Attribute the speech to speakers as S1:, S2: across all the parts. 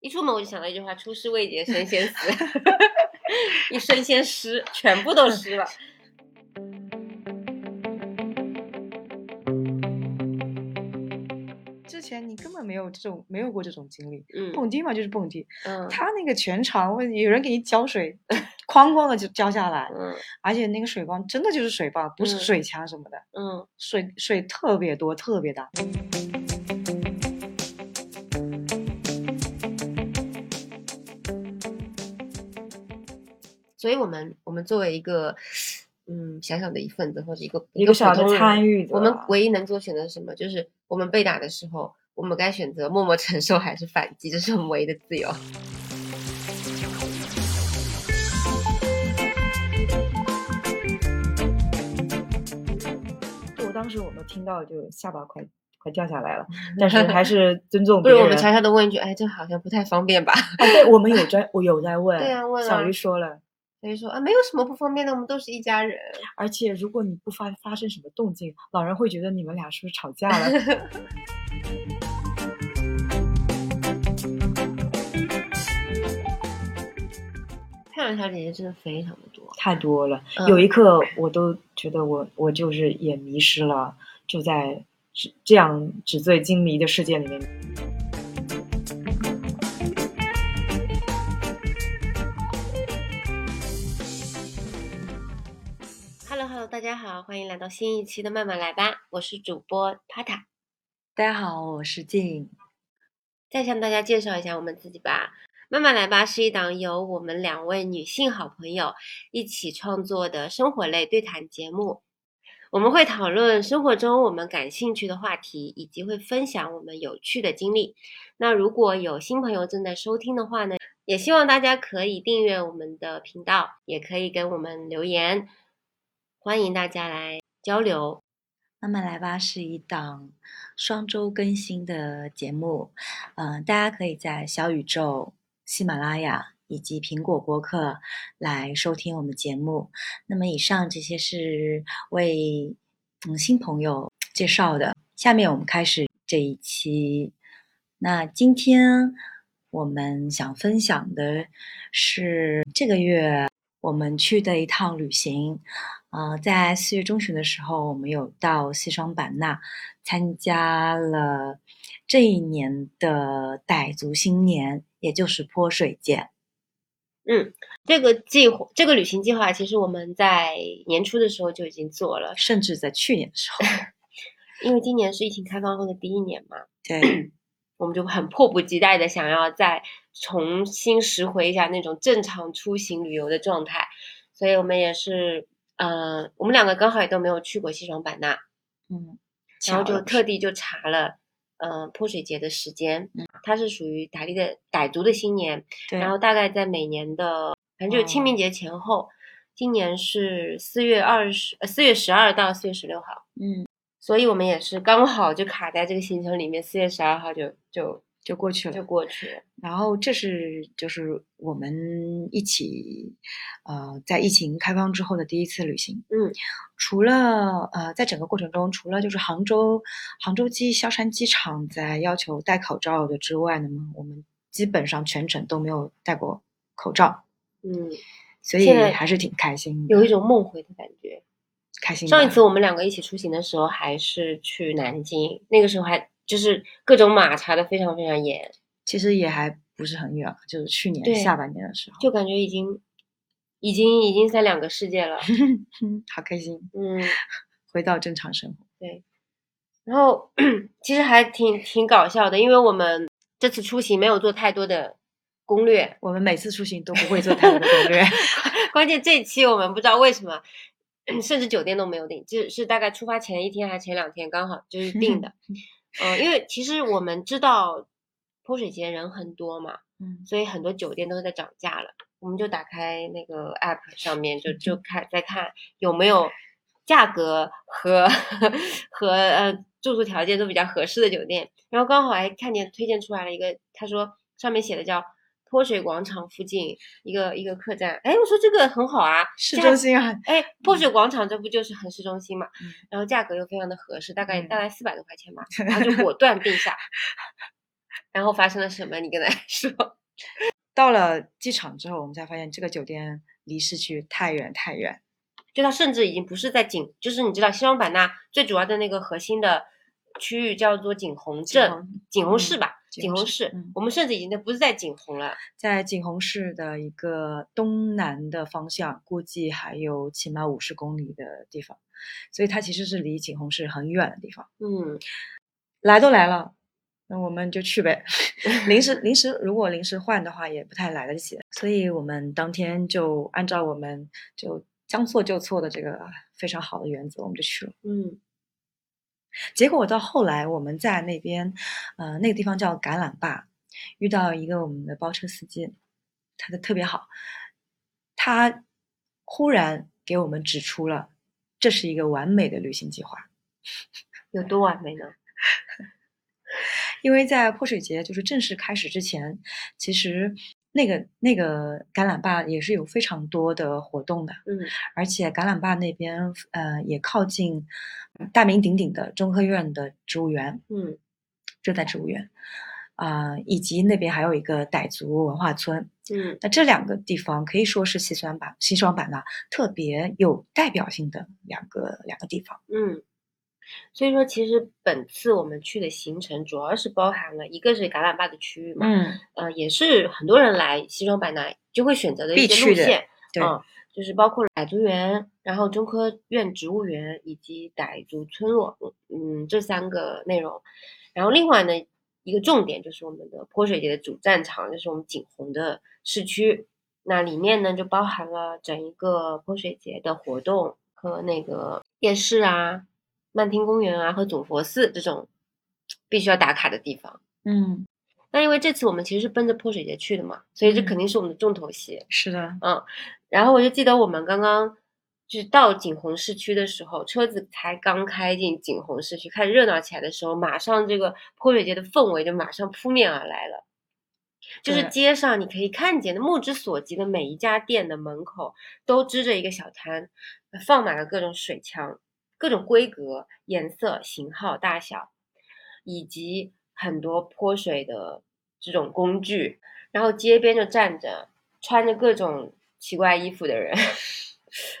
S1: 一出门我就想到一句话：“出师未捷身先死。” 一身先湿，全部都湿 了。
S2: 哎
S3: 之前你根本没有这种没有过这种经历，
S1: 嗯
S3: 蹦迪嘛就是蹦迪，
S1: 嗯
S3: 他那个全场会有人给你浇水，哐哐的就浇下来，
S1: 嗯
S3: 而且那个水泵真的就是水泵，不是
S1: 嗯
S3: 水枪什么的，
S1: 嗯，
S3: 水水特别多，特别大。
S1: 所以我们我们作为一个嗯小小的一份子或者一个
S2: 一个小的参
S1: 与，
S2: 与者，
S1: 我们唯一能做选择是什么？就是我们被打的时候，我们该选择默默承受还是反击，这是我们唯一的自由。
S2: 嗯就我当时我们听到就下巴快快掉下 来了，但是还是尊重
S1: 不
S2: 别
S1: 是
S2: 人。
S1: 我们悄悄的问一句：“哎，这好像不太方便吧
S2: 啊，对，我们 有在，我有在问，
S1: 对啊问
S2: 小
S1: 啊
S2: 鱼说了，？”
S1: 所以说啊，没有什么不方便的，我们都是一家人。
S2: 而且如果你不发发生什么动静，老人会觉得你们俩是不是吵 架了？
S1: 漂亮小姐姐真的非常的多，
S2: 太多了，有
S1: 嗯
S2: 一刻我都觉得我我就是也迷失了，就在是这样纸醉金迷的世界里面。
S1: Hello Hello，大家好，欢迎来到新一期的慢慢来吧，我是主播塔塔。
S3: 大家好，我是静。
S1: 再向大家介绍一下我们自己吧。慢慢来吧是一档由我们两位女性好朋友一起创作的生活类对谈节目。我们会讨论生活中我们感兴趣的话题，以及会分享我们有趣的经历。那如果有新朋友正在收听的话呢，也希望大家可以订阅我们的频道，也可以给我们留言，欢迎大家来交流。
S4: 慢慢来吧是一档双周更新的节目，嗯、大家可以在小宇宙、喜马拉雅以及苹果播客来收听我们的节目。那么以上这些是为嗯新朋友介绍的。下面我们开始这一期。那今天我们想分享的是这个月我们去的一趟旅行。呃，在四月中旬的时候，我们有到西双版纳参加了这一年的傣族新年，也就是泼水节。
S1: 这个计划，这个旅行计划，其实我们在年初的时候就已经做了，
S4: 甚至在去年的时候，
S1: 因为今年是疫情开放后的第一年嘛，嗯
S4: 对
S1: 我们就很迫不及待的想要再重新拾回一下那种正常出行旅游的状态，所以我们也是，呃，我们两个刚好也都没有去过西双版纳，
S4: 嗯，
S1: 然后
S4: 巧
S1: 就
S4: 了
S1: 特地就查了，呃，泼水节的时间，
S4: 嗯
S1: 它是属于傣历的傣族的新年，
S4: 对，
S1: 然后大概在每年的，反正就是清
S4: 哦
S1: 明节前后，今年是四月二十，呃，四月十二到四月十六号。
S4: 嗯
S1: 所以我们也是刚好就卡在这个行程里面，四月十二号就就
S4: 就过去
S1: 就
S4: 了。
S1: 过去了。
S4: 然后这是就是我们一起呃在疫情开放之后的第一次旅行。
S1: 嗯，
S4: 除了呃，在整个过程中，除了就是杭州杭州机萧山机场在要求戴口罩的之外呢，我们基本上全程都没有戴过口罩，
S1: 嗯，
S4: 所以
S1: 现在
S4: 还是挺开心的，
S1: 有一种梦回的感觉。
S4: 开心的。
S1: 上一次我们两个一起出行的时候，还是去南京，那个时候还就是各种码查的非常非常严，
S4: 其实也还不是很远，就是去
S1: 对
S4: 年下半年的时候，
S1: 就感觉已经已经已经在两个世 界了。
S4: 嗯，好开心，
S1: 嗯，
S4: 回到正常生活。
S1: 然后 其实还挺挺搞笑的，因为我们这次出行没有做太多的攻略，
S4: 我们每次出行都不会做太多的攻略，
S1: 关键这一期我们不知道为什么，甚至酒店都没有订，只是大概出发前一天还前两天刚好就是订的。呃，因为其实我们知道泼水节人很多嘛，
S4: 嗯，
S1: 所以很多酒店都在涨价了。我们就打开那个 app 上面
S4: 嗯
S1: 就就看再看有没有价格和 和呃住宿条件都比较合适的酒店，然后刚好还看见推荐出来了一个，他说上面写的叫泼水广场附近一个一个客栈，哎，我说这个很好啊，
S4: 市
S1: 价
S4: 中心啊，
S1: 哎，泼水广场这不就是很市中心嘛？
S4: 嗯
S1: 然后价格又非常的合适，大概大概四百多块钱吧，然后就果断定下。然后发生了什么？你跟大家说。
S2: 到了机场之后，我们才发现这个酒店离市区太远太远。
S1: 就它甚至已经不是在景，就是你知道西双版纳最主要的那个核心的区域叫做景洪镇、景洪市吧，
S2: 景
S1: 景
S2: 洪
S1: 洪
S2: 市
S1: 市
S2: 嗯。
S1: 我们甚至已经不是在景洪了，
S2: 在景洪市的一个东南的方向，估计还有起码五十公里的地方，所以它其实是离景洪市很远的地方。
S1: 嗯，
S2: 来都来了，那我们就去呗。临时临时如果临时换的话，也不太来得及，所以我们当天就按照我们就将错就错的这个非常好的原则，我们就去了。
S1: 嗯，
S2: 结果到后来，我们在那边，呃，那个地方叫橄榄坝，遇到一个我们的包车司机，他的特别好，他忽然给我们指出了这是一个完美的旅行计划，
S1: 有多完美呢？
S2: 因为在泼水节就是正式开始之前，其实那个那个橄榄坝也是有非常多的活动的，
S1: 嗯
S2: 而且橄榄坝那边，呃，也靠近大名鼎鼎的中科院的植物园，
S1: 嗯
S2: 热带植物园，啊、以及那边还有一个傣族文化村。
S1: 嗯
S2: 那这两个地方可以说是西双版西双版纳特别有代表性的两个两个地方。
S1: 嗯。所以说，其实本次我们去的行程主要是包含了一个是橄榄坝的区域嘛，
S2: 嗯，
S1: 呃，也是很多人来西双版纳就会选择的
S2: 必
S1: 一些
S2: 去
S1: 路
S2: 的
S1: 线，
S2: 对，
S1: 嗯就是包括傣族园，然后中科院植物园以及傣族村落，嗯，这三个内容。然后另外呢，一个重点就是我们的泼水节的主战场，就是我们景洪的市区。那里面呢，就包含了整一个泼水节的活动和那个夜市啊、曼听公园啊和总佛寺这种必须要打卡的地方。
S2: 嗯，
S1: 那因为这次我们其实是奔着泼水节去的嘛，所以这
S2: 嗯
S1: 肯定是我们的重头戏。
S2: 是的，
S1: 然后我就记得我们刚刚就是到景洪市区的时候，车子才刚开进景洪市区，看热闹起来的时候，马上这个泼水节的氛围就马上扑面而来了。就是
S2: 对
S1: 街上你可以看见的，目之所及的每一家店的门口都支着一个小摊，放满了各种水枪，各种规格、颜色、型号、大小，以及很多泼水的这种工具。然后街边就站着穿着各种奇怪衣服的人，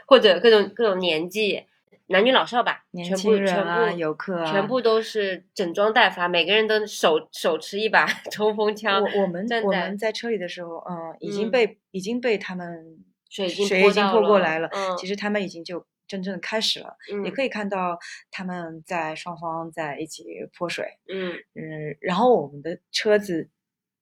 S1: 或者各种各种年纪，男女老少吧，
S2: 年
S1: 全
S2: 轻
S1: 部
S2: 人啊，
S1: 全部、
S2: 游客啊，
S1: 全部都是整装待发，每个人都手手持一把 冲锋枪，
S2: 我我们
S1: 站
S2: 我
S1: 在
S2: 们在车里的时候，嗯，已经
S1: 嗯
S2: 被、已经被他们
S1: 水已经
S2: 水
S1: 泼
S2: 已经
S1: 到
S2: 泼过
S1: 了
S2: 来了，
S1: 嗯
S2: 其实他们已经就真正的开始了，也可以看到他们在双方在一起泼水，
S1: 嗯
S2: 嗯，然后我们的车子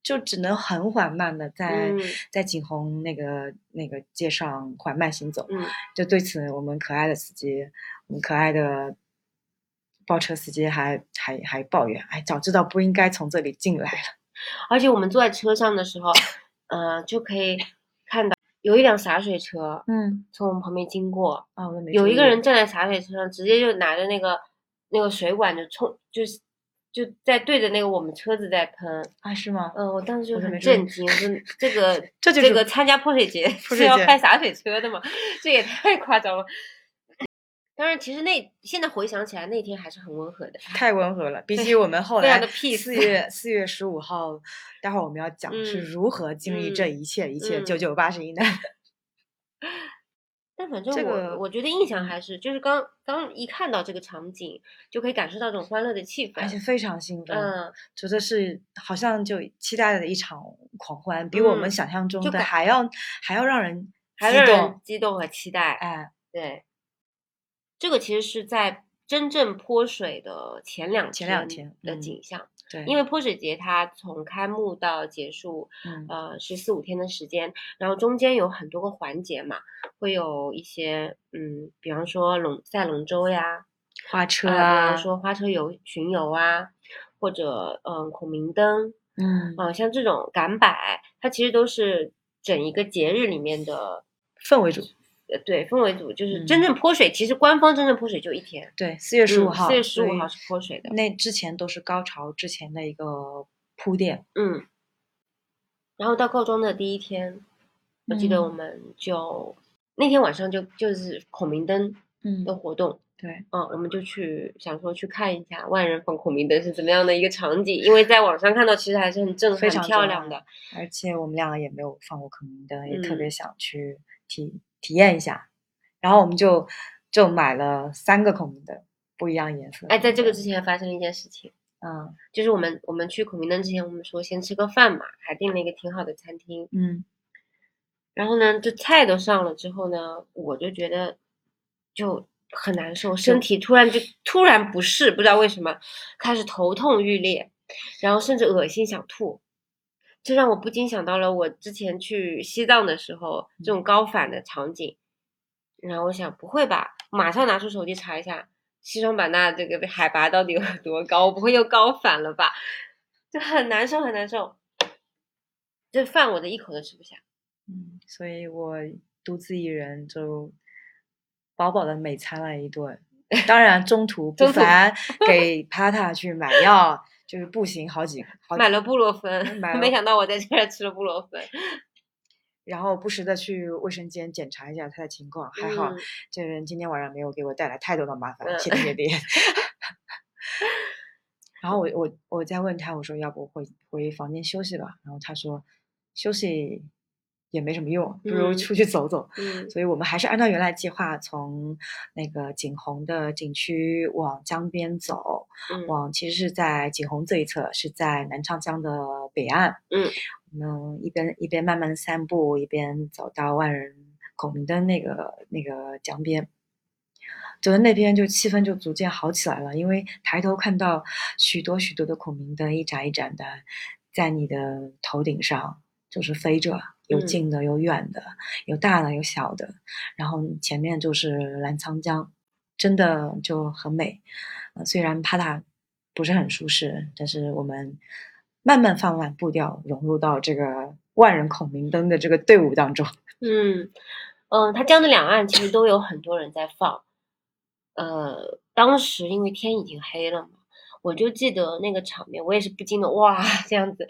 S2: 就只能很缓慢的在、
S1: 嗯
S2: 在景洪那个那个街上缓慢行走。
S1: 嗯
S2: 就对此，我们可爱的司机，我们可爱的包车司机还还还抱怨，哎，早知道不应该从这里进来了。
S1: 而且我们坐在车上的时候，呃，就可以看到有一辆洒水车
S2: 嗯，
S1: 从我们旁边经过，
S2: 啊，我们没
S1: 有
S2: 注
S1: 一个
S2: 意
S1: 人站在洒水车上，直接就拿着那个那个水管就冲，就是就在对着那个我们车子在喷。
S2: 啊，是吗？
S1: 嗯，我当时就
S2: 我都没
S1: 很
S2: 注意
S1: 震惊，说 这个
S2: 这就
S1: 这
S2: 是
S1: 个参加泼水节
S2: 泼
S1: 是
S2: 水
S1: 要
S2: 节
S1: 开洒水车的吗？这也太夸张了。当然，其实那现在回想起来，那天还是很温和的。
S2: 太温和了，比起我们后
S1: 非常
S2: 来
S1: 地 peace
S2: 四月四月十五号，待会儿我们要讲
S1: 嗯
S2: 是如何经历这
S1: 嗯
S2: 一切，一切
S1: 嗯
S2: 九九八十一难。
S1: 但反正我、
S2: 这个
S1: 我觉得印象还是就是刚刚一看到这个场景，就可以感受到这种欢乐的气
S2: 而且
S1: 氛。
S2: 非常兴奋，
S1: 嗯，
S2: 觉得是好像就期待的一场狂欢，比我们
S1: 嗯
S2: 想象中
S1: 就
S2: 的
S1: 感
S2: 还要还要让人
S1: 还
S2: 激
S1: 让人
S2: 动。
S1: 激动和期待。
S2: 哎，
S1: 对，这个其实是在真正泼水的前两
S2: 前两天
S1: 的
S2: 嗯
S1: 景象，
S2: 对，
S1: 因
S2: 为
S1: 为泼水节它从开幕到结束，
S2: 嗯
S1: 呃，是四五天的时间，然后中间有很多个环节嘛，会有一些嗯，比方说龙赛龙舟呀，
S2: 花车
S1: 呃比
S2: 啊，
S1: 方说花车游巡游啊，或者嗯孔明灯，
S2: 嗯，
S1: 啊、像这种赶摆，它其实都是整一个节日里面的。
S2: 氛围主
S1: 呃，对，氛围组就是
S2: 嗯
S1: 真正泼水，其实官方真正泼水就一天，
S2: 对，四月十五号，
S1: 嗯四月十
S2: 所
S1: 五
S2: 以
S1: 号是泼水的，
S2: 那之前都是高潮之前的一个铺垫。
S1: 嗯。然后到告庄的第一天，我记得我
S2: 嗯
S1: 们就、那天晚上就就是孔明灯
S2: 嗯
S1: 的活动，
S2: 对，
S1: 嗯，我们就去想说去看一下万人放孔明灯是怎么样的一个场景，因为在网上看到其实还是很震撼、
S2: 非常
S1: 很漂亮的。
S2: 而且我们两个也没有放过孔明灯，也特
S1: 嗯
S2: 别想去体体验一下，然后我们就就买了三个孔明灯，不一样颜色。
S1: 哎，在这个之，前发生了一件事情，
S2: 嗯
S1: 就是我们我们去孔明灯之前，我们说先吃个饭嘛，还订了一个挺好的餐厅。
S2: 嗯
S1: 然后呢，这菜都上了之后呢，我就觉得就很难受，身体突然就突然不适，不知道为什么开始头痛欲裂，然后甚至恶心想吐。这让我不禁想到了我之前去西藏的时候这种高反的场景。然后我想，不会吧？马上拿出手机查一下西双版纳这个海拔到底有多高？我不会又高反了吧？就很难受，很难受。这饭我的一口都吃不下。
S2: 嗯，所以我独自一人就饱饱的美餐了一顿。 当然，中途不
S1: 中途
S2: 凡给帕塔去买药，就是步行好几好
S1: 买了布洛芬，
S2: 哦买
S1: 没
S2: 了
S1: 想到我在这儿吃了布洛芬，
S2: 然后不时的去卫生间检查一下他的情况，还好
S1: 嗯
S2: 这人今天晚上没有给我带来太多的麻
S1: 嗯
S2: 烦，谢天谢地。 然后我我我再问他，我说要不回回房间休息吧，然后他说休息也没什么用，不如
S1: 嗯
S2: 出去走走。
S1: 嗯
S2: 所以我们还是按照原来计划，从那个景洪的景区往江边走，
S1: 嗯
S2: 往其实是在景洪这一侧，是在南昌江的北岸。
S1: 嗯，
S2: 我们一边一边慢慢的散步，一边走到万人孔明灯那个那个江边。走到那边就气氛就逐渐好起来了，因为抬头看到许多许多的孔明灯一盏一盏的在你的头顶上就是飞着，有
S1: 嗯
S2: 近的有远的，有大的有小的，然后前面就是澜沧江，真的就很美。呃虽然帕塔不是很舒适，但是我们慢慢放慢步调，融入到这个万人孔明灯的这个队伍当中。
S1: 嗯嗯，它江的两岸其实都有很多人在放，呃，当时因为天已经黑了嘛，我就记得那个场面，我也是不禁的哇这样子，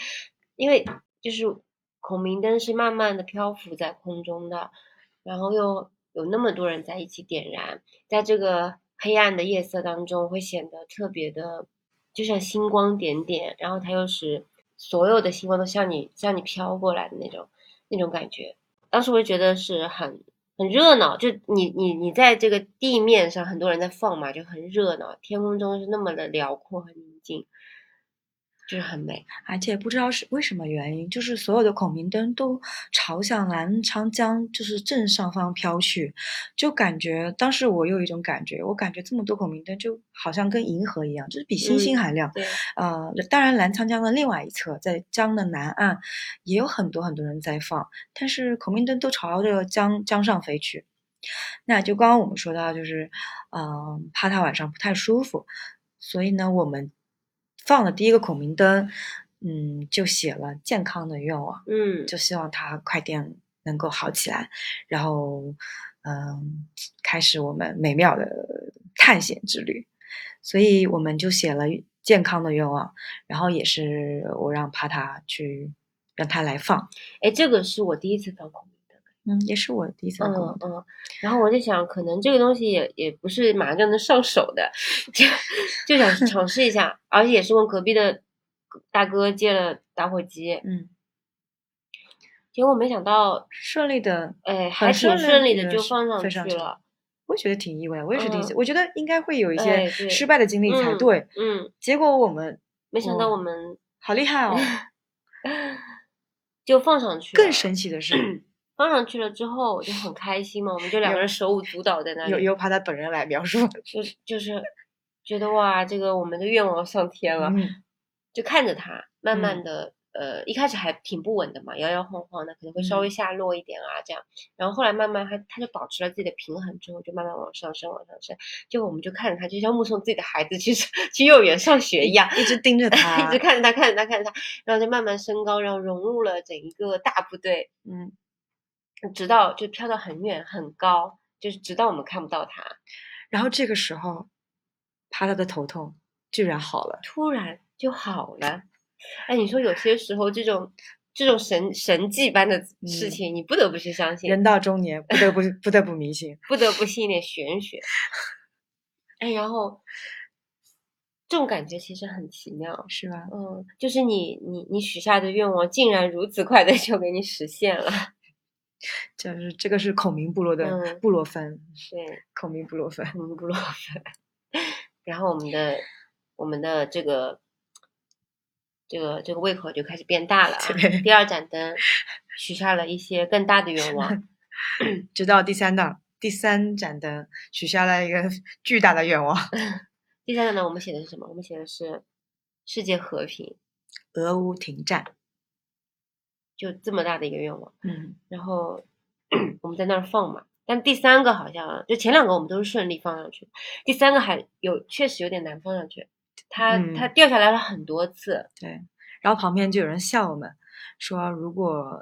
S1: 因为就是孔明灯是慢慢的漂浮在空中的，然后又有那么多人在一起点燃，在这个黑暗的夜色当中，会显得特别的，就像星光点点，然后它又使所有的星光都向你向你飘过来的那种那种感觉。当时我就觉得是很很热闹，就你你你在这个地面上，很多人在放嘛，就很热闹，天空中是那么的辽阔和宁静，就是很美。
S2: 而且不知道是为什么原因，就是所有的孔明灯都朝向澜沧江，就是正上方飘去，就感觉当时我有一种感觉，我感觉这么多孔明灯就好像跟银河一样，就是比星星
S1: 嗯
S2: 还亮。
S1: 对，
S2: 呃，当然，澜沧江的另外一侧，在江的南岸，也有很多很多人在放，但是孔明灯都朝着江江上飞去。那就刚刚我们说到，就是，嗯、怕他晚上不太舒服，所以呢，我们放了第一个孔明灯，嗯，就写了健康的愿望，
S1: 嗯，
S2: 就希望他快点能够好起来，然后，嗯，开始我们美妙的探险之旅。所以我们就写了健康的愿望，然后也是我让帕塔去让他来放，
S1: 哎，这个是我第一次放孔明灯。
S2: 嗯，也是我第一次放过
S1: 嗯
S2: 的。
S1: 嗯，然后我就想，可能这个东西也也不是马上就能上手的， 就就想尝试一 下，而且也是问隔壁的大哥借了打火机，
S2: 嗯，
S1: 结果没想到，
S2: 顺利的，
S1: 哎，
S2: 很
S1: 还挺顺利的
S2: 地
S1: 就是放
S2: 飞
S1: 上去了。。
S2: 我也觉得挺意外，我也是第一次，
S1: 嗯
S2: 我觉得应该会有一
S1: 哎
S2: 些
S1: 对
S2: 失败的经历才
S1: 嗯
S2: 对。
S1: 嗯，
S2: 结果我们
S1: 没想到我
S2: 哇
S1: 们
S2: 好 厉害哦！
S1: 就放上去了，
S2: 更神奇的
S1: 嗯
S2: 是，
S1: 放上去了之后我就很开心嘛，我们就两个
S2: 有
S1: 人手舞足蹈在那
S2: 由
S1: 里，
S2: 由帕塔本人来描述。
S1: 就是就是觉得哇，这个我们的愿望上天了，
S2: 嗯，
S1: 就看着它慢慢
S2: 嗯
S1: 的，呃，一开始还挺不稳的嘛，摇摇晃晃的，可能会稍微
S2: 嗯
S1: 下落一点啊，这样。然后后来慢慢它它就保持了自己的平衡之后，就慢慢往上升，往上升。就我们就看着它，就像目送自己的孩子去 去幼儿园上学一样，
S2: 一直盯着他，
S1: 一直看着它，看着它，看着它，然后就慢慢升高，然后融入了整一个大部队，嗯
S2: 嗯，
S1: 直到就飘到很远很高，就是直到我们看不到它，
S2: 然后这个时候，帕塔的头痛居然好了。
S1: 突然就好了。哎，你说有些时候这种这种神神迹般的事
S2: 嗯
S1: 情，你不得不去相信，
S2: 人到中年，不得不不得不迷信。
S1: 不得不信一点玄学。哎，然后这种感觉其实很奇妙。
S5: 是吧？
S1: 嗯，就是你你你许下的愿望，竟然如此快的 就给你实现了。
S2: 就是这个是孔明部落的、
S1: 嗯
S2: 布洛芬，
S1: 对，
S2: 孔明部落芬。
S1: 我们布洛芬。然后我们的我们的这个这个这个胃口就开始变大了啊！
S2: 对
S1: 第二盏灯许下了一些更大的愿望，
S2: 直到第三档第三盏灯，许下了一个 巨大 的愿望：
S1: 第三个呢，我们写的是什么？我们写的是世界和平，
S2: 俄乌停战。
S1: 就这么大的一个愿望。
S2: 嗯，
S1: 然后 我们在那儿放嘛，但第三个好像就前两个我们都是顺利放上去，第三个还有确实有点难放上去，它、它掉下来了很多次。
S2: 对。然后旁边就有人笑我们，说如果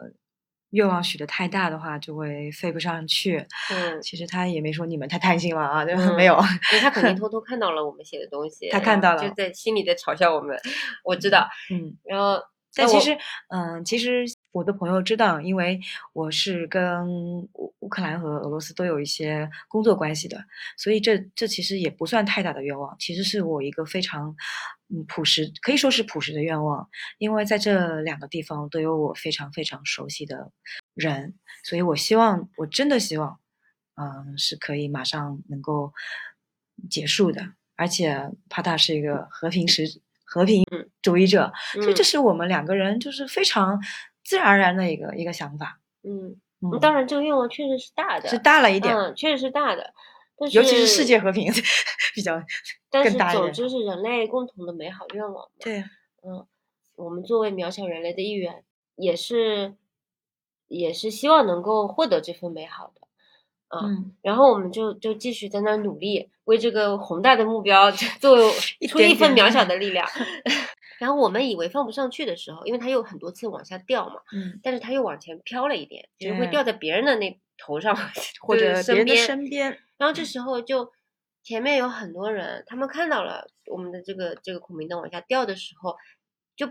S2: 愿望许的太大的话，就会飞不上去。
S1: 嗯，
S2: 其实他也没说你们太贪心了啊，对吧？
S1: 嗯
S2: 没有，
S1: 因为他肯定偷偷看到了我们写的东西，
S2: 他看到
S1: 然后就
S2: 了
S1: 在心里在嘲笑我们，我知道。
S2: 嗯。
S1: 然后，那
S2: 但其
S1: 我
S2: 实，嗯、其实我的朋友知道，因为我是跟乌乌克兰和俄罗斯都有一些工作关系的，所以这这其实也不算太大的愿望，其实是我一个非常嗯朴实，可以说是朴实的愿望，因为在这两个地方都有我非常非常熟悉的人，所以我希望，我真的希望，嗯、是可以马上能够结束的，而且帕塔是一个和平时和平主义者。所以这
S1: 嗯
S2: 是我们两个人就是非常自然而然的一个一个想法。
S1: 嗯，
S2: 嗯，
S1: 当然这个愿望确实是大的，
S2: 是大了一点，
S1: 嗯，确实是大的，但是
S2: 尤其是世界，和平 比较
S1: 但
S2: 更
S1: 是
S2: 大一
S1: 总
S2: 点
S1: 之是人类共同的美好愿望嘛。
S2: 对，
S1: 嗯，我们作为渺小人类的一员，也是也是希望能够获得这份美好的。嗯，
S2: 嗯，
S1: 然后我们就就继续在那儿努力，为这个宏大的目标 做
S2: 一
S1: 出
S2: 点
S1: 一份
S2: 点
S1: 渺小的力量。 然后我们以为放不上去的时候，因为它有很多次往下掉嘛，
S2: 嗯，
S1: 但是它又往前飘了一点，就是会
S2: 对
S1: 掉在别人的那头上
S2: 或
S1: 就是
S2: 者
S1: 身
S2: 别人的
S1: 边
S2: 身边，嗯
S1: 然后这时候就前面有很多人，他们看到了我们的这个这个孔明灯往下掉的时候，就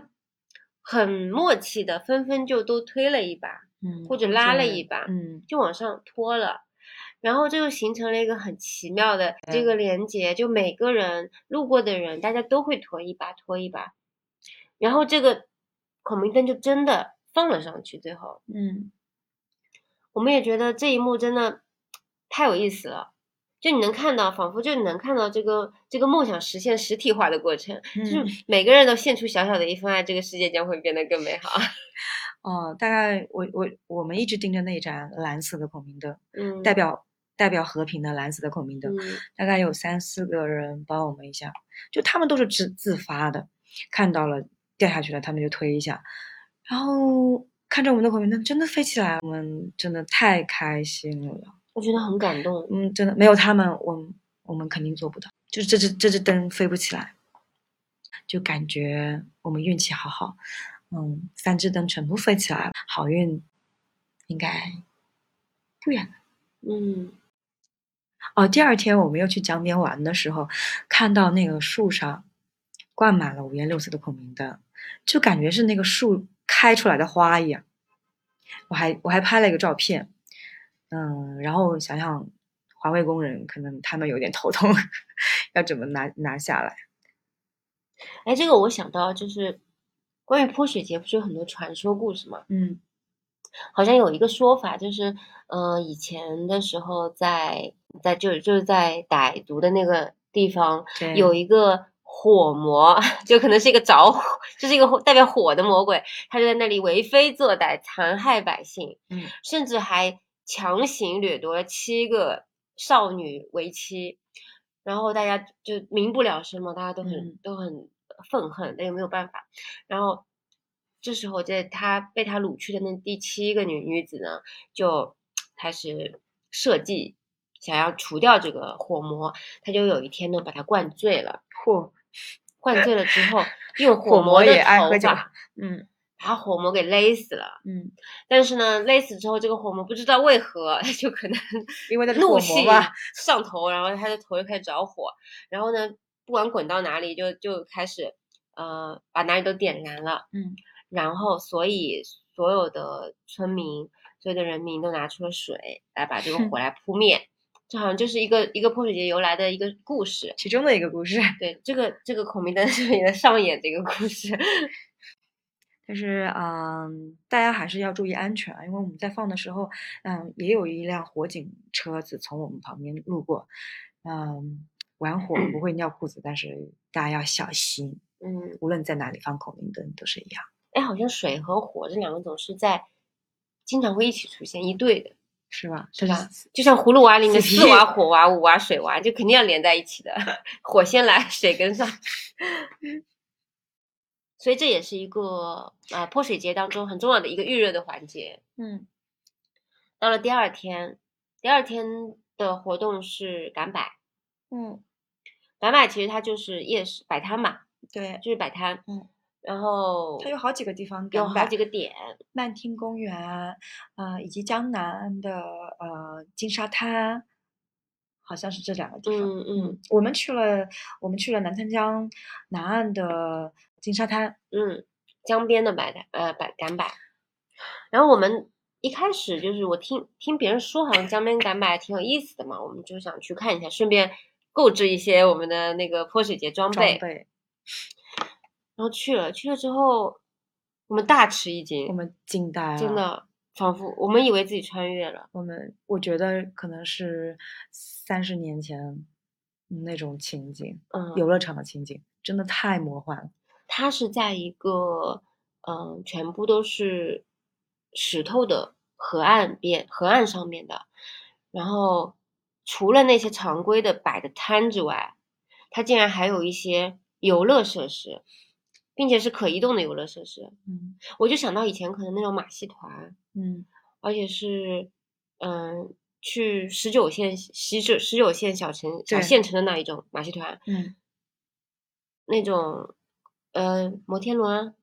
S1: 很默契的纷纷就都推了一把，
S2: 嗯，
S1: 或者拉了一把，
S2: 嗯，
S1: 就往上拖了。然后这就形成了一个很奇妙
S2: 嗯
S1: 的这个连接，就每个人路过的人，大家都会拖一把，拖一把，然后这个孔明灯就真的放了上去。最后，
S2: 嗯，
S1: 我们也觉得这一幕真的太有意思了，就你能看到，仿佛就你能看到这个这个梦想实现实体化的过程，就
S2: 嗯
S1: 是每个人都献出小小的一份爱，这个世界将会变得更美好。
S2: 哦，大概我我我们一直盯着那一盏蓝色的孔明灯，
S1: 嗯，
S2: 代表代表和平的蓝色的孔明灯，
S1: 嗯
S2: 大概有三四个人帮我们一下，就他们都是自自发的，看到了掉下去了，他们就推一下，然后看着我们的孔明灯真的飞起来，我们真的太开心了，
S1: 我觉得很感动。
S2: 嗯，真的没有他们，我们我们肯定做不到，就是这只这只灯飞不起来，就感觉我们运气好好，嗯，三只灯全部飞起来了，好运应该不远了。
S1: 嗯
S2: 哦，第二天我们又去江边玩的时候，看到那个树上挂满了五颜六色的孔明灯，就感觉是那个树开出来的花一样。我还我还拍了一个照片，嗯，然后想想环卫工人可能他们有点头痛， 要怎么拿拿下来？
S1: 哎，这个我想到就是关于泼水节，不是有很多传说故事嘛？
S2: 嗯
S1: 好像有一个说法，就是呃，以前的时候在在就就是在傣族的那个地方，
S2: 对
S1: 有一个火魔， 就可能是一个着火，就是一个火代表火的魔鬼，他就在那里为非作歹，残害百姓，
S2: 嗯，
S1: 甚至还强行掠夺了七个少女为妻，然后大家就民不聊生嘛，大家都很、
S2: 嗯
S1: 都很愤恨，但又没有办法。然后这时候，在他被他掳去的那第七个女女子呢，就开始设计想要除掉这个火魔，他就有一天呢把他灌醉了，
S2: 或
S1: 灌醉了之 后用
S2: 火
S1: 魔
S2: 魔
S1: 的
S2: 也爱喝
S1: 头
S2: 酒
S1: 发，
S2: 嗯
S1: 把火魔给勒死了。
S2: 嗯，
S1: 但是呢，勒死之后，这个火魔不知道为何 就可能
S2: 因为他是
S1: 怒
S2: 火
S1: 气
S2: 魔吧，
S1: 上头，然后他的头就开始着火，然后呢，不管滚到哪里就就开始呃把哪里都点燃了。
S2: 嗯，
S1: 然后所以所有的村民、所有的人民都拿出了水来把这个火来扑灭，这好像就是一个一个泼水节由来的一个故事。
S2: 其中的一个故事。
S1: 对，这个 这个孔明灯是也在上演这个故事。
S2: 但是，嗯，大家还是要注意安全啊，因为我们在放的时候，嗯，也有一辆火警车子从我们旁边路过，嗯，玩火不会尿裤子，但是大家要小心，
S1: 嗯，
S2: 无论在哪里放孔明灯都是一样。
S1: 哎，好像水和火这两个总是在经常会一起出现，一对的，
S2: 是吧？
S1: 是
S2: 但
S1: 吧？就像葫芦娃里面
S2: 死
S1: 四娃、
S2: 皮
S1: 火娃、五娃、水娃，就肯定要连在一起的，火先来，水跟上。所以这也是一个啊、呃泼水节当中很重要的一个预热的环节。
S4: 嗯，
S1: 到了第二天，第二天的活动是赶摆，
S4: 嗯，
S1: 摆摆其实它就是夜市摆摊嘛，
S2: 对，
S1: 就是摆摊。
S4: 嗯，
S1: 然后
S2: 它有好几个地方
S1: 有
S2: 敢摆，
S1: 好几个点，
S4: 嗯
S2: 曼听公园啊，呃，以及江南的呃金沙滩，好像是这两个地方。
S1: 嗯嗯
S2: 我们去了，我们去了南滩江南岸的金沙滩，
S1: 嗯，江边的摆摊呃摆赶摆，然后我们一开始就是我听听别人说，好像江边赶摆挺有意思的嘛，我们就想去看一下，顺便购置一些我们的那个泼水节装
S2: 装
S1: 备，
S2: 备
S1: 然后去了去了之后，我们大吃一
S2: 我
S1: 惊，
S2: 们惊呆了，
S1: 真，的仿佛我们以为自己穿越了，
S2: 我们我觉得可能是三十年前那种情景，
S1: 嗯，
S2: 游乐场的情景，真的太魔幻了。
S1: 它是在一个嗯、呃全部都是石头的河岸边河岸上面的，然后除了那些常规的摆的摊之外，它竟然还有一些游乐设施，并且是可移动的游乐设施。
S2: 嗯
S1: 我就想到以前可能那种马戏团，
S2: 嗯，
S1: 而且是嗯。去十九线、十九十九线小城、小
S2: 对
S1: 县城的那一种马戏团，
S2: 嗯，
S1: 那种，呃，摩天轮啊，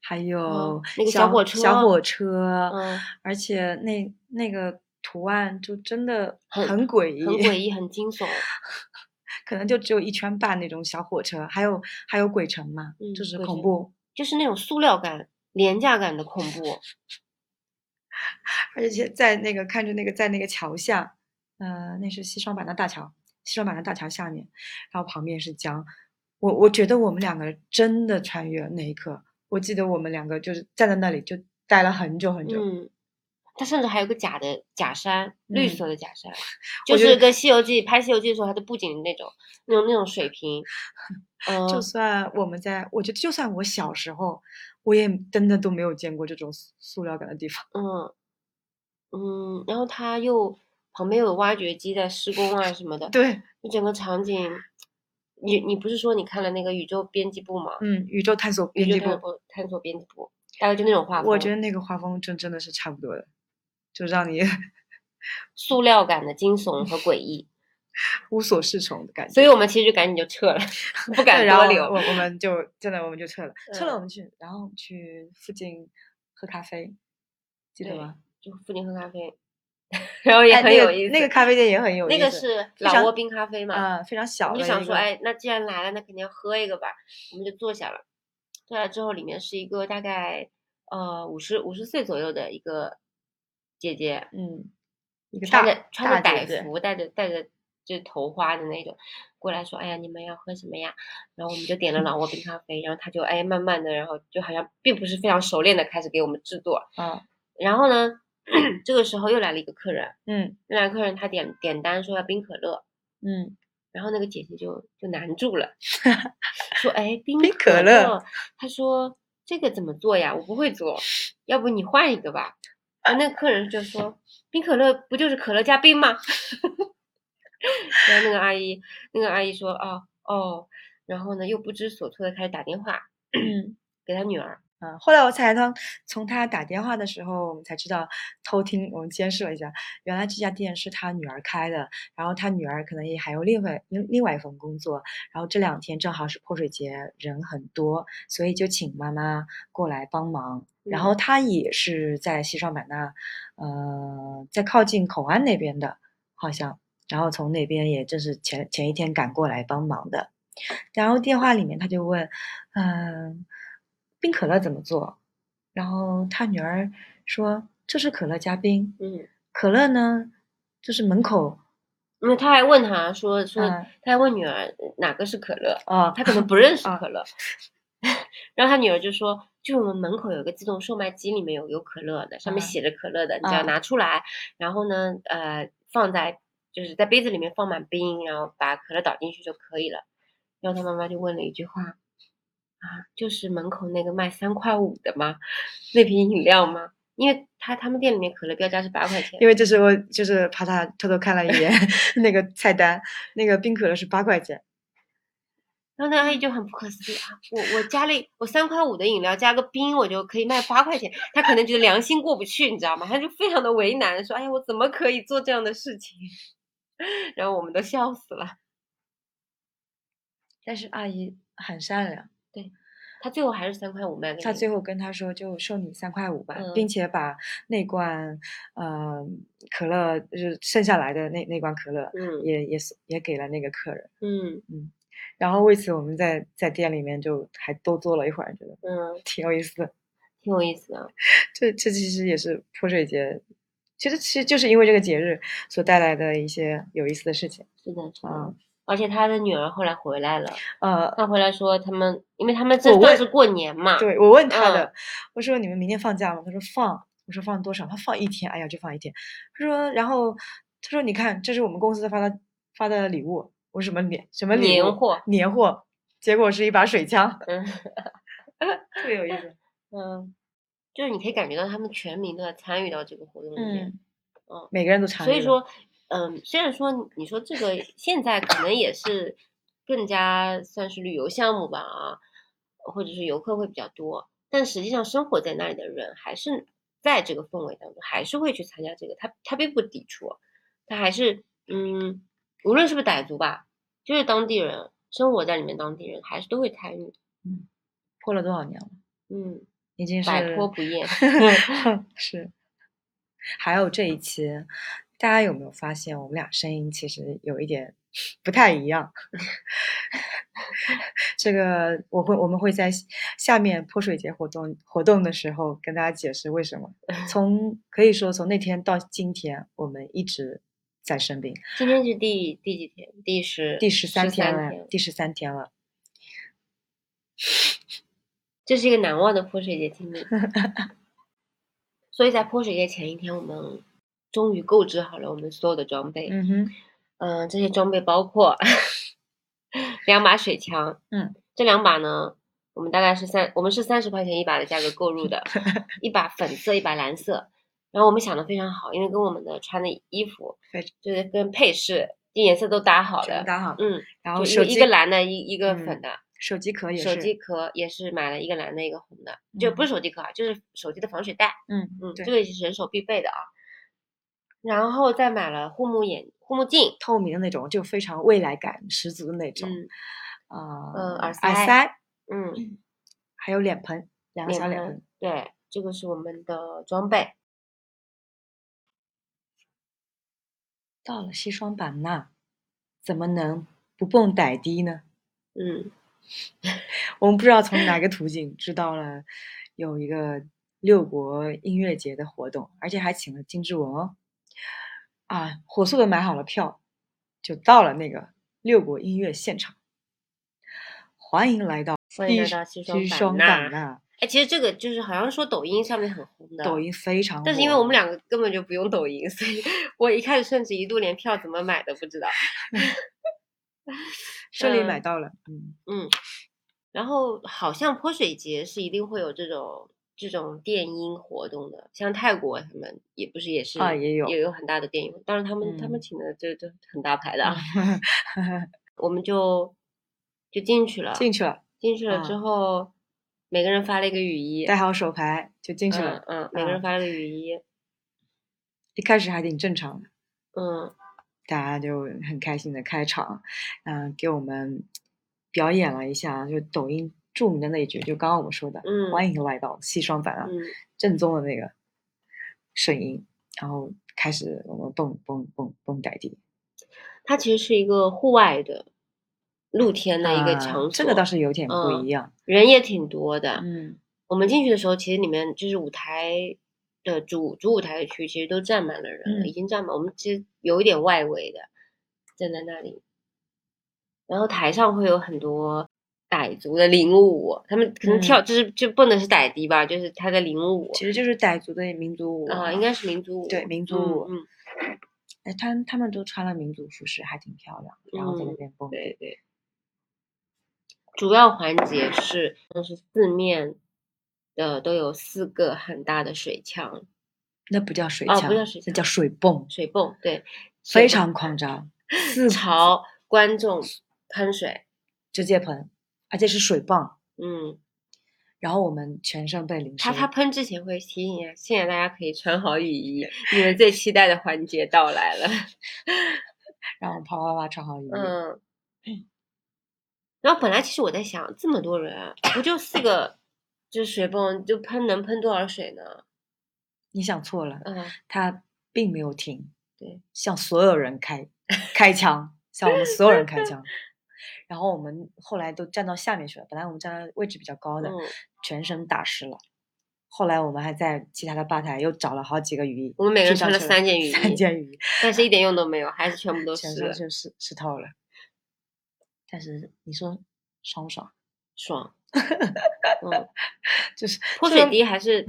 S2: 还有
S1: 嗯那个小火车
S2: 小火车，
S1: 嗯，
S2: 而且那那个图案就真的
S1: 很
S2: 很诡异，
S1: 很诡异，很惊悚。
S2: 可能就只有一圈半那种小火车，还有还有鬼城嘛，
S1: 嗯
S2: 就是
S1: 鬼
S2: 恐
S1: 城
S2: 怖，
S1: 就是那种塑料感、廉价感的恐怖。
S2: 而且在那个看着那个在那个桥下，呃，那是西双版纳大桥，西双版纳大桥下面，然后旁边是江，我我觉得我们两个真的穿越了那一刻，我记得我们两个就是站在那里就待了很久很久，
S1: 嗯，它甚至还有个假的假山，绿
S2: 嗯
S1: 色的假山，就
S2: 我觉得
S1: 是跟《西游记》拍《西游记》的时候它的布景那种那种那种水平。嗯，
S2: 就算我们在，我觉得就算我小时候，我也真的都没有见过这种塑塑料感的地方，
S1: 嗯嗯，然后它又旁边有挖掘机在施工啊什么的，
S2: 对，
S1: 就整个场景。你你不是说你看了那个宇宙编辑部吗？
S2: 嗯，宇宙探索
S1: 宇
S2: 编
S1: 宙
S2: 辑
S1: 探
S2: 部，
S1: 索探索编辑部，大概就那种画风，
S2: 我觉得那个画风真真的是差不多的，就让你
S1: 塑料感的惊悚和诡 异。
S2: 无所适从的感觉。
S1: 所以我们其实就赶紧就撤了，不敢
S2: 对然
S1: 多
S2: 后
S1: 留。
S2: 我我们就真的我们 就撤了，撤了
S1: 嗯
S2: 我们去，然后去附近喝咖啡，记得
S1: 对
S2: 吗？
S1: 就附近喝咖啡， 然后也
S2: 哎
S1: 很
S2: 那
S1: 有
S2: 个
S1: 意思。
S2: 那个咖啡店也很有意思，
S1: 那个是
S2: 非
S1: 老
S2: 常
S1: 挝冰咖啡嘛，
S2: 嗯非常
S1: 我
S2: 小的
S1: 们就
S2: 一
S1: 想说，
S2: 个
S1: 哎，那既然来了，那肯定要喝一个吧，我们就坐下了。坐下之后，里面是一个大概呃五十五十岁左右的一个姐姐，
S2: 嗯一个
S1: 穿
S2: 大
S1: 着穿着
S2: 大姐
S1: 傣
S2: 姐，
S1: 服，戴着戴着就是头花的那种，过来说：“哎呀，你们要喝什么呀？”然后我们就点了 老挝冰咖啡，然后他就哎慢慢的，然后就好像并不是非常熟练的开始给我们制作。
S2: 嗯
S1: 然后呢，这个时候又来了一个客人，
S2: 嗯
S1: 又来个客人他点点单说要冰可乐，
S2: 嗯，
S1: 然后那个姐姐就就难住 了，说：“哎，冰
S2: 冰可乐
S1: 乐。”她说：“这个怎么做呀？我不会做，要不你换一个吧。”然后那个客人就说：“冰可乐不就是可乐加冰吗？” 然后那个阿姨，那个阿姨说：“哦哦。”然后呢，又不知所措的开始打电话给她女儿。
S2: 嗯，后来我才呢，从他打电话的时候，我们才知道偷听，我们监视了一下，原来这家店是他女儿开的，然后他女儿可能也还有另外另另外一份工作，然后这两天正好是泼水节，人很多，所以就请妈妈过来帮忙。然后
S1: 嗯
S2: 他也是在西双版纳，呃，在靠近口岸那边的，好像，然后从那边也正是前前一天赶过来帮忙的。然后电话里面他就问，嗯，冰可乐怎么做？然后他女儿说这是可乐加冰，
S1: 嗯
S2: 可乐呢就是门口
S1: 因为他还问他说说，
S2: 嗯
S1: 他还问女儿哪个是可乐，
S2: 啊，
S1: 他可能不认识
S2: 啊
S1: 可乐。 然后他女儿就说：“就我们门口有个自动售卖机，里面有有可乐的，上面
S2: 啊
S1: 写着可乐的，你只要
S2: 啊
S1: 拿出来，然后呢，呃，放在就是在杯子里面放满冰，然后把可乐倒进去就可以了。”然后他妈妈就问了一句话：“啊，就是门口那个卖三块五的吗？那瓶饮料吗？”因为他他们店里面可乐标价是八块钱，
S2: 因为这是我就是啪嚓偷偷看了一 眼那个菜单，那个冰可乐是八块钱，
S1: 然后那
S2: 嗯
S1: 阿姨就很不可思议啊！我我加了一我三块五的饮料加个冰，我就可以卖八块钱。她可能觉得良心过不去，你知道吗？她就非常的为难，说：“哎呀，我怎么可以做这样的事情？” 然后我们都笑死了。
S2: 但是阿姨很善良，
S1: 她最后还是三块五卖给
S2: 她
S1: 你
S2: 最后跟他说就收你三块五吧，
S1: 嗯
S2: 并且把那罐呃可乐就是剩下来的那那罐可乐
S1: 嗯
S2: 也也送也给了那个客人。
S1: 嗯
S2: 然后为此我们在在店里面就还都坐了一会儿，觉得
S1: 嗯，
S2: 挺有意思的。
S1: 挺有意思啊的。
S2: 这这其实也是泼水节，其实其实就是因为这个节日所带来的一些有意思的事情
S1: 是的，是的。
S2: 啊。
S1: 而且她的女儿后来回来了，
S2: 呃，
S1: 她回来说他们，因为他们这
S2: 我
S1: 算
S2: 问
S1: 是过年嘛，
S2: 对我问他
S1: 嗯
S2: 的，我说你们明天放假吗？他说放，我说放多少？他放一天，哎呀就放一天。他说，然后他说你看，这是我们公司发的发的礼物，我说什么年什么礼
S1: 年
S2: 物
S1: 货
S2: 年货，结果是一把水枪，
S1: 嗯
S2: 特别有意 思。
S1: 嗯，就是你可以感觉到他们全民都在参与到这个活动里面。
S2: 嗯
S1: 嗯，
S2: 每个人都尝
S1: 所以说，嗯，虽然说你说这个现在可能也是更加算是旅游项目吧啊，或者是游客会比较多，但实际上生活在那里的人还是在这个氛围当中，还是会去参加这个，他他并不抵触，他还是嗯，无论是不是傣族吧，就是当地人生活在里面，当地人还是都会参与，
S2: 泼嗯了多少年了，
S1: 嗯，
S2: 已经是，
S1: 百泼不厌
S2: 是，还有这一期，大家有没有发现我们俩声音其实有一点不太一样？ 这个我会我们会在下面泼水节活动活动的时候跟大家解释为什 么。从可以说从那天到今天，我们一直在生病，
S1: 今天是第第几天？第十
S2: 第十三
S1: 天
S2: 天了，第十三天了。
S1: 这是一个难忘的泼水节经 历。所以在泼水节前一天，我们终于购置好了我们所有的装备。
S2: 嗯哼，
S1: 嗯、这些装备包括 两把水枪。
S2: 嗯，
S1: 这两把呢，我们大概是三，我们是三十块钱一把的价格购入 的，一把粉色，一把蓝色。然后我们想的非常好，因为跟我们的穿的衣服
S2: 非，
S1: 就是跟配饰，这颜色都搭好
S2: 全
S1: 了
S2: 部。搭好了，
S1: 嗯，
S2: 然
S1: 就
S2: 后
S1: 一
S2: 手
S1: 个
S2: 机
S1: 一个蓝的，一一个
S2: 嗯
S1: 粉的。
S2: 手机壳也是，
S1: 手机壳也是买了一个蓝的，一个红的，就不是手机壳啊，就是手机的防水袋。
S2: 嗯
S1: 嗯，
S2: 对
S1: 这个也是人手必备的啊。然后再买了护目眼、护目镜，
S2: 透明的那种，就非常未来感十足的那种。
S1: 嗯
S2: 啊、
S1: 嗯耳塞
S2: 耳塞，
S1: 嗯，
S2: 还有脸盆，两个
S1: 脸
S2: 小脸
S1: 盆
S2: 盆。
S1: 对，这个是我们的装备。
S2: 到了西双版纳，怎么能不蹦傣迪呢？
S1: 嗯，
S2: 我们不知道从哪个途径知道了有一个六国音乐节的活动，而且还请了金志文哦。啊，火速的买好了票，就到了那个六国音乐现场。欢迎来到
S1: 欢迎来到西
S2: 西
S1: 双
S2: 双
S1: 版
S2: 版
S1: 纳。
S2: 纳，
S1: 哎，其实这个就是好像说抖音上面很红的，
S2: 抖。音非常火。
S1: 但是因为我们两个根本就不用抖音，所以 我一开始甚至一度连票怎么买都不知道。
S2: 顺利
S1: 嗯
S2: 买到了， 嗯，
S1: 嗯，然后好像泼水节是一定会有这种这种电音活动的，像泰国他们也不是也是
S2: 啊也有
S1: 也有很大的电音活动，当然他们、他们
S2: 嗯
S1: 请的这这很大牌的啊，我们就就进去了，
S2: 进去了，
S1: 进去了之
S2: 啊
S1: 后，每个人发了一个雨衣，
S2: 带好手牌就进去了。
S1: 嗯嗯，每个人
S2: 啊
S1: 发了个雨衣，
S2: 一开始还挺正常的，
S1: 嗯
S2: 大家就很开心的开场，嗯、给我们表演了一下，就抖音著名的那一句，就刚刚我们说的，
S1: 嗯
S2: 欢迎来到西双版纳、
S1: 嗯
S2: 正宗的那个声音，然后开始我们蹦蹦蹦蹦傣迪
S1: 它其实是一个户外的露天的一个
S2: 啊
S1: 场所，
S2: 这个倒是有点不
S1: 嗯
S2: 一样，
S1: 人也挺多的，
S2: 嗯，
S1: 我们进去的时候，其实里面就是舞台的主主舞台的区其实都站满了人了，
S6: 嗯
S1: 已经站满。我们其实有一点外围的站在那里，然后台上会有很多傣族的领舞，他们可能跳、就是就不能是傣迪吧，就是他的领舞
S4: 其实嗯就是傣族的民族舞
S2: 嗯
S1: 啊、应该是民族舞，
S4: 对民族舞
S1: 嗯，嗯
S4: 哎，他们他们都穿了民族服饰，还挺漂亮，然后在那
S1: 嗯
S4: 边蹦。
S1: 对对。主要环节是，就是四面的都有四个很大的水枪、
S4: 那不叫水
S1: 哦
S2: 啊
S4: 枪，
S1: 不叫水
S4: 那
S1: 枪
S4: 叫水泵，
S1: 水泵，对，水泵
S4: 非常夸张，四
S1: 朝观众喷水，
S4: 直接喷，而且是水泵，
S1: 嗯，
S4: 然后我们全身被淋湿
S1: 他
S4: 了。
S1: 他喷之前会提醒一下，现在大家可以穿好雨衣，你们最期待的环节到来 了。
S4: 然后啪啪啪穿好雨衣，
S1: 嗯，然后本来其实我在想，这么多人，啊不就四个，就水泵就喷能喷多少水呢？
S4: 你想错了，
S1: 嗯，
S4: 他并没有停，
S1: 对，
S4: 向所有人开开枪，向我们所有人 开枪。然后我们后来都站到下面去了，本来我们站到位置比较高的，
S1: 嗯
S4: 全身打湿了。后来我们还在其他的吧台又找了好几个雨衣，
S1: 我们每个人
S4: 披
S1: 穿
S4: 上
S1: 了
S4: 去
S1: 三件雨衣
S4: 三件雨衣，
S1: 但是一点用都没有，还是全部都
S4: 全
S1: 湿
S4: 身
S1: 了，
S4: 就湿湿透了。但是你说爽不爽？
S1: 爽。嗯，
S4: 就是
S1: 泼
S4: 就
S1: 水
S4: 是
S1: 滴还是，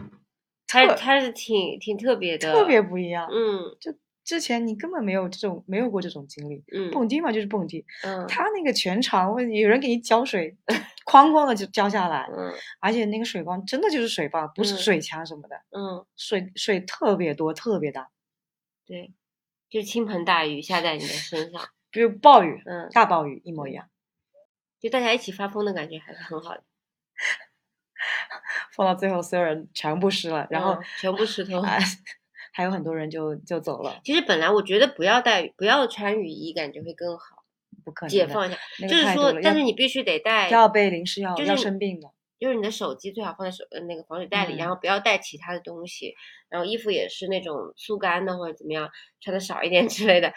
S1: 还是
S4: 特
S1: 还是挺挺特别的，
S4: 特别不一样。
S1: 嗯
S4: 之前你根本没有这种没有过这种经历，
S1: 嗯
S4: 蹦迪嘛就是蹦迪，
S1: 嗯
S4: 他那个全场我有人给你 浇水，哐哐的就浇下来，
S1: 嗯
S4: 而且那个水光真的就是水棒，不是
S1: 嗯
S4: 水枪什么的，
S1: 嗯，
S4: 水水特别多，特别大，
S1: 对，就倾盆大雨下在你的身上，
S4: 比如暴雨，
S1: 嗯，
S4: 大暴雨一模一样。
S1: 就大家一起发疯的感觉还是很好的。
S4: 放到最后，所有人全部湿了，然后、
S1: 嗯全部湿透。
S4: 啊，
S2: 哎
S4: 还有很多人就就走了，
S1: 其实本来我觉得不要带，不要穿雨衣，感觉会更好，
S4: 不可能
S1: 解
S4: 的，
S1: 放一下。
S4: 那个
S1: 就是
S4: 太多
S1: 说
S4: 了，
S1: 但
S4: 要
S1: 是你必须得带，
S4: 要被淋湿，要
S1: 就
S4: 要
S1: 是
S4: 生病的，嗯
S1: 就是你的手机最好放在手呃那个防水袋里，然后不要带其他的东西，然后衣服也是那种速干的或者怎么样，穿的少一点之类的，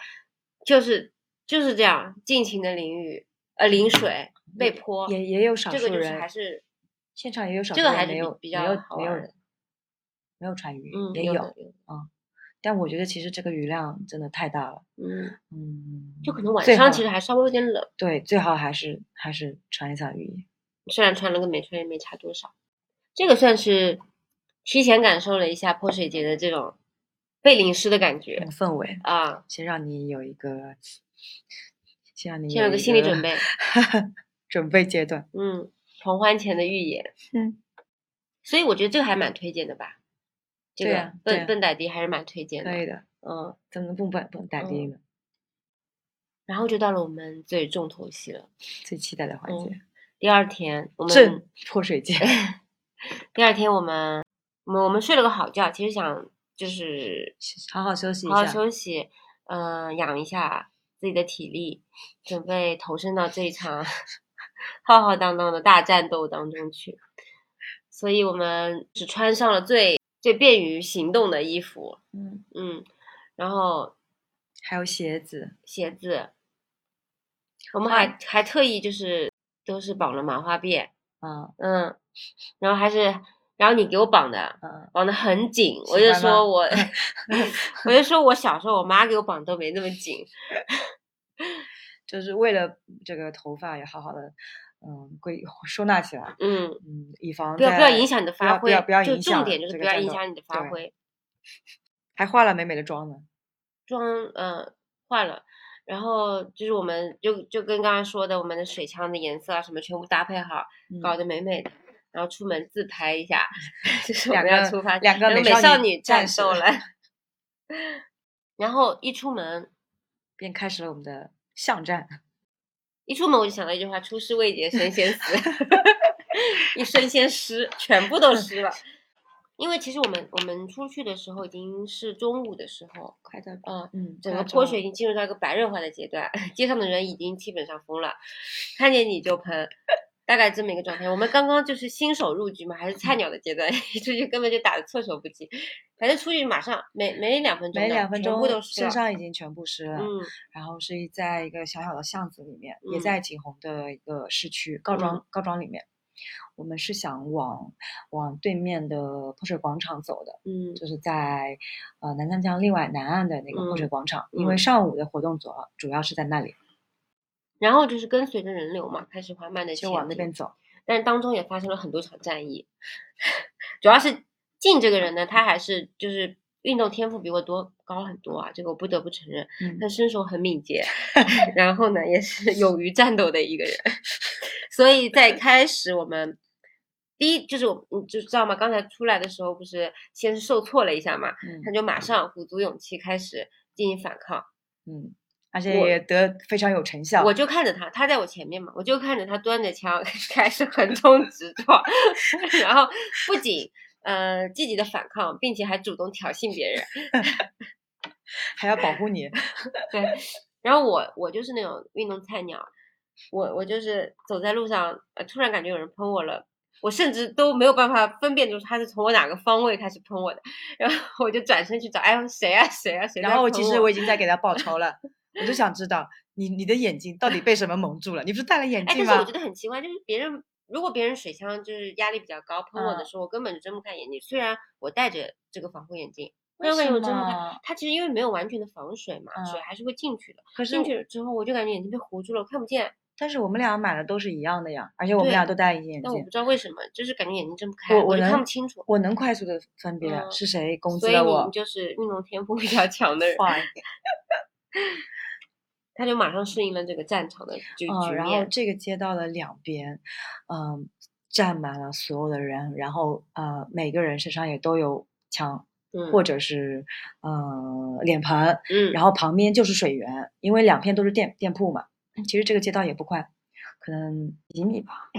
S1: 就是就是这样，尽情的淋雨，呃，淋水被泼，
S4: 也也有少
S1: 这个就
S4: 数
S1: 是
S4: 人，
S1: 还是
S4: 现场也有少数
S1: 这个
S4: 人
S1: 还是
S4: 没
S1: 比
S4: 有
S1: 比
S4: 没有
S1: 较好
S4: 没有
S1: 玩的，
S4: 没有穿雨衣，
S1: 嗯，
S4: 也
S1: 有
S4: 有
S1: 的，有的
S4: 但我觉得其实这个雨量真的太大了，
S1: 嗯，
S4: 嗯，
S1: 就可能晚
S4: 最
S1: 上
S4: 好
S1: 其实还稍微有点冷，
S4: 对，最好还是还是穿一下雨衣。
S1: 虽然穿了跟没穿也没差多少。这个算是提前感受了一下泼水节的这种被淋湿的感
S4: 那
S1: 觉
S4: 种氛围，
S1: 啊，
S4: 先让你有一个，先让你
S1: 先有个
S4: 一
S1: 心理准备，
S4: 准备阶段。
S1: 嗯，狂欢前的预演，
S4: 嗯，
S1: 所以我觉得这个还蛮推荐的吧。这
S4: 对
S1: 个
S4: 啊对
S1: 笨
S4: 啊
S1: 笨歹迪还是蛮推荐
S4: 可以
S1: 的，
S4: 的，
S1: 嗯。
S4: 怎么不本不打的
S1: 嗯
S4: 呢？
S1: 然后就到了我们最重头戏了。嗯
S4: 最期待的环节，
S1: 第二天，我
S4: 正
S1: 们
S4: 泼 水节
S1: 第二天我们我们我们睡了个好觉，其实想就是
S4: 好好休息一
S1: 好好
S4: 下。
S1: 休息，嗯、养一下自己的体力，准备投身到这一场 浩浩荡荡的大战斗当中去。所以我们只穿上了最最便于行动的衣服，
S4: 嗯，
S1: 嗯，然后
S4: 还有鞋子，
S1: 鞋子，我们还还特意就是都是绑了麻花辫，
S4: 啊，
S1: 嗯，然后还是然后你给我绑的，
S4: 嗯，
S1: 绑得很紧，我
S4: 喜
S1: 就
S4: 欢吗
S1: 说我， 我就说我小时候我妈给我绑都没那么紧，
S4: 就是为了这个头发也好好的，嗯，归收纳起来，
S1: 嗯，
S4: 嗯，以防
S1: 不要不要
S4: 在
S1: 影响你的
S4: 不
S1: 发
S4: 要不
S1: 挥，
S4: 要不要
S1: 就
S4: 影响
S1: 重点就是
S4: 这
S1: 不
S4: 个
S1: 要
S4: 战
S1: 影
S4: 斗
S1: 响你的发
S4: 对
S1: 挥，
S4: 还化了美美的妆呢。
S1: 妆呃换了。然后就是我们就就跟刚刚说的，我们的水枪的颜色啊什么全部搭配好，
S4: 嗯嗯
S1: 搞得美美的，然后出门自拍一下， 就是我
S4: 两
S1: 们要
S4: 个
S1: 出发，
S4: 两个
S1: 然后
S4: 美
S1: 美
S4: 少
S1: 少
S4: 女
S1: 女
S4: 战
S1: 战
S4: 士
S1: 斗了。 然后一出门，
S4: 便开始了我们的巷战。
S1: 一出门我就想到一句话：“出师未捷身先死。” 一身先湿，全部都湿了。因为其实我们我们出去的时候已经是中午的时候，
S4: 快到
S1: 嗯，
S4: 嗯，
S1: 整
S4: 快
S1: 个
S4: 到
S1: 泼
S4: 中
S1: 水已
S4: 了
S1: 经进入到一个白热化的阶段，街上的人已经基本上疯了，看见你就喷，大概这么一个状态。我们刚刚就是新手入局嘛，还是菜鸟的阶段， 一出去根本就打的措手不及。反正出去马上没没两分钟
S4: 没
S1: 的，
S4: 两分
S1: 全
S4: 钟
S1: 部都湿
S4: 身
S1: 了。
S4: 上已经全部湿了，
S1: 嗯
S4: 然后是在一个小小的巷子里面，
S1: 嗯
S4: 也在景洪的一个市区告庄、
S1: 嗯
S4: 告庄里面，
S2: 我们是想往往对面的泼水广场走的，
S1: 嗯
S2: 就是在呃南湛江另外南岸的那个泼水
S1: 嗯
S2: 广场，因为
S1: 嗯
S2: 上午的活动主要主要是在那里，
S1: 然后就是跟随着人流嘛，开始缓慢的
S2: 就往那边走。
S1: 但是当中也发生了很多场战役， 主要是静这个人呢，他还是就是运动天赋比我多高很多啊，这个我不得不承认。
S2: 嗯
S1: 他身手很敏 捷，然后呢也是勇于战斗的一个人， 所以在开始我们。第一就是我，你就知道吗？刚才出来的时候不是先受挫了一下嘛，
S2: 嗯
S1: 他就马上鼓足勇气开始进行反抗，
S2: 嗯，而且
S1: 我
S2: 也得非常有成效。
S1: 我就看着他，他在我前面嘛，我就看着他端着枪 开始横冲直撞， 然后不仅呃积极的反抗，并且还主动挑衅别人。
S2: 还要保护你，
S1: 对，然后我我就是那种运动菜鸟，我我就是走在路上，呃，突然感觉有人喷我了。我甚至都没有办法分辨出他是从我哪个方位开始喷我的，然后我就转身去找，哎呦谁啊谁啊谁在
S2: 然后
S1: 喷
S2: 其实我已经在给他 报仇了，我就想知道你你的眼睛到底被什么蒙住了？你不是戴了眼
S1: 哎，但
S2: 镜
S1: 是我
S2: 吗
S1: 觉？得很奇怪，就是别人如果别人水枪就是压力比较高喷我的
S2: 嗯
S1: 时候，我根本就睁不开眼睛。虽然我戴着这个防护眼镜，
S4: 为
S1: 但是我感
S4: 什
S1: 觉我睁不开
S4: 么。
S1: 它其实因为没有完全的防水嘛，水
S4: 嗯
S1: 还是会进去的。
S2: 可是
S1: 进
S2: 我
S1: 去之后，我就感觉眼睛被糊住了，我看不见。
S2: 但是我们俩买的都是一样的呀，而且我们
S1: 对
S2: 俩都戴了眼
S1: 但我
S2: 镜
S1: 不。知道为什么，就是感觉眼睛睁不开，
S2: 我
S1: 我
S2: 我
S1: 就
S2: 能
S1: 看不清楚。
S2: 我能快速的分别
S1: 嗯
S2: 是谁攻击
S1: 所以
S2: 了
S1: 你
S2: 我
S1: 你。就是运动天赋比较强的人，
S2: 坏
S1: 他就马上适应了这个战场的局
S2: 嗯，
S1: 局
S2: 然后
S1: 面。
S2: 这个街道的两边，嗯，站满了所有的人，然后呃，每个人身上也都有枪
S1: 嗯，
S2: 或者是呃脸盆，
S1: 嗯，
S2: 然后旁边就是水源，因为两片都是店店铺嘛。嗯其实这个街道也不宽，可能几米吧，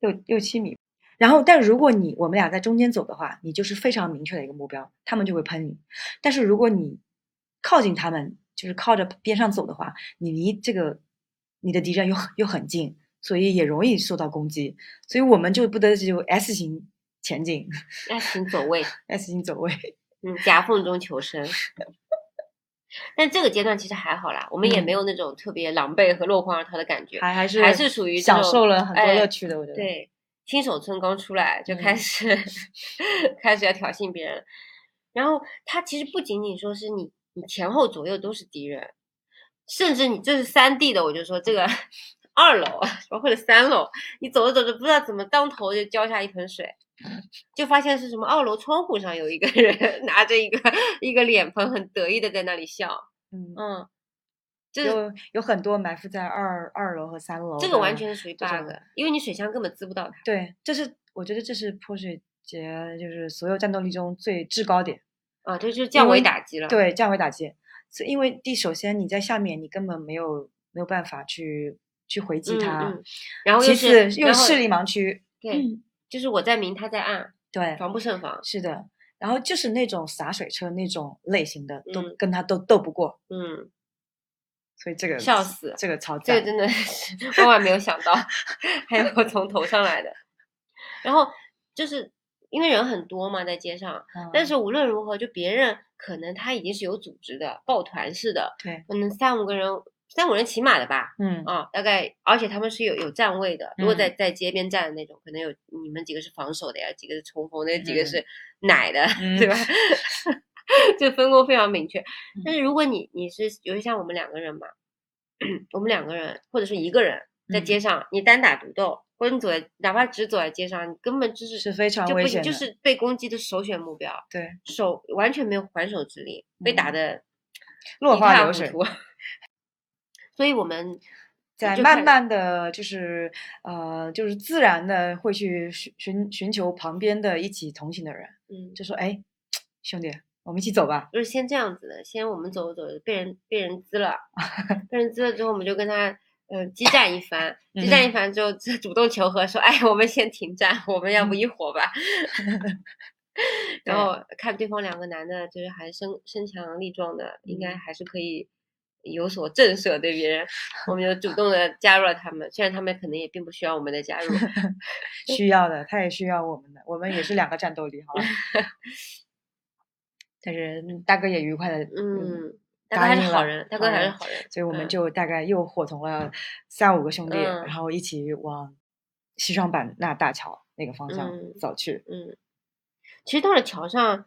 S2: 六六七米。然后，但如果你我们俩在中间走的话，你就是非常明确的一个目标，他们就会喷你。但是如果你靠近他们，就是靠着边上走的话，你离这个你的敌人又很又很近，所以也容易受到攻击。所以我们就不得就 S 型前进
S1: 那请走位。
S2: ，S 型走位。
S1: 嗯，夹缝中求生。但这个阶段其实还好啦，我们也没
S2: 嗯
S1: 有那种特别狼狈和落荒而逃的感觉，
S2: 还还是
S1: 还是属于这
S2: 享
S1: 种
S2: 受了很多
S1: 哎
S2: 乐趣的，我觉得。，
S1: 对新手村刚出来就开
S2: 嗯
S1: 始、 开始要挑衅别人了。然后他其实不仅仅说是你，你前后左右都是敌人，甚至你这是三 D 的，我就说这个 二楼啊包括者三楼，你走着走着不知道怎么当头就浇下一盆水，就发现是什么二楼窗户上有一个人 拿着一个一个脸盆，很得意的在那里笑，
S2: 嗯，
S1: 嗯，就是
S2: 有有很多埋伏在二二楼和三楼的。
S1: 这个完全是属于
S2: 这
S1: bug，
S2: 种
S1: 因为你水枪根本滋不到他。
S2: 对，这是我觉得这是泼水节就是所有战斗力中最制高点，
S1: 啊，这就是降
S2: 因
S1: 维
S2: 为
S1: 打击了。
S2: 对降维打击。所以因为第首先你在下面，你根本没有没有办法去去回击
S1: 嗯
S2: 他，
S1: 嗯然后又
S2: 其
S1: 是
S2: 次又
S1: 然后
S2: 势力盲区，
S1: 对，就是我在明，他在暗，
S2: 对，
S1: 防不胜防。
S2: 是的。然后就是那种洒水车那种类型的，
S1: 嗯
S2: 都跟他都斗不过，
S1: 嗯，
S2: 所以这个
S1: 笑死
S2: 这个超
S1: 这
S2: 赞
S1: 个。真的是万万没有想到， 还有从头上来的。然后就是因为人很多嘛，在街上，但
S2: 嗯
S1: 是无论如何，就别人可能他已经是有组织的、抱团式的，
S2: 对，
S1: 可能三五个人，三五人起码的吧。
S2: 嗯
S1: 啊，大概，而且他们是有有站位的。如果在
S2: 嗯
S1: 在街边站的那种，可能有你们几个是防守的呀，几个是冲锋的，几个
S2: 嗯
S1: 是奶的，
S2: 嗯
S1: 对吧？这分工非常明确。但是如果你你是，尤其像我们两个人嘛， 我们两个人或者是一个人在
S2: 嗯
S1: 街上，你单打独斗，或者你走在哪怕只走在街上，你根本就是
S2: 是非常
S1: 就
S2: 危
S1: 不行
S2: 险
S1: 就
S2: 的
S1: 是被攻击的首选目标，
S2: 对，
S1: 手完全没有还手之力，被打
S2: 嗯
S1: 的
S2: 落
S1: 一
S2: 花
S1: 塌
S2: 流
S1: 糊
S2: 水
S1: 涂。 所以我们
S2: 在
S1: 就
S2: 慢
S1: 看
S2: 慢的就是呃，就是自然的会去寻寻寻求旁边的一起同行的人，
S1: 嗯，
S2: 就说哎，兄弟，我们一起走吧。
S1: 就是先这样子的，先我们走着走着被人被人滋 了，被人滋了之后，我们就跟他。嗯，激战一 番，
S2: 嗯
S1: 激战一番之后，主动求和，说：“哎，我们先停战，我们要不一伙 吧？”然
S2: 嗯对
S1: 后看对方两个男的，就是还身身强力壮的，应该
S2: 嗯
S1: 还是可以有所震慑对别人。我们就主动的加入了他们，虽然他们可能也并不需要我们的加 入，
S2: 需要的，他也需要我们的，我们也是两个战斗力，好 吧？但是大哥也愉快的，
S1: 嗯，大哥
S2: 答
S1: 还是
S2: 应
S1: 好
S2: 了
S1: 人，大
S2: 好
S1: 哥还是
S2: 人
S1: 好人，
S2: 所以我们
S1: 嗯
S2: 就大概又伙同了三五个兄弟，
S1: 嗯
S2: 然后一起往西双版纳大桥那个方向
S1: 嗯
S2: 走去。
S1: 嗯，其实到了桥上，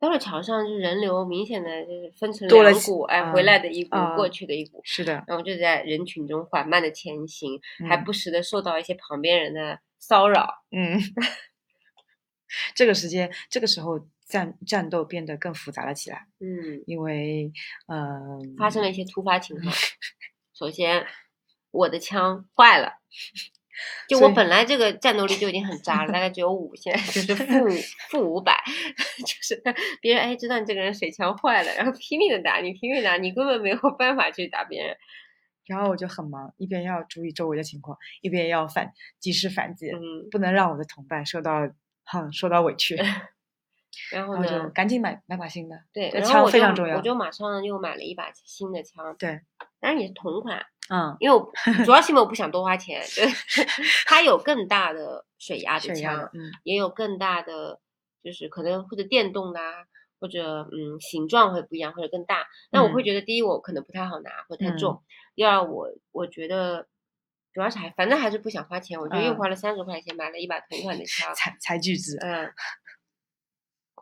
S1: 到了桥上就是人流明显的就是分成
S2: 多了
S1: 两
S2: 几
S1: 股，哎，回
S2: 啊
S1: 来的一股，过
S2: 啊
S1: 去的一股，
S2: 是的，
S1: 然后就在人群中缓慢的前行，还
S2: 嗯
S1: 不时的受到一些旁边人的骚扰。
S2: 嗯， 这个时间，这个时候战战斗变得更复杂了起来，
S1: 嗯，
S2: 因为呃，
S1: 发生了一些突发 情况。首先，我的枪坏了。就我
S2: 所以
S1: 本来这个战斗力就已经很渣了，大概只有五，现在就是负五负五百， 就是别人哎知道你这个人水枪坏了，然后拼命的打你，拼命地打你，根本没有办法去打别人。
S2: 然后我就很忙，一边要注意周围的情况，一边要反及时反击，
S1: 嗯，
S2: 不能让我的同伴受到哼受到 委屈，
S1: 然后
S2: 然后哦就
S1: 呢，
S2: 赶紧买买把新的。
S1: 对，
S2: 这
S1: 然
S2: 枪
S1: 后我
S2: 非
S1: 就
S2: 常重
S1: 我
S2: 要
S1: 就马上又买了一把新的枪，
S2: 对，
S1: 当然也是同款，
S7: 嗯，
S1: 因为 我主要是因为我不想多花钱， 就是它有更大的水压的
S2: 是一样
S1: 枪，
S2: 的，嗯，
S1: 也有更大的，就是可能或者电动的啊，或者嗯形状会不一样，或者更大。那
S2: 嗯
S1: 我会觉得，第一我可能不太好拿，或者太重；第二我我觉得主要是还反正还是不想花钱，我就又
S2: 嗯，
S1: 花了三十块钱买了一把同款的枪
S2: 才才巨资。
S1: 嗯。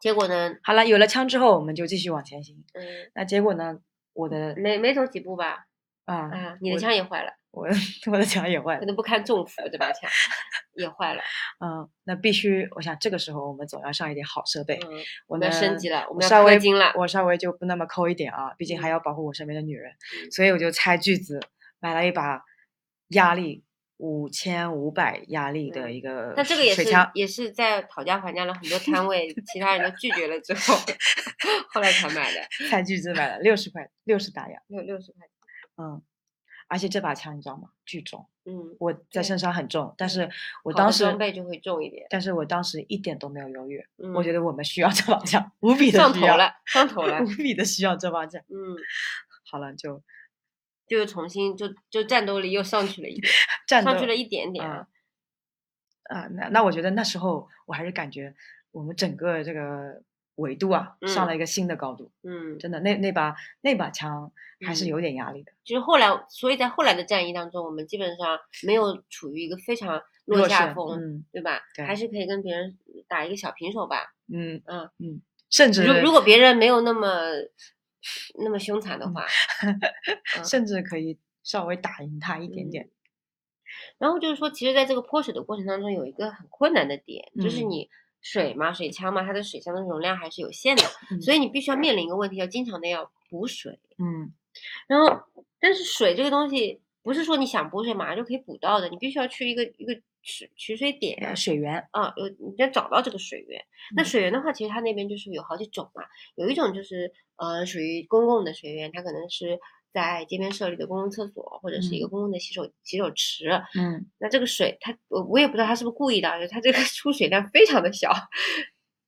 S1: 结果呢，
S2: 好了，有了枪之后，我们就继续往前行。
S1: 嗯，
S2: 那结果呢？我的
S1: 没没走几步吧，
S2: 啊，
S1: 啊，你的
S2: 我
S1: 枪也坏了，
S2: 我我的 枪也坏
S1: 可
S2: 了。
S1: 能不堪重负，这把 枪也坏了，
S2: 嗯，那必须，我想这个时候我们总要上一点好设备。
S1: 嗯，我
S2: 我
S1: 们要
S2: 呢
S1: 升级了，我
S2: 我
S1: 们要
S2: 稍
S1: 氪
S2: 微
S1: 金了，
S2: 我稍微就不那么抠一点啊，毕竟还
S1: 嗯
S2: 要保护我身边的女人，
S1: 嗯
S2: 所以我就猜巨资买了一把压力五千五百压力的
S1: 嗯
S2: 一个
S1: 那这个也
S2: 水
S1: 是
S2: 枪，
S1: 也是在讨价还价了很多摊位，其他人都拒绝了之 后，后来才买的，
S2: 猜巨资买了六十块六十打样，
S1: 六六十块钱。
S2: 嗯，而且这把枪你知道吗？巨重，
S1: 嗯，
S2: 我
S1: 对
S2: 在身上很重，但是我
S1: 好
S2: 当
S1: 的
S2: 时
S1: 装备就会重一点。
S2: 但是我当时一点都没有犹豫，我
S1: 嗯
S2: 觉得我们需要这把枪，无比的
S1: 上
S2: 需
S1: 头
S2: 要，。
S1: 了，上头了
S2: 无比的需要这把枪。
S1: 嗯，
S2: 好了，就
S1: 就重新就就战斗力又上去了一点，
S2: 战斗
S1: 上去了一点点啊。
S2: 啊，那那我觉得那时候我还是感觉我们整个这个维度啊、上了一个新的高度，
S1: 嗯，
S2: 真的那那把那把枪还是
S1: 嗯
S2: 有点压力的，
S1: 就是后来，所以在后来的战役当中，我们基本上没有处于一个非常落
S2: 弱
S1: 下
S2: 势
S1: 风，
S2: 嗯
S1: 对吧？
S2: 对
S1: 还是可以跟别人打一个小平手吧。
S2: 嗯
S1: 嗯
S2: 嗯，甚至
S1: 如如果别人没有那么那么凶残的
S2: 嗯
S1: 话，嗯
S2: 甚至可以稍微打赢他一点
S1: 嗯
S2: 点，
S1: 然后就是说，其实在这个泼水的过程当中，有一个很困难的点，就是
S2: 嗯
S1: 你水嘛，水枪嘛，它的水枪的容量还是有限的，
S2: 嗯
S1: 所以你必须要面临一个问题，要经常的要补水。
S2: 嗯
S1: 然后，但是水这个东西不是说你想补水马上就可以补到的，你必须要去一个一个取取水点
S7: 呃水源，
S1: 啊，有你要找到这个水源。
S2: 嗯
S1: 那水源的话，其实它那边就是有好几种嘛，有一种就是呃属于公共的水源，它可能是在街边设立的公共厕所或者是一个公共的洗手洗手池，
S2: 嗯
S1: 那这个水，它我我也不知道它是不是故意的啊，就它这个 出水量非常的小，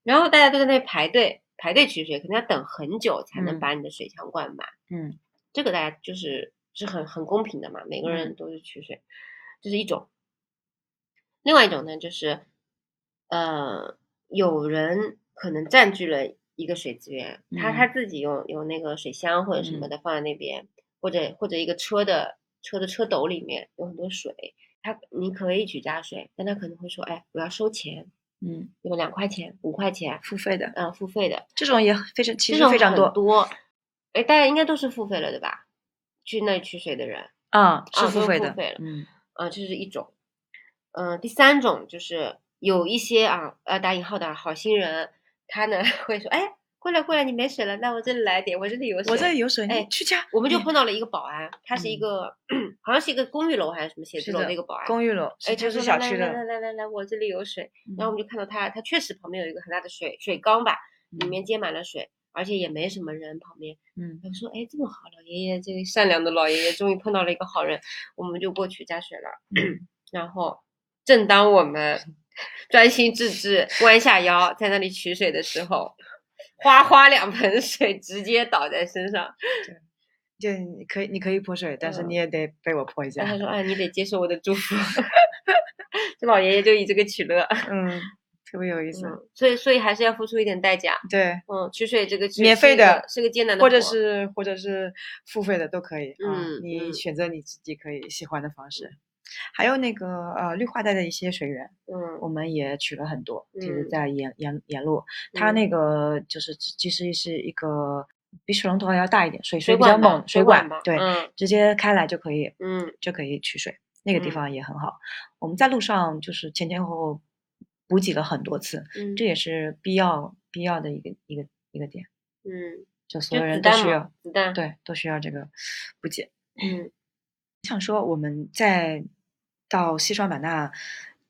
S1: 然后大家都在那里排队排队取水，可能要等很久才能
S2: 嗯
S1: 把你的水枪灌满。
S2: 嗯
S1: 这个大家就是是很很公平的嘛，每个人都是取水，这是一种。另外一种呢，就是呃，有人可能占据了一个水资源，他
S4: 嗯
S1: 他自己有有那个水箱或者什么的放在那边，或者或者一个车的车的车斗里面有很多水，他你可以举加水，但他可能会说，哎，我要收钱，
S7: 嗯，
S1: 对吧？两块钱、五块钱，
S4: 付费的
S1: 嗯、付费的，
S4: 这种也非常其
S1: 这
S4: 实
S1: 种
S4: 非常
S1: 很
S4: 多，
S1: 多。哎，大家应该都是付费了，对吧？去那里取水的人，
S2: 嗯
S4: 啊，
S1: 啊
S4: 是
S1: 都
S4: 付费的
S1: 付，费了
S4: 嗯
S1: 啊、这是一种。嗯、第三种就是有一些啊呃打引号的好心人，他呢 会说，哎，过来过来，你没水了，那我这里来点，我这里有水。
S4: 我这里嗯有水，
S1: 哎
S4: 你去加。
S1: 我们就
S4: 你
S1: 碰到了一个保安，他是一个、 好像是一个公寓楼还是什么写字
S2: 是
S1: 楼
S2: 的
S1: 的一个保安，
S2: 公寓楼，
S1: 哎，他
S2: 就
S1: 说
S2: 是
S1: 来
S2: 小
S1: 来
S2: 区
S1: 来来
S2: 的，嗯
S1: 来来来，我这里有水。然后我们就看到他，他确实旁边有一个很大的水水缸吧，里面接满了水，而且也没什么人旁边。
S2: 嗯，
S1: 我说，哎，这么好，老爷爷这个善良的老爷爷终于碰到了一个好人，我们就过去加水了。
S2: 嗯
S1: 然后，正当我 们专心致志弯下腰在那里取水的时候，哗哗两盆水直接倒在身上。
S2: 就你可以你可以泼水，但是
S1: 嗯
S2: 你也得被我泼一 下
S1: 然，后他 说，哎，你得接受我的祝福。 这老爷爷就以这个取乐。
S2: 嗯，特别有意思，
S1: 嗯，所以所以还是要付出一点代价。
S2: 对，
S1: 嗯，取水这个是
S2: 免
S1: 是
S2: 费
S1: 一个
S2: 的
S1: 是个艰难的活，
S2: 或者是或者是付费的都可以啊
S1: 嗯，
S2: 你
S1: 嗯
S2: 选择你自己可以喜欢的方式。还有那个呃绿化带的一些水源，
S1: 嗯
S2: 我们也取了很多，就是
S1: 嗯
S2: 在沿沿沿路，它
S1: 嗯
S2: 那个就是其实是一个比水龙头还要大一点，水
S1: 水
S2: 比较
S1: 管吧
S2: 猛，水
S1: 管
S2: 管
S1: 吧，
S2: 对，
S1: 嗯
S2: 直接开来就可以
S1: 嗯
S2: 就可以取水，那个地
S1: 嗯
S2: 方也很好。我们在路上就是前前后后补给了很多次，
S1: 嗯，
S2: 这也是必要必要的一个一个一个点，
S1: 嗯，
S2: 就所
S1: 就子
S2: 有人都
S1: 弹
S2: 需
S1: 嘛
S2: 要，
S1: 子弹，
S2: 对，都需要这个补给。
S1: 嗯
S2: 想说我们在到西双版纳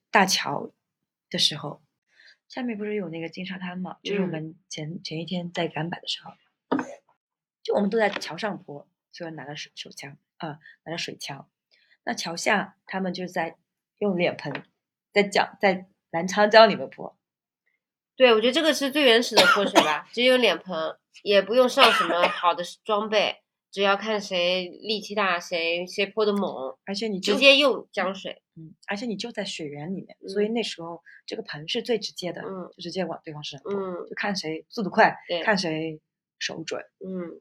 S2: 大桥的时候，下面不是有那个金沙滩嘛？就是我
S1: 嗯
S2: 们前、前一天在赶板的时候，就我们都在桥上泼，所有人拿着手手枪啊、拿着水枪。那桥下他们就在用脸盆，在脚在澜沧江里面泼，
S1: 对，我觉得这个是最原始的泼水吧，只有脸盆，也不用上什么好的装备，只要看谁力气大，谁谁泼的猛，
S2: 而且你
S1: 直
S2: 就
S1: 接用江水，
S2: 嗯，而且你就在水源里面，所以
S1: 嗯
S2: 那时候这个盆是最直接的，
S1: 嗯
S2: 就直接往对方身上泼，
S1: 嗯
S2: 就看谁速度快
S1: 对，
S2: 看谁手准。
S1: 嗯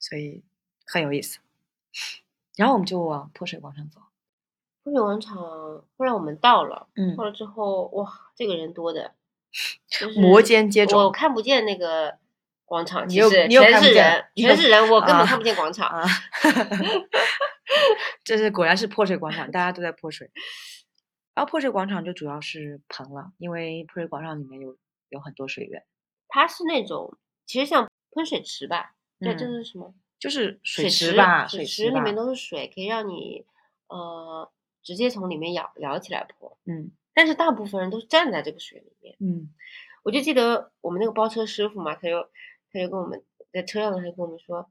S2: 所以很有意思。 然后我们就往泼水广场走，
S1: 泼水广场，后来我们到了，
S2: 嗯
S1: 到了之后，哇，这个人多的，就是
S2: 摩肩接踵
S1: 我看不见那个广场，
S2: 你
S1: 其
S2: 又
S1: 实
S2: 你又
S1: 全
S2: 看不
S1: 是
S2: 见
S1: 人，
S2: 你
S1: 全
S2: 又
S1: 是人，我根本
S2: 啊
S1: 看不见广场。
S2: 啊， 这是果然是泼水广场，大家都在泼水。然后泼水广场就主要是盆了，因为泼水广场里面有有很多水源，
S1: 它是那种其实像喷水池吧，对，这
S2: 嗯
S1: 是什么？
S2: 就是水
S1: 水
S2: 池吧，
S1: 水
S2: 水
S1: 池
S2: 池
S1: 里
S2: 吧，
S1: 面都是水，可以让你呃直接从里面舀舀起来泼。
S2: 嗯
S1: 但是大部分人都是站在这个水里面。
S2: 嗯
S1: 我就记得我们那个包车师傅嘛，他就他就跟我们在车上，他就跟我们说：“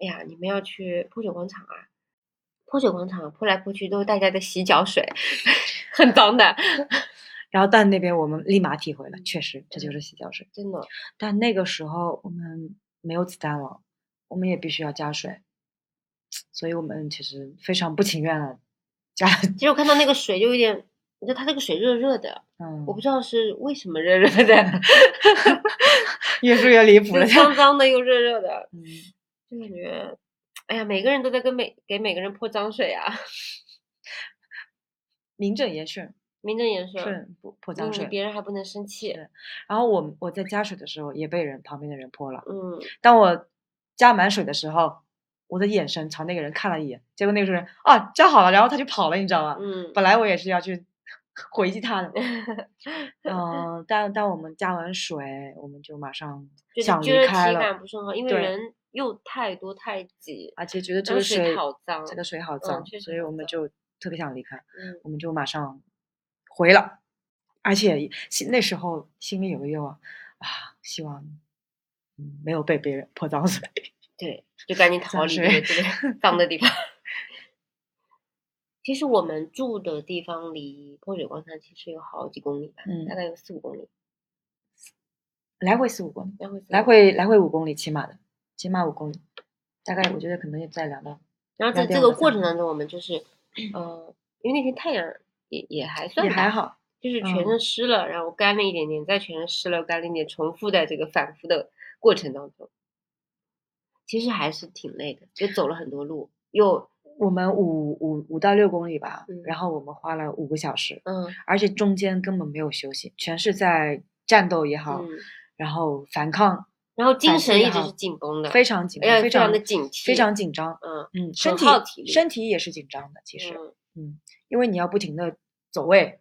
S1: 哎呀，你们要去泼水广场啊！泼水广场泼来泼去都是大家在洗脚水， 很脏的，
S2: 然后但那边我们立马体会了，确实这就是洗脚水。
S1: 真的。
S2: 但那个时候我们没有子弹了，我们也必须要加水，所以我们其实非常不情愿了，加了
S1: 其实我看到那个水就有点，你知道它这个水热热的，
S2: 嗯，
S1: 我不知道是为什么热热 的，
S2: 越说越离谱
S1: 就
S2: 了。
S1: 脏脏的又热热的，
S2: 嗯，
S1: 就感觉，哎呀，每个人都在跟每给每个人泼脏水啊，
S2: 名正言顺
S1: 名正言顺。
S2: 顺泼泼
S1: 那
S2: 脏
S1: 你
S2: 水。
S1: 嗯别人还不能生气。
S2: 是然后我我在加水的时候也被人旁边的人泼了。
S1: 嗯，
S2: 当我加满水的时候，我的眼神朝那个人看了一眼，结果那个人啊加好了，然后他就跑了，你知道吗？
S1: 嗯
S2: 本来我也是要去回击 他的，嗯、但但我们加完水，我们就马上
S1: 就是
S2: 想
S1: 觉得
S2: 离
S1: 体
S2: 开了
S1: 感，不是很好，因为
S2: 对
S1: 人又太多太挤，
S2: 而且觉得这
S1: 当
S2: 个
S1: 时
S2: 水
S1: 好脏
S2: 这个水好
S1: 嗯
S2: 脏，
S1: 确实
S2: 所以
S1: 好
S2: 我
S1: 脏
S2: 们就特别想离开。
S1: 嗯
S2: 我们就马上回了，而且心那时候心里有个愿望啊，希望嗯没有被别人泼脏水。
S1: 对，就赶紧逃
S2: 脏
S1: 离这
S2: 水
S1: 个这 个脏的地方。其实我们住的地方离泼水广场其实有好几公里吧，
S2: 嗯
S1: 大概有四五公里，
S2: 来回四五公里，
S1: 来回四
S2: 来
S1: 五公里。
S2: 回来回五公里，起码的，起码五公里，大概我觉得可能也在两到
S1: 然后在
S2: 两点
S1: 这个
S2: 五到
S1: 过
S2: 三
S1: 程当中，我们就是，呃，因为那天太阳也也还算
S2: 也还
S1: 大
S2: 好。
S1: 就是全
S2: 嗯
S1: 身湿了，然后干了一点点，再全身湿了，干了一点，重复在这个反复的过程当中，其实还是挺累的，就走了很多路，又
S2: 我们五五五到六公里吧，
S1: 嗯
S2: 然后我们花了五个小时，
S1: 嗯
S2: 而且中间根本没有休息，全是在战斗也好，
S1: 嗯，
S2: 然后反抗，
S1: 然后精
S2: 反复
S1: 神一
S2: 也
S1: 直
S2: 好
S1: 是紧绷的，
S2: 非常紧
S1: 哎呀
S2: 张，
S1: 非
S2: 非
S1: 常
S2: 常
S1: 的警惕，
S2: 非常紧张。
S1: 嗯，
S2: 嗯，
S1: 很
S2: 身体
S1: 耗体力
S2: 身体也是紧张的，其实，
S1: 嗯
S2: 嗯，因为你要不停的走位，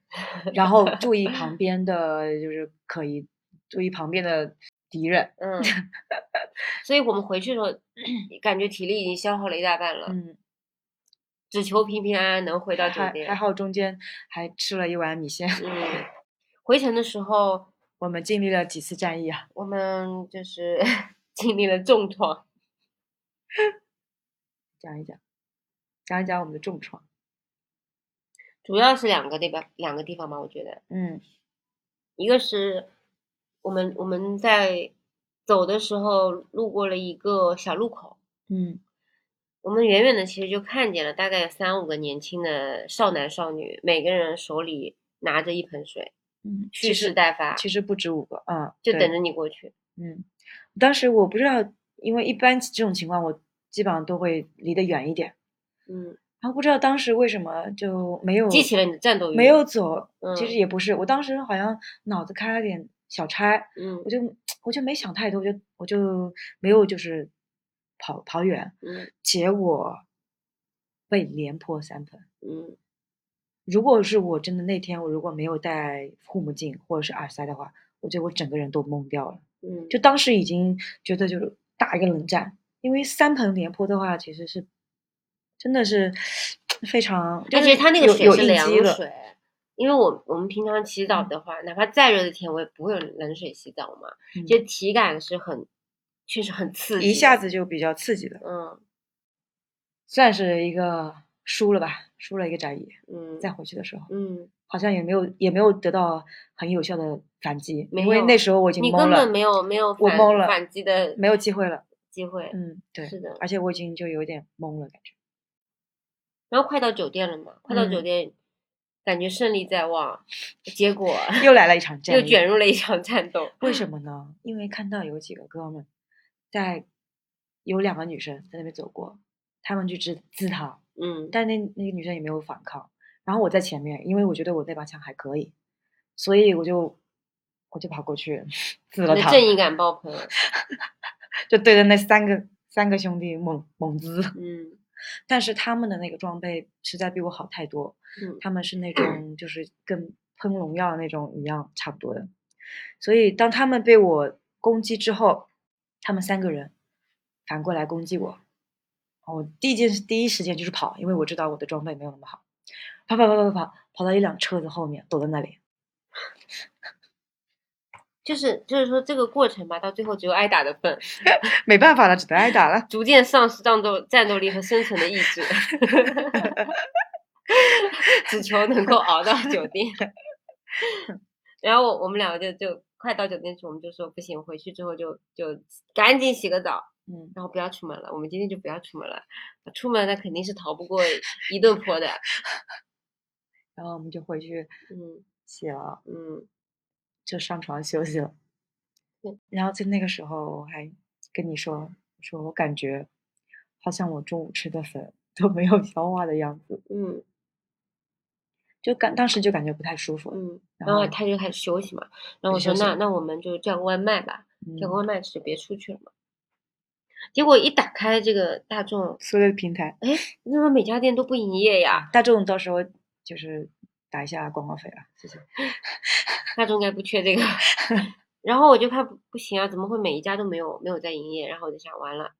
S2: 然后注意 旁边的，就是可以注意旁边的敌人，
S1: 嗯， 所以我们回去的时候，感觉体力已经消耗了一大半了，
S2: 嗯，
S1: 只求平平安安能回到酒
S2: 还
S1: 店
S2: 还。好中间还吃了一碗米线，
S1: 嗯，回程的时候
S2: 我们经历了几次战役啊，
S1: 我们就是 经历了重创。
S2: 讲一讲，讲一讲我们的重创，
S1: 主要是两个地方，两个地方吧，我觉得，
S2: 嗯
S1: 一个是我们我们在走的时候路过了一个小路口，
S2: 嗯
S1: 我们远远的其实就看见了大概有三五个年轻的少男少女，每个人手里拿着一盆水，
S2: 嗯，
S1: 蓄
S2: 其
S1: 势
S2: 实
S1: 待发，
S2: 其实不止五个，嗯，
S1: 就
S2: 对
S1: 等着你过去。
S2: 嗯，当时我不知道，因为一般这种情况我基本上都会离得远一点，
S1: 嗯，
S2: 然后不知道当时为什么就没有
S1: 激起了你的战斗欲，
S2: 没有走，其
S1: 嗯
S2: 实也不是，我当时好像脑子开了点小差，
S1: 嗯
S2: 我就我就没想太多，我就我就没有就是跑跑远，
S1: 嗯
S2: 结果被连破三分。
S1: 嗯
S2: 如果是我真的那天我如果没有戴护目镜或者是耳塞的话，我觉得我整个人都懵掉了。
S1: 嗯，
S2: 就当时已经觉得就是打一个冷战，因为三盆廉颇的话其实是真的是非常，就
S1: 而
S2: 是
S1: 且它那个
S2: 有
S1: 水
S2: 有
S1: 是
S2: 应
S1: 凉
S2: 激了，
S1: 水，因为我我们平常洗澡的话，哪怕再热的天，我也不会有冷水洗澡嘛，
S2: 嗯
S1: 就体感是很，确实很刺激的，
S2: 一下子就比较刺激了，
S1: 嗯
S2: 算是一个输了吧，输了一个战役。
S1: 嗯
S2: 再回去的时候，
S1: 嗯，
S2: 好像也没有也没有得到很有效的反击，
S1: 没
S2: 因为
S1: 有
S2: 那时候我已经
S1: 你
S2: 懵
S1: 根本
S2: 了，
S1: 没有没有
S2: 我
S1: 反
S2: 懵了
S1: 反击的
S2: 没有机会了。
S1: 机会，
S2: 嗯，对，
S1: 是的
S2: 而且我已经就有点懵了，感觉。
S1: 然后快到酒店了嘛，快到酒
S2: 嗯
S1: 店，感觉胜利在望，结果
S2: 又来了一场战
S1: 又
S2: 役
S1: 卷入了一场战斗，
S2: 为什么呢？因为看到有几个哥们在有两个女生在那边走过，他们就自自逃，
S1: 嗯
S2: 但那那个女生也没有反抗。然后我在前面，因为我觉得我那把枪还可以，所以我就我就跑过去 自了
S1: 你的
S2: 他，
S1: 正义感爆棚，
S2: 就对着那三个三个兄弟猛猛滋。
S1: 嗯
S2: 但是他们的那个装备实在比我好太多，
S1: 嗯
S2: 他们是那种就是跟喷农药那种一样差不多的。所以当他们被我攻击之后，他们三个人反过来攻击我，我第一件事第一时间就是跑，因为我知道我的装备没有那么好，跑跑跑跑跑跑到一辆车子后面躲在那里。
S1: 就是就是说这个过程吧，到最后只有挨打的份，
S2: 没办法了，只能挨打了。
S1: 逐渐丧失战斗战斗力和生存的意志，只求能 够熬到酒店。然后我我们两个就就快到酒店去，我们就说不行，回去之后就就赶紧洗个澡，
S2: 嗯，
S1: 然后不要出门了。我们今天就不要出门了，出门那肯定是逃不过一顿泼的。
S2: 然后我们就回去
S1: 嗯
S2: 洗了。
S1: 嗯
S2: 就上床休息了嗯
S1: 对。
S2: 然后在那个时候，我还跟你说，我说我感觉好像我中午吃的粉都没有消化的样子，
S1: 嗯
S2: 就感当时就感觉不太舒服。
S1: 嗯。
S2: 然
S1: 然后
S2: 后
S1: 他就开始休息嘛，然后我
S2: 就
S1: 说
S2: 哦休息
S1: 那那我们就叫个外卖吧，叫个
S2: 嗯，
S1: 外卖吃，别出去了嘛。结果一打开这个大众，
S2: 所有的平台，
S1: 哎，那么每家店都不营业呀？
S2: 大众到时候就是打一下广告费啊，谢谢。
S1: 大众应该不缺这个。 然后我就怕不不行啊，怎么会每一家都没有没有在营业？然后我就想，完了，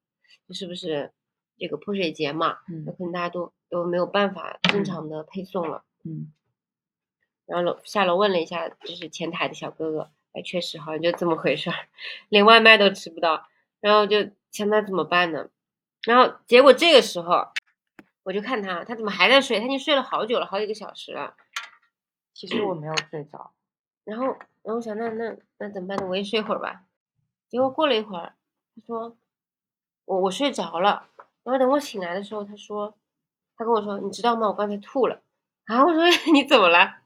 S1: 这是不是这个泼水节嘛？有
S2: 嗯
S1: 可能大家都都没有办法正常的配送了。
S2: 嗯，
S1: 然后楼下楼问了一下，就是前台的小哥哥，哎，确实好像就这么回事儿，连外卖都吃不到。然后就想那怎么办呢？然后结果这个时候，我就看他，他怎么还在睡？他已经睡了好久了，好几个小时了。
S2: 其实我没有睡着，
S1: 然后，然后我想那那那怎么办呢？我也睡会儿吧。结果过了一会儿，他说我我睡着了。然后等我醒来的时候，他说他跟我说你知道吗？我刚才吐了。啊，我说 你怎么了？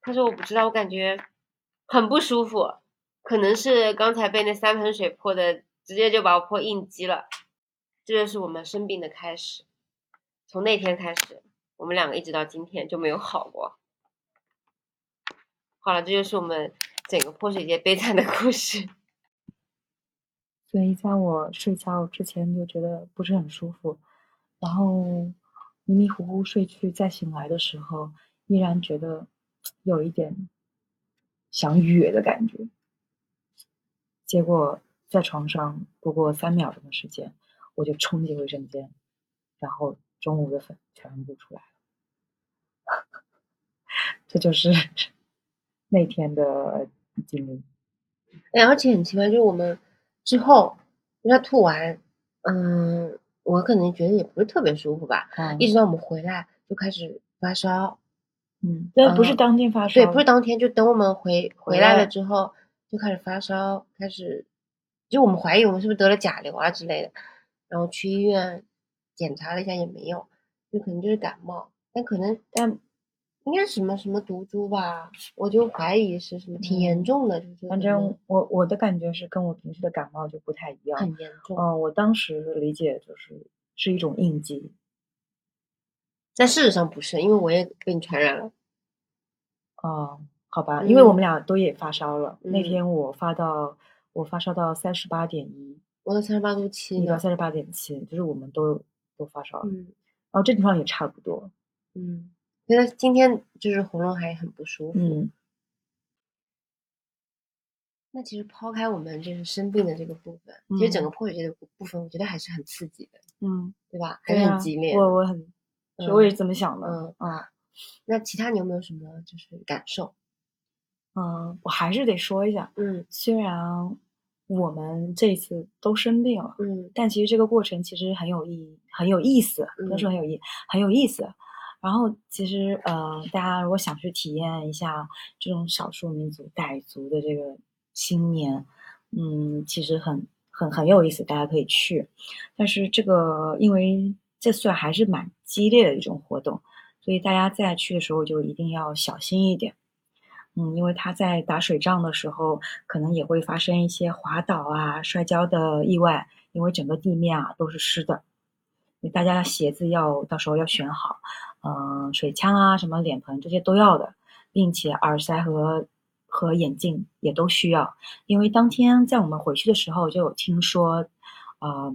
S1: 他说我不知道，我感觉很不舒服，可能是刚才被那三盆水泼的，直接就把我泼应激了。这就是我们生病的开始。从那天开始，我们两个一直到今天就没有好过。好了，这就是我们整个泼水节悲惨的故事。
S4: 所以在我睡觉之前就觉得不是很舒服，然后迷迷糊糊睡去，再醒来的时候依然觉得有一点想哕的感觉。结果在床上不过三秒钟的时间，我就冲进卫生间，然后中午的粉全部出来了。 这就是 那天的经历。
S1: 然后哎而且很奇怪，就是我们之后就他吐完，嗯，我可能觉得也不是特别舒服吧，
S4: 嗯
S1: 一直到我们回来就开始发烧，
S4: 嗯，但不是
S1: 嗯
S4: 当天发生，
S1: 对，不是当天，就等我们回回
S4: 回
S1: 来
S4: 来
S1: 了之后就开始发烧，开始就我们怀疑我们是不是得了甲流啊之类的，然后去医院检查了一下也没有，就可能就是感冒，但可能但应该是什么什么毒株吧，我就怀疑是什么挺严
S4: 嗯
S1: 重的，就是
S4: 反
S1: 可
S4: 正
S1: 能
S4: 我我的感觉是跟我平时的感冒就不太一
S2: 哦
S4: 样。
S2: 呃
S1: 很严重，
S4: 嗯，我当时理解就是是一种应激，
S1: 但事实上不是，因为我也被你传染了。
S2: 哦，好吧，因为我们
S1: 嗯
S2: 俩都也发烧了。那
S1: 嗯
S2: 天我发到我发烧到三十八点一，
S1: 我到三十八度七
S2: 你到
S1: 呢。
S2: 三十八点七，就是我们都都发烧了，哦
S1: 嗯
S2: 然后症状也差不多。
S1: 嗯，觉得今天就是喉咙还很不舒服。
S6: 嗯，
S1: 那其实抛开我们就是生病的这个部分，其实整个破血这个部部分，我觉得还是很刺激的，
S2: 嗯，
S1: 对吧？还
S2: 对
S1: 是
S2: 啊
S1: 很激烈。
S2: 我我很，是我也
S1: 嗯
S2: 是这么想的。
S1: 嗯
S2: 啊。
S1: 那其他你有没有什么就是感受？
S2: 嗯，我还是得说一下，
S1: 嗯
S2: 虽然我们这一次都生病了，
S1: 嗯
S2: 但其实这个过程其实很有意义，很有意思，不能说
S1: 嗯
S2: 很有意，很有意思。然后其实呃，大家如果想去体验一下这种少数民族傣族的这个新年，嗯，其实很很很有意思，大家可以去。但是这个因为这算还是蛮激烈的一种活动，所以大家在去的时候就一定要小心一点。嗯，因为他在打水仗的时候，可能也会发生一些滑倒啊、摔跤的意外，因为整个地面啊都是湿的，所以大家鞋子要到时候要选好，嗯、水枪啊、什么脸盆这些都要的，并且耳塞和和眼镜也都需要，因为当天在我们回去的时候就有听说，呃，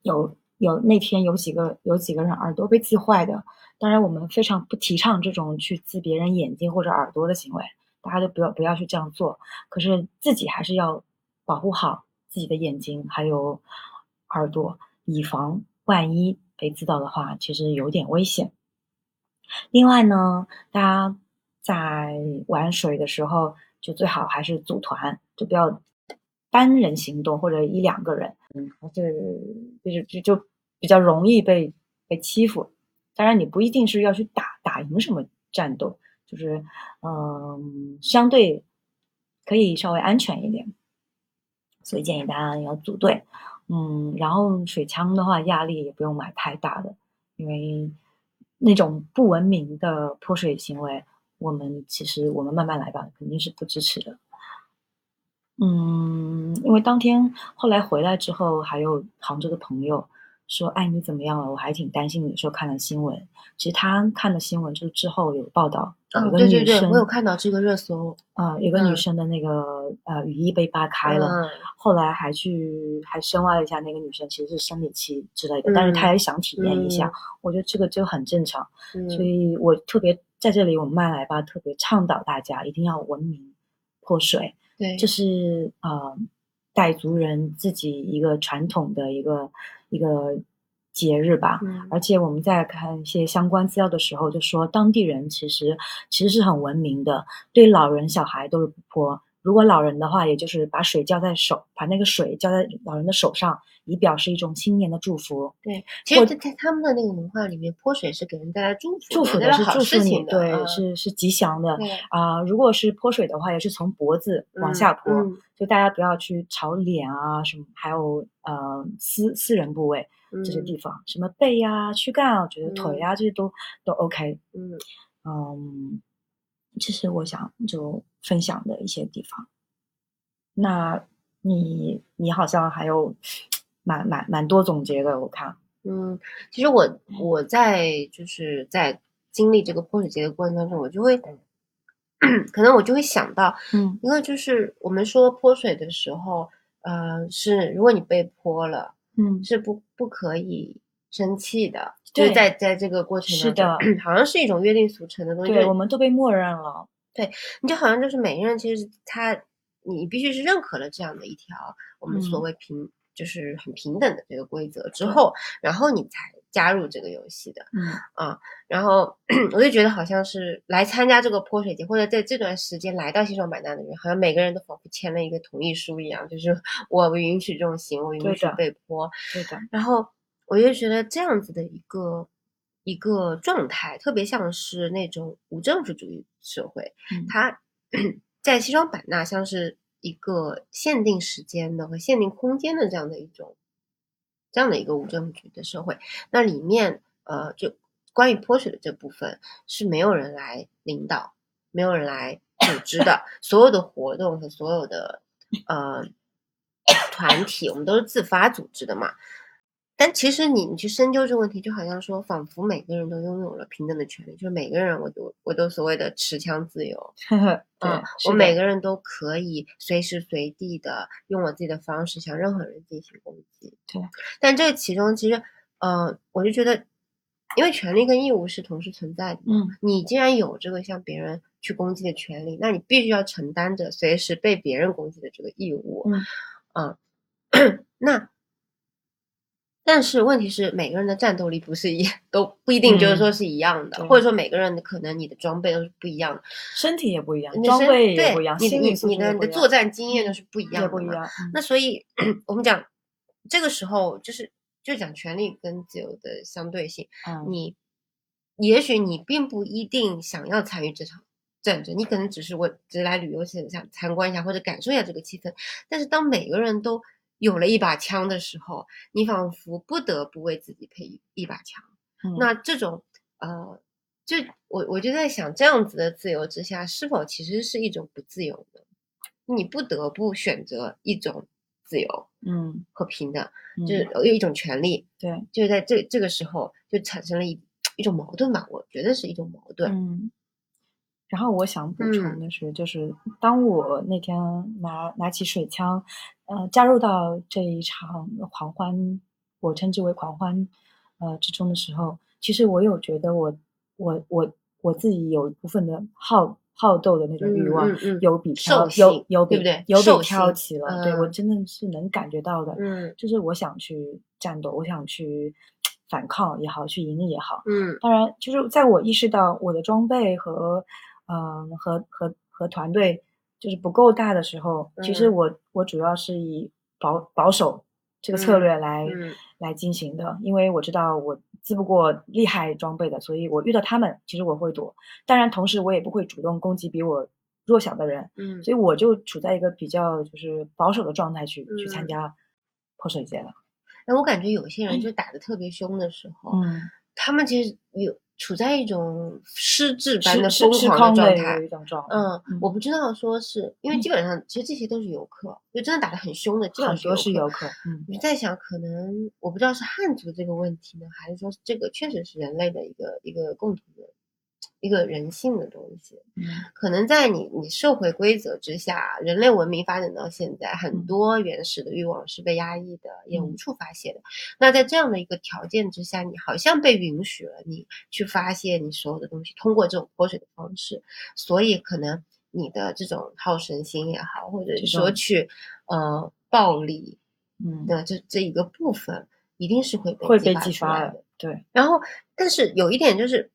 S2: 有有那天有几个有几个人耳朵被刺坏的，当然，我们非常不提倡这种去刺别人眼睛或者耳朵的行为，大家都不要不要去这样做。可是自己还是要保护好自己的眼睛还有耳朵，以防万一被刺到的话，其实有点危险。另外呢，大家在玩水的时候，就最好还是组团，就不要单人行动或者一两个人，嗯，还是就是就就比较容易被被欺负。当然，你不一定是要去打打赢什么战斗，就是嗯，相对可以稍微安全一点。所以建议大家要组队，嗯，然后水枪的话，压力也不用买太大的，因为那种不文明的泼水行为，我们其实我们慢慢来吧，肯定是不支持的。嗯，因为当天后来回来之后，还有杭州的朋友说：“哎，你怎么样了？我还挺担心你。”说看了新闻，其实他看的新闻就是之后有报道，有
S1: 哦，
S2: 个
S1: 对对
S2: 女
S1: 对，
S2: 啊生
S1: 我有看到这个热搜。
S2: 啊、有个女
S1: 嗯
S2: 生的那个呃雨衣被扒开了，
S1: 嗯
S2: 后来还去还深挖了一下，那个女生其实是生理期之类的，但是她
S1: 嗯
S2: 也想体验一下，我觉得这个就很正常。
S1: 嗯，
S2: 所以我特别在这里，我们慢来吧，特别倡导大家一定要文明泼水，
S1: 对，
S2: 这是呃傣族人自己一个传统的一个一个节日吧。
S1: 嗯
S2: 而且我们在看一些相关资料的时候，就说当地人其实其实是很文明的，对老人小孩都是不泼。如果老人的话，也就是把水浇在手，把那个水浇在老人的手上，以表示一种新年的祝福。
S1: 对，其
S2: 或
S1: 实，在在他们的那个文化里面，泼水是给人带来祝福，
S2: 祝福
S1: 带
S2: 的
S1: 来
S2: 是
S1: 好
S2: 祝
S1: 事
S2: 福你，
S1: 情的，
S2: 对，
S1: 嗯
S2: 是是吉祥的
S1: 对
S2: 啊、如果是泼水的话，也是从脖子往
S1: 嗯
S2: 下泼，
S1: 嗯
S2: 就大家不要去朝脸啊什么，还有呃私私人部位这些
S1: 嗯
S2: 地方，什么背呀、躯干啊，我觉得腿呀、这些都都 OK。
S1: 嗯，
S2: 嗯，这是我想就分享的一些地方。那你你好像还有蛮蛮蛮多总结的，我看，
S1: 嗯，其实我我在就是在经历这个泼水节的过程当中，我就会，可能我就会想到，
S2: 嗯
S1: 一个就是我们说泼水的时候，呃，是如果你被泼了，
S2: 嗯，
S1: 是不不可以生气的，就是
S2: 对
S1: 在在这个过程
S2: 是
S1: 当中， 好像是一种约定俗成的东西，
S2: 对，
S1: 就
S2: 我们都被默认了，
S1: 你就好像就是每个人其实他你必须是认可了这样的一条我们所
S2: 嗯
S1: 谓平、就是很平等的这个规则之后，然后你才加入这个游戏的。啊
S2: 嗯
S1: 然后 我就觉得好像是来参加这个泼水节，或者在这段时间来到西双版纳的人，好像每个人都仿佛签了一个同意书一样，就是 我允许这种行为，我
S2: 对
S1: 允许
S2: 的
S1: 被泼。
S2: 对的，
S1: 然后我就觉得这样子的一个一个状态，特别像是那种无政府主义社会，
S2: 嗯
S1: 它在西双版纳像是一个限定时间的和限定空间的这样的一种这样的一个无政府主义的社会。那里面呃，就关于泼水的这部分是没有人来领导，没有人来组织的，所有的活动和所 有的呃团体，我们都是自发组织的嘛。但其实你你去深究这个问题，就好像说，仿佛每个人都拥有了平等的权利，就是每个人我都我都所谓的持枪自由，
S3: 对
S1: 嗯，
S3: 是
S1: 我
S3: 的
S1: 每个人都可以随时随地的用我自己的方式向任何人进行攻击。
S3: 对，
S1: 但这个其中其实，呃，我就觉得，因为权利跟义务是同时存在的嘛，
S3: 嗯，
S1: 你既然有这个向别人去攻击的权利，那你必须要承担着随时被别人攻击的这个义务。嗯， 那但是问题是，每个人的战斗力不是一都不一定就是说是一样
S3: 嗯
S1: 的，
S3: 对
S1: 或者说每个人的可能你的装备都是不一样的，
S3: 身体也不一样
S1: 你，的
S3: 装
S1: 身
S3: 备也
S1: 对
S3: 不一样，
S1: 你的
S3: 心
S1: 你
S3: 理素
S1: 你
S3: 质
S1: 的
S3: 也
S1: 你
S3: 不
S1: 的
S3: 一样嗯
S1: 作战经验都是不一样
S3: 也
S1: 的
S3: 不一
S1: 嘛。
S3: 样。
S1: 那所以 我们讲这个时候就是就讲权利跟自由的相对性，
S3: 嗯
S1: 你也许你并不一定想要参与这场战争，你可能只是我只是来旅游想想参观一下或者感受一下这个气氛。但是当每个人都有了一把枪的时候，你仿佛不得不为自己配一一把枪。
S3: 嗯
S1: 那这种呃，就我我就在想，这样子的自由之下，是否其实是一种不自由呢？你不得不选择一种自由
S3: 嗯，
S1: 和平等，
S3: 嗯
S1: 就是有一种权利，
S3: 对，
S1: 就是在这这个时候就产生了一一种矛盾吧，我觉得是一种矛盾。
S3: 嗯
S2: 然后我想补
S1: 嗯
S2: 充的是，就是当我那天拿拿起水枪，呃，加入到这一场狂欢，我称之为狂欢，呃之中的时候，其实我有觉得我我我我自己有一部分的好好斗的那种欲望，
S1: 嗯嗯嗯
S2: 有比挑
S1: 兽性
S2: 有有比
S1: 对不对
S2: 有
S1: 兽
S2: 比挑
S1: 性
S2: 起了，对我
S1: 嗯
S2: 真的是能感觉到的，
S1: 嗯
S2: 就是我想去战斗，我想去反抗也好，去赢也好。
S1: 嗯
S2: 当然，就是在我意识到我的装备和，嗯、和和和团队就是不够大的时候，其实
S1: 嗯
S2: 我我主要是以保保守这个策
S1: 嗯
S2: 略来、
S1: 嗯
S2: 来进行的，因为我知道我资不过厉害装备的，所以我遇到他们，其实我会躲。当然，同时我也不会主动攻击比我弱小的人，
S1: 嗯
S2: 所以我就处在一个比较就是保守的状态去、去参
S1: 嗯
S2: 加泼水节了。
S1: 哎，我感觉有些人就打得特别凶的时候，
S2: 嗯，
S1: 他们其实有处在一种失智般
S2: 失
S1: 的
S2: 失
S1: 疯
S2: 失
S1: 狂
S2: 控
S1: 的状
S2: 的
S1: 态
S2: 有。一种状态，
S1: 嗯，我不知道说是因为
S2: 嗯
S1: 基本上，其实这些都是游客，就真的打得很凶的，基本
S2: 很
S1: 上
S2: 多是
S1: 游
S2: 游
S1: 客。
S2: 客，嗯
S1: 我就在想，可能我不知道是汉族这个问题呢，还是说这个确实是人类的一个一个共同的一个人性的东西。
S2: 嗯。
S1: 可能在你你社会规则之下，人类文明发展到现在，很
S2: 嗯
S1: 多原始的欲望是被压抑的，也无
S2: 嗯
S1: 处发泄的。那在这样的一个条件之下，你好像被允许了你去发泄你所有的东西，通过这种泼水的方式，所以可能你的这种好胜心也好，或者
S2: 这
S1: 说
S2: 种
S1: 去呃暴力
S2: 嗯，
S1: 的这这一个部分，一定是会被
S2: 会
S1: 激
S2: 被
S1: 发
S2: 激
S1: 出
S2: 发
S1: 来的
S2: 的。。对，
S1: 然后，但是有一点 就是，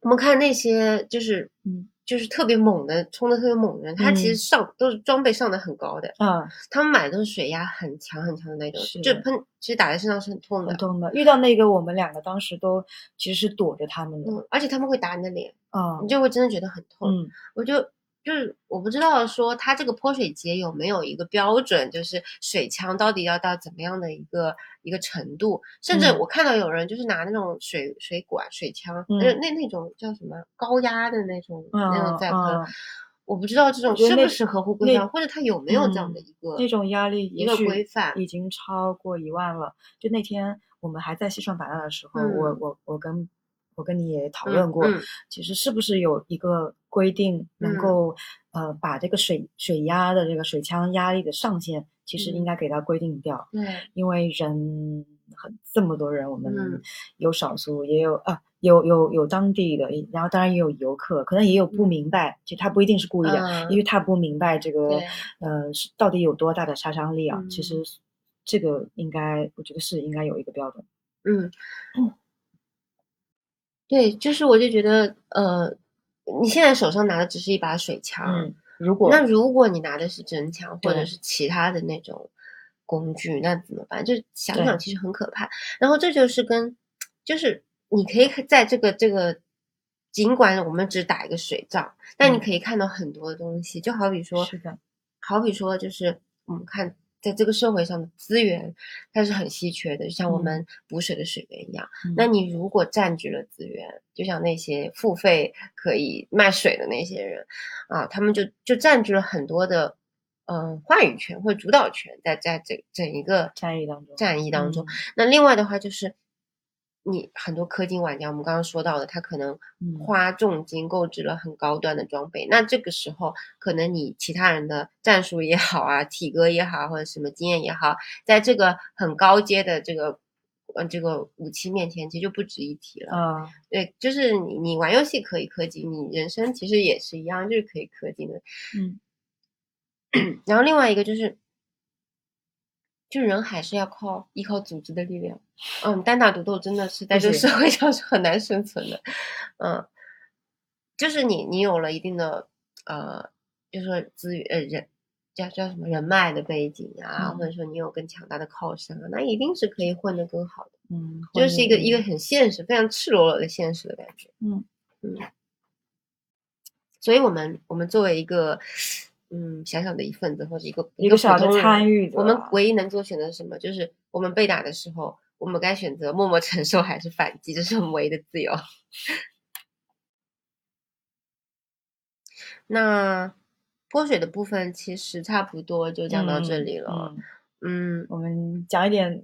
S1: 我们看那些就是
S2: 嗯
S1: 就是特别猛的，冲的特别猛的人，他其实
S2: 嗯
S1: 上都是装备上的很高的，
S2: 啊，
S1: 他们买的都是水压很强很强的那种，
S2: 是
S1: 就
S2: 的
S1: 喷，其实打在身上是很痛的
S2: 很，痛的。遇到那个，我们两个当时都其实是躲着他们的
S1: 嗯，而且他们会打你的脸，
S2: 啊
S1: 你，就会真的觉得很痛。
S2: 嗯
S1: 我就就是我不知道说他这个泼水节有没有一个标准，就是水枪到底要到怎么样的一个一个程度，甚至
S2: 嗯
S1: 我看到有人就是拿那种水水管、水枪，呃
S2: 嗯
S1: 那那那种叫什么高压的那种、那种
S2: 啊
S1: 在
S2: 啊
S1: 喷，，我不知道这种
S2: 我觉得
S1: 是不
S2: 那
S1: 是合乎规
S2: 那
S1: 范，或者他有没有这样
S2: 嗯
S1: 的一个、
S2: 那种压力
S1: 一
S2: 也
S1: 个
S2: 许
S1: 规范，
S2: 已经超过一万了。就那天我们还在西双版纳的时候，我
S1: 嗯
S2: 我我跟我跟你也讨
S1: 嗯
S2: 论过，
S1: 嗯
S2: 其实是不是有一个规定能
S1: 嗯
S2: 够、呃把这个水水压的这个水枪压力的上限，其实应
S1: 嗯
S2: 该给它规定掉，
S1: 对，
S2: 因为人很这么多人，我们
S1: 嗯
S2: 有少数也有啊。有有有当地的，然后当然也有游客，可能也有不
S1: 嗯
S2: 明白，就他不一定是故意的，
S1: 嗯
S2: 因为他不明白这个
S1: 对，
S2: 呃是到底有多大的杀伤力啊。
S1: 嗯
S2: 其实这个应该，我觉得是应该有一个标准。
S1: 嗯
S2: 嗯，
S1: 对，就是我就觉得，呃，你现在手上拿的只是一把水枪，
S2: 嗯，如
S1: 那
S2: 果
S1: 如果你拿的是真枪或者
S2: 对
S1: 是其他的那种工具，那怎么办？就想
S2: 对
S1: 想其实很可怕。然后这就是跟，就是你可以看在这个这个，尽管我们只打一个水仗，但你
S2: 嗯
S1: 可以看到很多东西，就好比说，
S2: 是的，
S1: 好比说就是我们看。在这个社会上的资源，它是很稀缺的，就像我
S2: 嗯
S1: 们补水的水源一样。那
S2: 嗯
S1: 你如果占据了资源，就像那些付费可以卖水的那些人，啊，他们就就占据了很多的嗯话语权或主导权在在这整一个
S2: 战役当中，
S1: 战役当中。
S2: 嗯
S1: 那另外的话就是，你很多氪金玩家，我们刚刚说到的，他可能
S2: 嗯
S1: 花重金购置了很高端的装备，那这个时候可能你其他人的战术也好啊、体格也好，或者什么经验也好，在这个很高阶的这个呃这个武器面前，其实就不值一提了。
S2: 啊，
S1: 对，就是你你玩游戏可以氪金，你人生其实也是一样，就是可以氪金的。
S2: 嗯，
S1: 然后另外一个就是，就人还是要靠依靠组织的力量。嗯，单打独斗真的是在
S2: 不
S1: 这个社
S2: 行
S1: 会上是很难生存的。嗯，就是你你有了一定的呃，就是说资源呃人。叫叫什么人脉的背景啊，
S2: 嗯
S1: 或者说你有更强大的靠山啊，那一定是可以混得更好的。
S2: 嗯，
S1: 这是一个一
S2: 个
S1: 个很现实、非常赤裸裸的现实的感觉。
S2: 嗯
S1: 嗯，所以我们我们作为一个嗯小小的一份子或者一个
S2: 一个小
S1: 普通
S2: 的
S1: 人
S2: 参与者，啊
S1: 我们唯一能做选择是什么？就是我们被打的时候，我们该选择默默承受还是反击，这是我们唯一的自由。 那泼水的部分其实差不多就讲到这
S2: 嗯
S1: 里了。
S2: 嗯
S1: 嗯，
S2: 我们讲一点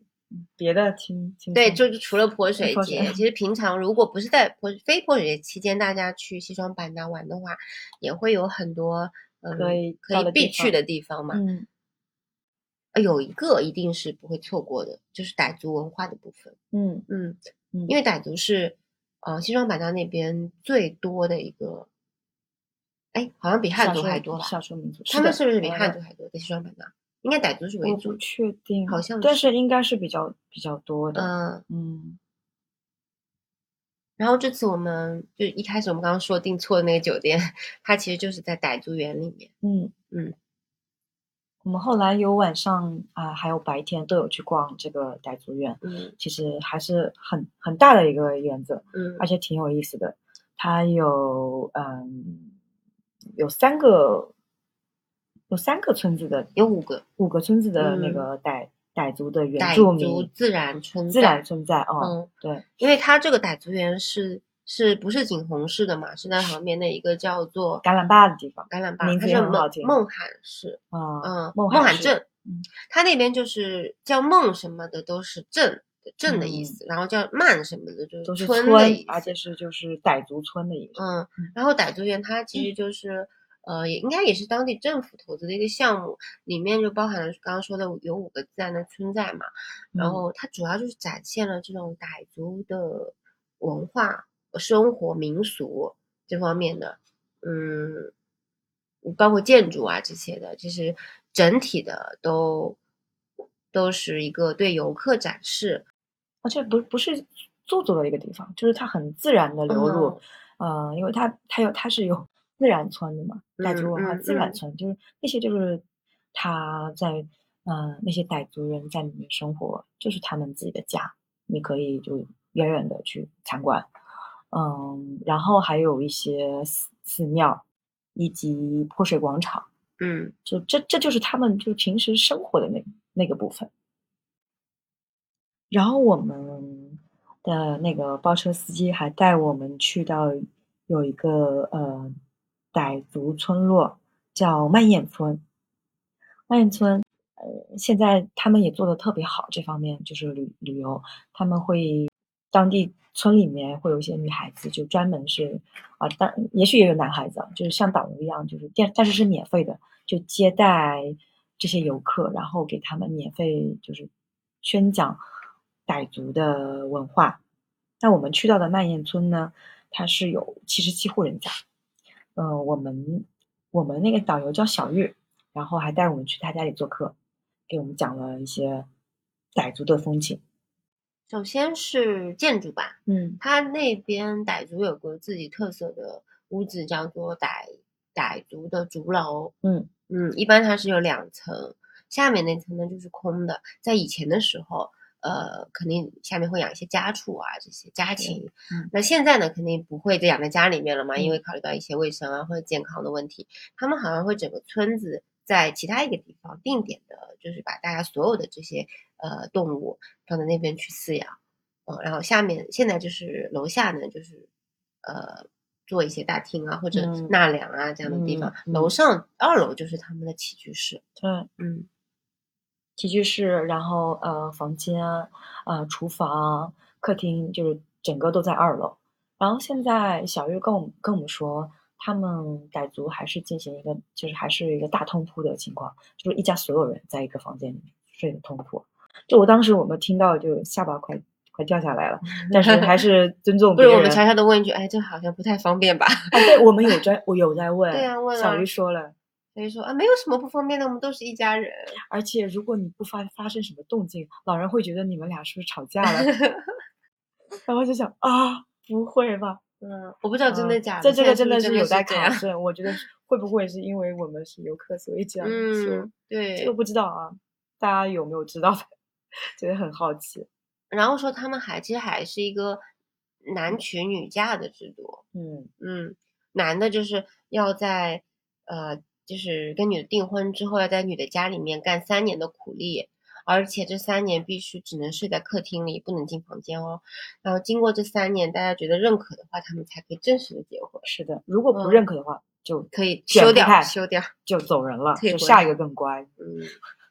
S2: 别的轻轻
S1: 对，
S2: 松
S1: 就是除了泼水
S2: 嗯泼水
S1: 节，其实平常如果不是在泼非泼水节期间，大家去西双版纳玩的话，也会有很多嗯
S2: 可以
S1: 可
S2: 到
S1: 以
S2: 的
S1: 必
S2: 地
S1: 去
S2: 方
S1: 的地方嘛。
S2: 嗯
S1: 呃有一个一定是不会错过的，就是傣族文化的部分。
S2: 嗯
S1: 嗯，
S2: 嗯，
S1: 因
S2: 为
S1: 为傣族是呃西双版纳那边最多的一个，哎，好像比汉族还多吧？
S2: 少数民族，
S1: 他们
S2: 的
S1: 是不是比
S2: 我
S1: 汉
S2: 也
S1: 族还多？在西双版纳，应该傣族是为
S2: 我不
S1: 主。
S2: 确定，
S1: 好像
S2: 但
S1: 是
S2: 是应该是比较比较多的。
S1: 嗯，
S2: 嗯
S1: 然后这次我们就一开始我们刚刚说订错的那个酒店， 它其实就是在傣族园里面。
S2: 嗯
S1: 嗯，
S2: 我们后来有晚上啊、还有白天都有去逛这个傣族院，
S1: 嗯
S2: 其实还是很很大的一个园子，
S1: 嗯
S2: 而且挺有意思的。它有嗯有三个有三个村子的，
S1: 有五个
S2: 五个村子的那
S1: 嗯
S2: 个傣傣族的原住
S1: 傣族
S2: 民
S1: 自然村
S2: 自
S1: 寨
S2: 然存在哦，
S1: 嗯，
S2: 对，
S1: 因为它这个傣族园是是不是景洪市的嘛？是在旁边的一个叫做
S2: 橄榄坝的地方
S1: 橄榄坝，
S2: 名
S1: 它
S2: 字
S1: 是
S2: 也很好
S1: 孟
S2: 听
S1: 孟罕市，
S2: 啊
S1: 嗯，，
S2: 孟
S1: 孟
S2: 罕
S1: 罕
S2: 市，
S1: 镇
S2: 嗯，
S1: 它那边就是叫孟什么的都是镇镇的意思，然后叫曼什么的就
S2: 嗯都是啊
S1: 村的意
S2: 而
S1: 思
S2: 且，是就是傣族村的意思。
S1: 嗯
S2: 嗯，
S1: 然后傣族园它其实就是。呃，也应该也是当地政府投资的一个项目，里面就包含了刚刚说的有五个自然的村寨嘛，然
S2: 嗯
S1: 后它主要就是展现了这种傣族的文化、生活、民俗这方面的，嗯，包括建筑啊这些的，就是整体的都都是一个对游客展示，
S2: 而且不不是做作的一个地方，就是它很自然的流
S1: 嗯
S2: 入，呃，因为它它有它是有 自然村的嘛，傣
S1: 嗯
S2: 族文化
S1: 嗯
S2: 自然
S1: 嗯
S2: 村，就是那些就是他在呃那些傣族人在里面生活，就是他们自己的家，你可以就远远的去参观，嗯，然后还有一些寺寺庙以及泼水广场。
S1: 嗯
S2: 就这这就是他们就平时生活的那那个部分。然后我们的那个包车司机还带我们去到有一个呃傣族村落叫曼燕村，曼燕村。呃，现在他们也做的特别好，这方面就是旅旅游，他们会当地村里面会有一些女孩子，就专门是啊，当也许也有男孩子啊，就是像导游一样，就是但但是是免费的，就接待这些游客，然后给他们免费就是宣讲傣族的文化。那我们去到的曼燕村呢，它是有七十七户人家，呃，我们我们那个导游叫小玉，然后还带我们去他家里做客，给我们讲了一些傣族的风情。
S1: 首先是建筑吧，
S2: 嗯
S1: 它那边傣族有个自己特色的屋子，叫做傣傣族的竹楼。
S2: 嗯
S1: 嗯，一般它是有两层，下面那层呢就是空的。在以前的时候，呃，肯定下面会养一些家畜啊，这些家禽。
S2: 嗯
S1: 那现在呢，肯定不会再养在家里面了嘛，因
S2: 嗯
S1: 为考虑到一些卫生啊或者健康的问题，他们好像会整个村子在其他一个地方定点的，就是把大家所有的这些呃动物放在那边去饲养。嗯，然后下面现在就是楼下呢，就是呃做一些大厅啊或者
S4: 嗯
S1: 纳凉啊这样的地方。
S4: 嗯嗯
S1: 楼上二楼就是他们的起居室，
S2: 对，
S1: 嗯，
S2: 起居室，然后呃，房间，呃，厨房、客厅，就是整个都在二楼。然后现在小月跟我们跟我们说，他们傣族还是进行一个，就是还是一个大通铺的情况，就是一家所有人在一个房间里面睡的通铺。就我当时我们听到就下巴快快掉下来了，但是还是尊重
S1: 不
S2: 别
S1: 如
S2: 人。
S1: 我们悄悄的问一句，哎，这好像不太方便吧？
S2: 啊，对，我们有在，我有在问，
S1: 对啊问
S2: 小
S1: 啊
S2: 鱼说了，
S1: 所以说啊，没有什么不方便的，我们都是一家人。
S2: 而且如果你不发发生什么动静，老人会觉得你们俩是不是吵架了，然后就想啊，不会吧？
S1: 嗯，我不知道真的
S2: 啊
S1: 假的，
S2: 这这个
S1: 现
S2: 真
S1: 在
S2: 的
S1: 是不
S2: 有
S1: 是真
S2: 待
S1: 的
S2: 考
S1: 是
S2: 证，我觉得是会不会是因为我们是游客，所以
S1: 这
S2: 这样
S1: 样。
S2: 说，
S1: 嗯，
S2: 这
S1: 对
S2: 个。不知道啊，大家有没有知道的？ 觉得很好奇，
S1: 然后说他们还其实还是一个男娶女嫁的制度，
S2: 嗯，
S1: 嗯，男的就是要在呃，就是跟女的订婚之后，要在女的家里面干三年的苦力，而且这三年必须只能睡在客厅里，不能进房间哦。然后经过这三年，大家觉得认可的话，他们才可以正式的结婚，
S2: 是的，如果不
S1: 嗯
S2: 认可的话，就
S1: 可以
S2: 卷
S1: 休
S2: 铺
S1: 掉，
S2: 盖
S1: 休掉。
S2: 就走人了，
S1: 退
S2: 就
S1: 回
S2: 下一个更乖，
S1: 嗯，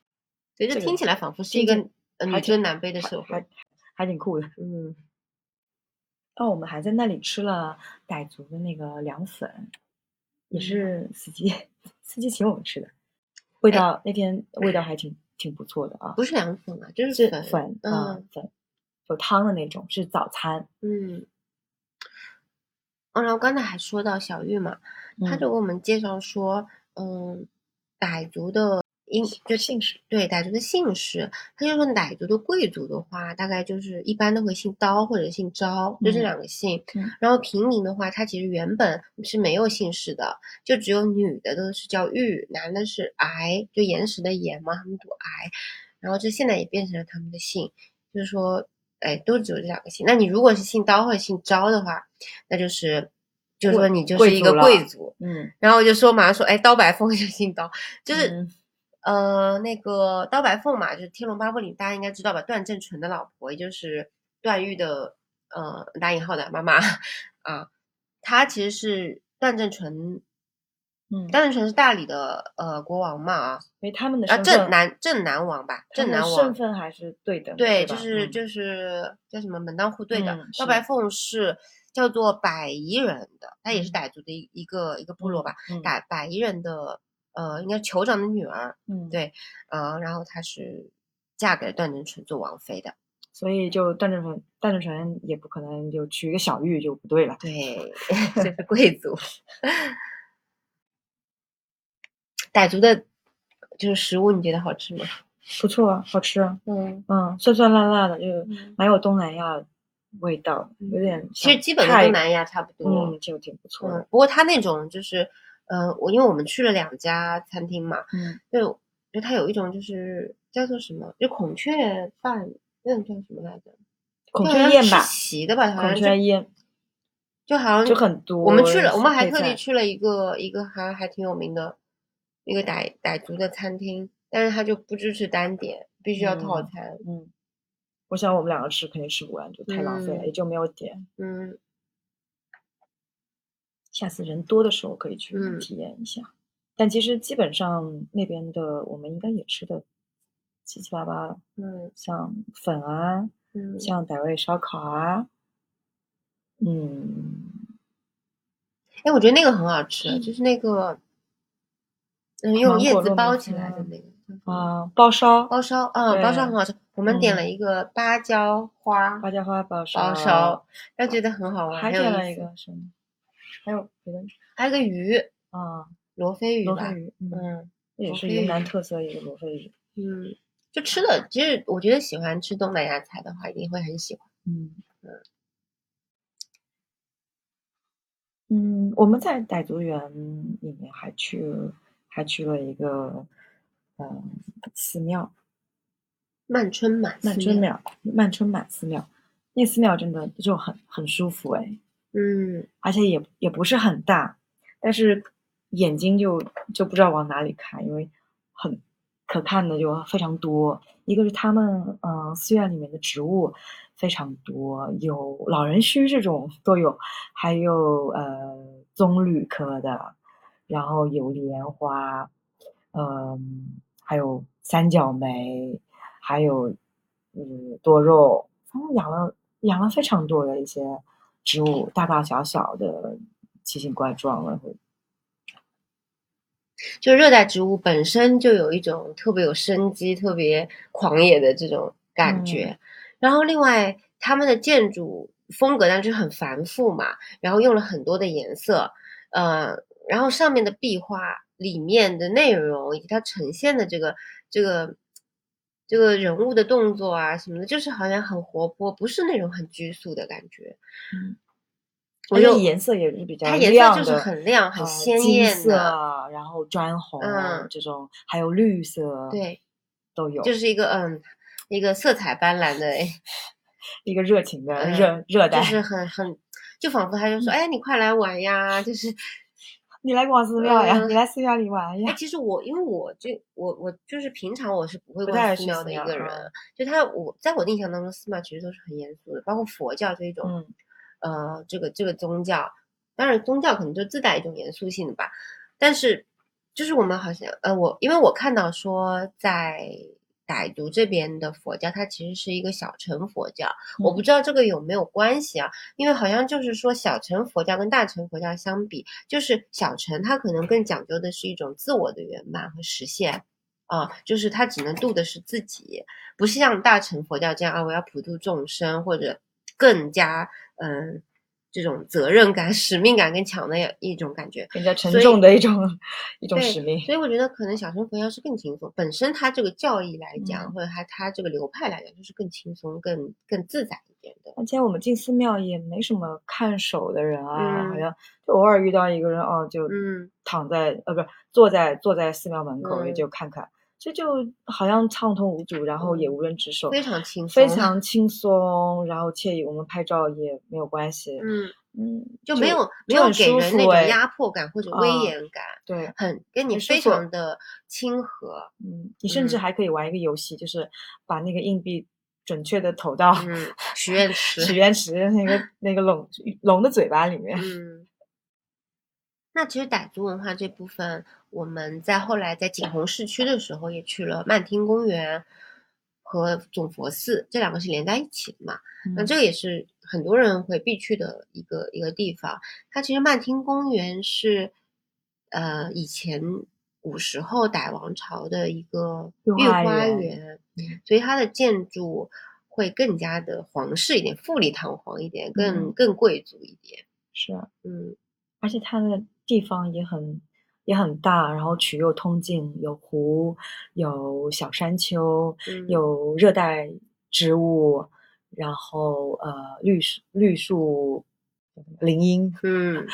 S1: 所以这
S2: 这个
S1: 听起来仿佛是
S2: 听
S1: 一个
S2: 着
S1: 呃女
S2: 还挺
S1: 尊男卑的
S2: 还
S1: 社
S2: 还
S1: 会。
S2: 还挺酷的。
S1: 嗯，
S2: 哦，我们还在那里吃了傣族的那个凉粉，也
S1: 嗯
S2: 是司机司机请我们吃的，味
S1: 哎
S2: 道那天味道还挺挺不错的啊，
S1: 不是凉粉啊，就是是粉。
S2: 粉啊
S1: 嗯
S2: 粉，有汤的那种，是早餐。
S1: 嗯。哦，然后刚才还说到小玉嘛，她
S2: 嗯
S1: 就给我们介绍说，嗯，傣族的英就姓氏，对，傣族的姓氏，她就说傣族的贵族的话，大概就是一般都会姓刀或者姓昭，就这
S2: 嗯
S1: 两个姓。
S2: 嗯
S1: 然后平民的话，他其实原本是没有姓氏的，就只有女的都是叫玉，男的是癌，就岩石的岩嘛，他们读癌。然后这现在也变成了他们的姓，就是说，哎，都只有这两个姓。那你如果是姓刀或者姓昭的话，那就是，就是说你就是
S2: 贵
S1: 一个
S2: 族了
S1: 贵族。
S2: 嗯
S1: 然后我就说嘛，说哎，刀白凤 就姓刀，就是、
S2: 嗯
S1: 呃那个刀白凤嘛，就是《天龙八部》里大家应该知道吧，段正淳的老婆，也就是段誉的呃打引号的妈妈啊，她其实是段正淳，
S2: 嗯，
S1: 段正淳是大理的呃国王嘛啊，
S2: 所以他们的
S1: 啊
S2: 身
S1: 正
S2: 份，
S1: 南正南王吧，
S2: 他
S1: 正
S2: 们
S1: 南
S2: 的
S1: 王
S2: 身份还是对等的，
S1: 对，
S2: 对
S1: 就
S2: 吧
S1: 是
S2: 嗯
S1: 就是叫什么门当户对的
S2: 嗯。
S1: 赵
S2: 是
S1: 白凤是叫做百夷人的，她也是傣族的一一个一个部落吧，
S2: 嗯
S1: 傣百夷人的呃，应该是酋长的女儿，
S2: 嗯，
S1: 对呃，然后她是嫁给了段正淳做王妃的，
S2: 所以就段正淳，段正淳也不可能就娶一个小玉就不对了。
S1: 对， 这是贵族。傣族的，就是食物，你觉得好吃吗？
S2: 不错啊，好吃啊，
S1: 嗯，
S2: 嗯，酸酸辣辣的，就
S1: 嗯
S2: 蛮有东南亚味道，有点
S1: 其实
S2: 像
S1: 基本跟
S2: 泰
S1: 东南亚差不多。
S2: 嗯，就挺不错
S1: 嗯
S2: 的。，
S1: 不过他那种就是，呃，我因为我们去了两家餐厅嘛，
S2: 嗯，
S1: 就就他有一种就是叫做什么，就孔雀饭，那种叫什么来着？
S2: 孔
S1: 就
S2: 雀
S1: 好像
S2: 宴
S1: 吃
S2: 吧，
S1: 席的吧，好像
S2: 孔
S1: 就
S2: 雀宴
S1: 就好像
S2: 就很多。
S1: 我们去了，我们还
S2: 配
S1: 特地
S2: 菜
S1: 去了一个一个还还挺有名的一个傣傣族的餐厅，但是他就不支持单点，必须要套
S2: 嗯
S1: 餐。
S2: 嗯，我想我们两个吃肯定吃不完，就太浪费了，
S1: 嗯
S2: 也就没有点。
S1: 嗯
S2: 下次人多的时候可以去
S1: 嗯
S2: 体验一下。但其实基本上那边的我们应该也吃的七七八八了，
S1: 嗯
S2: 像粉啊，
S1: 嗯，
S2: 像傣味烧烤啊，嗯，
S1: 哎，我觉得那个很好吃，就是那个，嗯，用
S2: 芒
S1: 叶
S2: 果
S1: 子
S2: 糯米
S1: 包起来的
S2: 饭
S1: 那个叫什么
S2: 啊，包烧、
S1: 包烧，嗯，包烧
S2: 对
S1: 很好吃。我们点
S2: 嗯
S1: 了一个芭蕉花
S2: 芭蕉花包烧、
S1: 包烧，但觉得很好玩，
S2: 还
S1: 很有
S2: 点了
S1: 意
S2: 一
S1: 思。
S2: 个什么？还有别的
S1: 还有个鱼，
S2: 啊，
S1: 罗非鱼
S2: 罗
S1: 吧
S2: 非，鱼，嗯，
S1: 嗯
S2: 这也
S1: 罗
S2: 是
S1: 非
S2: 云南
S1: 鱼
S2: 特色一个罗非 鱼，
S1: 嗯，就吃的，其实我觉得喜欢吃东南亚菜的话，一定会很喜欢。
S2: 嗯嗯，我们在傣族园里面还去还去了一个嗯寺庙，
S1: 曼春满寺
S2: 曼春
S1: 庙，
S2: 庙，曼春满寺庙，那寺庙真的就很很舒服哎，
S1: 嗯，
S2: 而且也也不是很大，但是眼睛就就不知道往哪里看，因为很可看的有非常多，一个是他们呃寺院里面的植物非常多，有老人须这种都有，还有呃棕榈科的，然后有莲花，嗯、还有三角梅，还有嗯多肉，反正养了养了非常多的一些植物，大大小小的奇形怪状的，
S1: 就热带植物本身就有一种特别有生机、特别狂野的这种感
S2: 嗯
S1: 觉。然后另外，他们的建筑风格当然就是很繁复嘛，然后用了很多的颜色，呃，然后上面的壁画里面的内容以及它呈现的这个这个。这个人物的动作啊什么的，就是好像很活泼，不是那种很拘束的感觉。
S3: 嗯，
S1: 我
S2: 而且
S1: 就
S2: 颜色也是比较
S1: 它颜色
S2: 亮
S1: 就是
S2: 的
S1: 很亮、
S2: 呃
S1: 很鲜
S2: 金
S1: 艳
S2: 色
S1: 的，
S2: 啊，然后砖红、
S1: 嗯
S2: 这种，还有绿色，
S1: 对，
S2: 都有，
S1: 就是一个嗯，一个色彩斑斓的，
S2: 一个热情的
S1: 嗯
S2: 热、热带。
S1: 就是很很，就仿佛他就说，
S2: 嗯
S1: 哎，你快来玩呀！就是，
S2: 你来逛寺庙呀，
S1: 嗯
S2: 你来寺庙里玩
S1: 哎，
S2: 呀。
S1: 其实我因为我就我我就是平常我是不会
S2: 不
S1: 逛
S2: 太
S1: 寺
S2: 去
S1: 庙
S2: 寺
S1: 的一
S2: 庙
S1: 个人，
S2: 啊
S1: 就他我在我的印象当中，寺庙其实都是很严肃的，包括佛教这一种，
S2: 嗯，
S1: 呃，这个这个宗教，当然宗教可能就自带一种严肃性的吧，但是就是我们好像呃，我因为我看到说在傣族这边的佛教，它其实是一个小乘佛教，我不知道这个有没有关系啊，因为好像就是说小乘佛教跟大乘佛教相比，就是小乘它可能更讲究的是一种自我的圆满和实现。啊、就是它只能度的是自己，不是像大乘佛教这样啊，我要普度众生，或者更加嗯这种责任感、 使命感更强的一种感觉。
S2: 比较沉
S1: 所以
S2: 重的一种一种
S1: 对
S2: 使命。
S1: 所以我觉得可能小乘佛教是更轻松，本身它这个教义来讲，
S2: 嗯
S1: 或者它它这个流派来讲，就是更轻松、更更自在一点的。
S2: 而且我们进寺庙也没什么看守的人啊，好
S1: 嗯
S2: 像就偶尔遇到一个人哦，就
S1: 嗯
S2: 躺在、呃，不是坐在坐在寺庙门口也
S1: 嗯
S2: 就看看，这就好像畅通无阻，然后也无人值守，
S1: 嗯非常轻松，
S2: 非常轻松，然后惬意。我们拍照也没有关系，
S1: 嗯，
S2: 嗯，
S1: 就没有没
S2: 就
S1: 有
S2: 很
S1: 给
S2: 舒
S1: 人那
S2: 服
S1: 种
S2: 哎
S1: 压迫感或者威
S2: 啊
S1: 严感，
S2: 对，
S1: 很跟你
S2: 很舒
S1: 非
S2: 服
S1: 常的亲和。
S2: 嗯，你甚至
S1: 嗯
S2: 还可以玩一个游戏，就是把那个硬币准确的投到
S1: 嗯，许愿池，
S2: 许愿池那个那个 龙龙的嘴巴里面。
S1: 嗯， 那其实傣族文化这部分，我们在后来在景洪市区的时候，也去了曼听公园和总佛寺，这两个是连在一起的嘛。
S2: 嗯
S1: 那这个也是很多人会必去的一个一个地方。它其实曼听公园是，呃，以前古时候傣王朝的一个
S2: 御
S1: 御
S2: 花
S1: 花
S2: 园
S1: 园
S2: 嗯，
S1: 所以它的建筑会更加的皇室一点，富丽堂皇一点，更
S2: 嗯
S1: 更贵族一点。
S2: 是啊，
S1: 嗯。
S2: 而且它的地方也很也很大，然后曲又通径，有湖，有小山丘，
S1: 嗯
S2: 有热带植物，然后呃绿树绿树林荫，
S1: 嗯，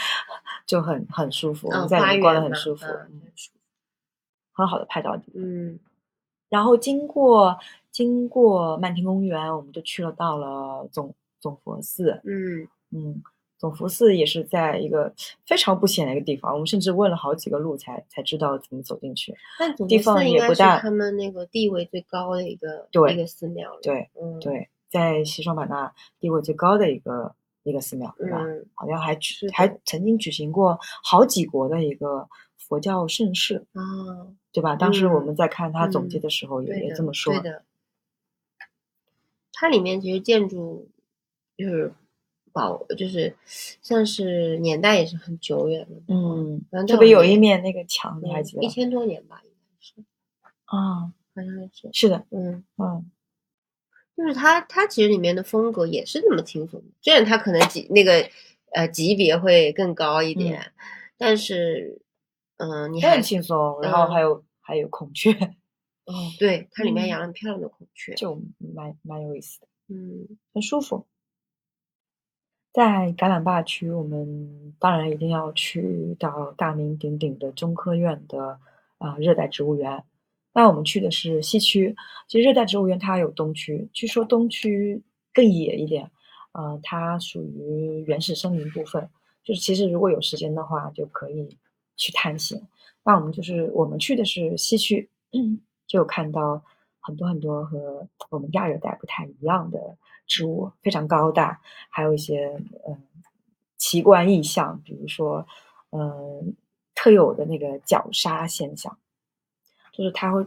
S2: 就很很舒服。我
S1: 嗯，
S2: 们在里
S1: 花
S2: 面逛的
S1: 园
S2: 很
S1: 嘛，
S2: 舒服，
S1: 嗯
S2: 嗯很好的拍照的地方。
S1: 嗯
S2: 然后经过经过曼听公园，我们就去了到了总总佛寺，
S1: 嗯
S2: 嗯，总佛寺也是在一个非常不显的一个地方，我们甚至问了好几个路才才知道怎么走进去。
S1: 但总
S2: 地
S1: 佛寺
S2: 方
S1: 应
S2: 也
S1: 该
S2: 不
S1: 是
S2: 大
S1: 他们那个地位最高的一个
S2: 对
S1: 一个寺庙了，
S2: 对
S1: 嗯，
S2: 对，在西双版纳地位最高的一个一个寺庙，对吧？
S1: 嗯
S2: 好像还举
S1: 是的
S2: 还曾经举行过好几国的一个佛教盛世，
S1: 哦，
S2: 对吧？当时我
S1: 嗯
S2: 们在看他总结
S1: 嗯
S2: 的时候也、
S1: 对
S2: 也
S1: 的，
S2: 这么说，
S1: 对的。它里面其实建筑就是保，就是像是年代也是很久远了，
S2: 嗯
S1: 反正，
S2: 特
S1: 多
S2: 别
S1: 少
S2: 有一
S1: 年
S2: 面那个墙，你还
S1: 嗯
S2: 记得
S1: 一
S2: 吧？
S1: 千多年吧，应该是，
S2: 啊，
S1: 好像是，
S2: 是的，
S1: 嗯。
S2: 嗯，
S1: 就是它，它其实里面的风格也是这么轻松的，虽然它可能级那个呃级别会更高一点，
S2: 嗯
S1: 但是嗯、呃你
S2: 也
S1: 还
S2: 很轻松。然后还有还有孔雀，
S1: 哦，对，它里面
S2: 嗯
S1: 养了很漂亮的孔雀，
S2: 就蛮蛮有意思的，
S1: 嗯
S2: 很舒服。在橄榄坝区，我们当然一定要去到大名鼎鼎的中科院的啊、热带植物园。那我们去的是西区，其实热带植物园它有东区，据说东区更野一点，呃，它属于原始森林部分。就是其实如果有时间的话，就可以去探险。那我们就是我们去的是西区，就有看到很多很多和我们亚热带不太一样的植物，非常高大，还有一些嗯奇观异象，比如说嗯特有的那个绞杀现象，就是它会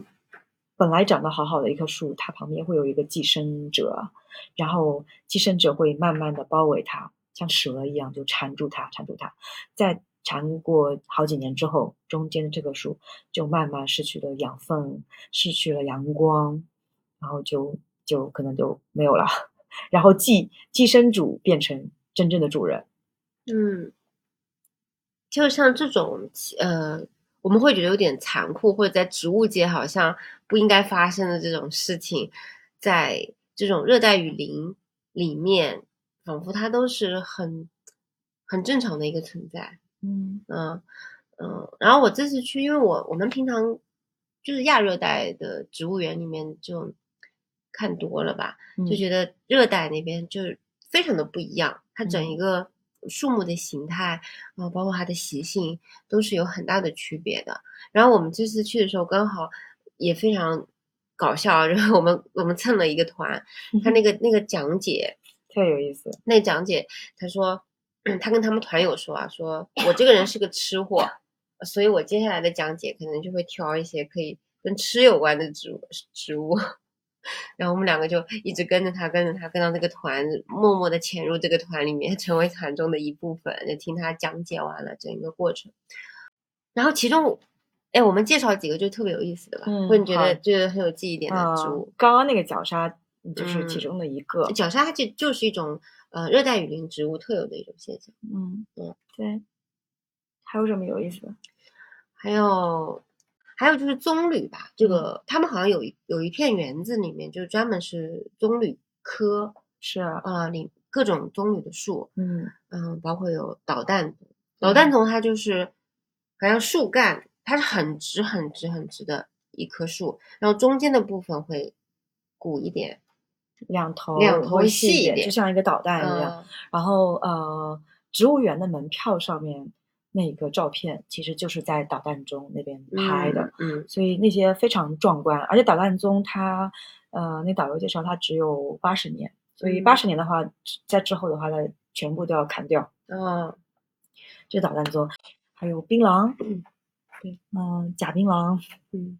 S2: 本来长得好好的一棵树，它旁边会有一个寄生者，然后寄生者会慢慢的包围它，像蛇一样就缠住它，缠住它，在缠过好几年之后，中间的这棵树就慢慢失去了养分，失去了阳光，然后就就可能就没有了。 然后寄寄生主变成真正的主人，
S1: 嗯，就像这种呃，我们会觉得有点残酷，或者在植物界好像不应该发生的这种事情，在这种热带雨林里面，仿佛它都是很很正常的一个存在。
S2: 嗯
S1: 嗯嗯，然后我这次去，因为我我们平常就是亚热带的植物园里面就看多了吧，就
S2: 嗯
S1: 觉得热带那边就是非常的不一样，它整
S2: 嗯
S1: 一个树木的形态，然后包括它的习性都是有很大的区别的。然后我们这次去的时候刚好也非常搞笑，然后我们我们蹭了一个团，
S2: 嗯
S1: 他那个那个讲解。
S2: 特有意思。
S1: 那讲解他说，嗯他跟他们团友说啊，说我这个人是个吃货，呃所以我接下来的讲解可能就会挑一些可以跟吃有关的植物植物。 然后我们两个就一直跟着他，跟着他，跟到那个团，默默的潜入这个团里面， 成为团中的一部分，就听他讲解完了整个过程。然后其中，哎，我们介绍几个就特别有意思的吧，
S2: 嗯
S1: 或者你觉
S2: 好
S1: 得就是很有记忆点的
S2: 啊
S1: 植物。，
S2: 刚刚那个绞杀就是
S1: 嗯
S2: 其中的一个，
S1: 绞杀它就就是一种呃热带雨林植物特有的一种现象。
S2: 嗯
S1: 嗯，
S2: 对。还有什么有意思的？
S1: 还有还有就是棕榈吧，这个他们好像有一有一片园子里面就专门是棕榈科
S2: 是啊，
S1: 啊里各种棕榈的树，
S2: 嗯
S1: 嗯，包括有导弹丛，导弹丛它就是好像树干它是很直很直很直的一棵树，然后中间的部分会鼓一点，
S2: 两头
S1: 两头
S2: 会
S1: 细
S2: 细
S1: 一
S2: 点，
S1: 点
S2: 就像一个导弹一样。
S1: 嗯
S2: 然后呃，植物园的门票上面那个照片，其实就是在导弹中那边拍的，，
S1: 嗯
S2: 所以那些非常壮观。而且导弹宗它，呃，那导游介绍它只有八十年，所以
S1: 嗯
S2: 八十年的话，在之后的话，它全部都要砍掉。
S1: 嗯哦
S2: 这导弹宗，还有槟榔，对，嗯，假槟榔，嗯，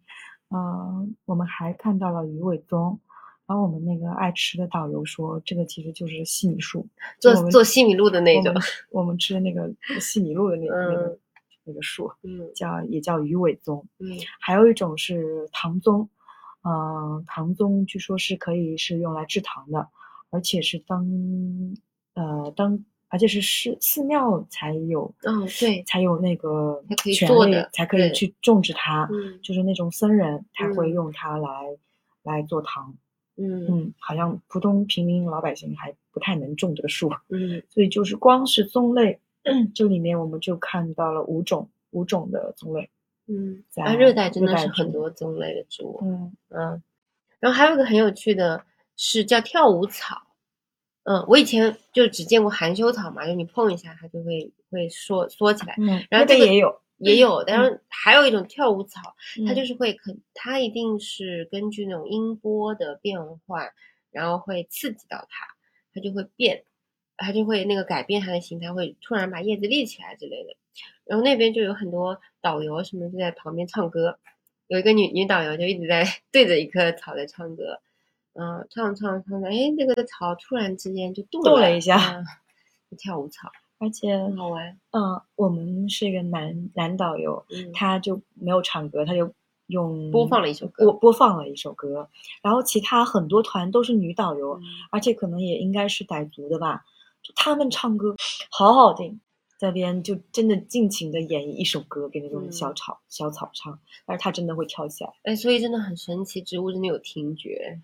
S2: 呃，我们还看到了鱼尾棕，然后我们那个爱吃的导游说，这个其实就是西米树，就我
S1: 做
S2: 们
S1: 做西米露的那
S2: 我
S1: 种
S2: 们，吃我们吃的那个西米露的那那个那个树，
S1: 嗯
S2: 叫也叫鱼尾棕，
S1: 嗯
S2: 还有一种是糖棕，呃，糖棕据说是可以是用来制糖的，而且是当呃当而且是寺寺庙才有，
S1: 哦对
S2: 才有那个
S1: 才可以
S2: 权
S1: 做
S2: 利
S1: 的
S2: 才可以
S1: 对
S2: 去种植它，
S1: 嗯
S2: 就是那种僧人他会
S1: 嗯
S2: 用它来、来做糖，
S1: 嗯
S2: 嗯，好像普通平民老百姓还不太能种这个树。
S1: 嗯
S2: 所以就是光是棕类，这里面我们就看到了五种五种的棕类。
S1: 嗯，
S2: 在
S1: 啊，热带真
S2: 热
S1: 的
S2: 带
S1: 是
S2: 植
S1: 很
S2: 物
S1: 多棕类的植物，
S2: 嗯，
S1: 嗯，然后还有一个很有趣的是叫跳舞草，嗯，我以前就只见过含羞草嘛，就你碰一下它就会会缩缩起来，
S2: 嗯，
S1: 然
S2: 那
S1: 后这个
S2: 边也有，
S1: 也有，但是还有一种跳舞草，它就
S2: 嗯
S1: 是会肯，它一定是根据那种音波的变换，然后会刺激到它，它就会变，它就会那个改变它的形态，会突然把叶子立起来之类的。然后那边就有很多导游什么就在旁边唱歌，有一个女女导游就一直在 对着一棵草在唱歌，嗯、唱唱唱着，哎，那个草突然之间就动
S2: 动了一下
S1: 嗯跳舞草，
S2: 而且
S1: 很好玩，
S2: 嗯，我们是一个男男导游，
S1: 嗯，
S2: 他就没有唱歌，他就用
S1: 播放了一首歌
S2: 播播放了一首歌，然后其他很多团都是女导游，
S1: 嗯
S2: 而且可能也应该是傣族的吧，就他们唱歌好好听，这边就真的尽情的演绎一首歌给那种小
S1: 嗯
S2: 草、小草唱，但是他真的会跳起来。
S1: 哎，所以真的很神奇，植物真的有听觉。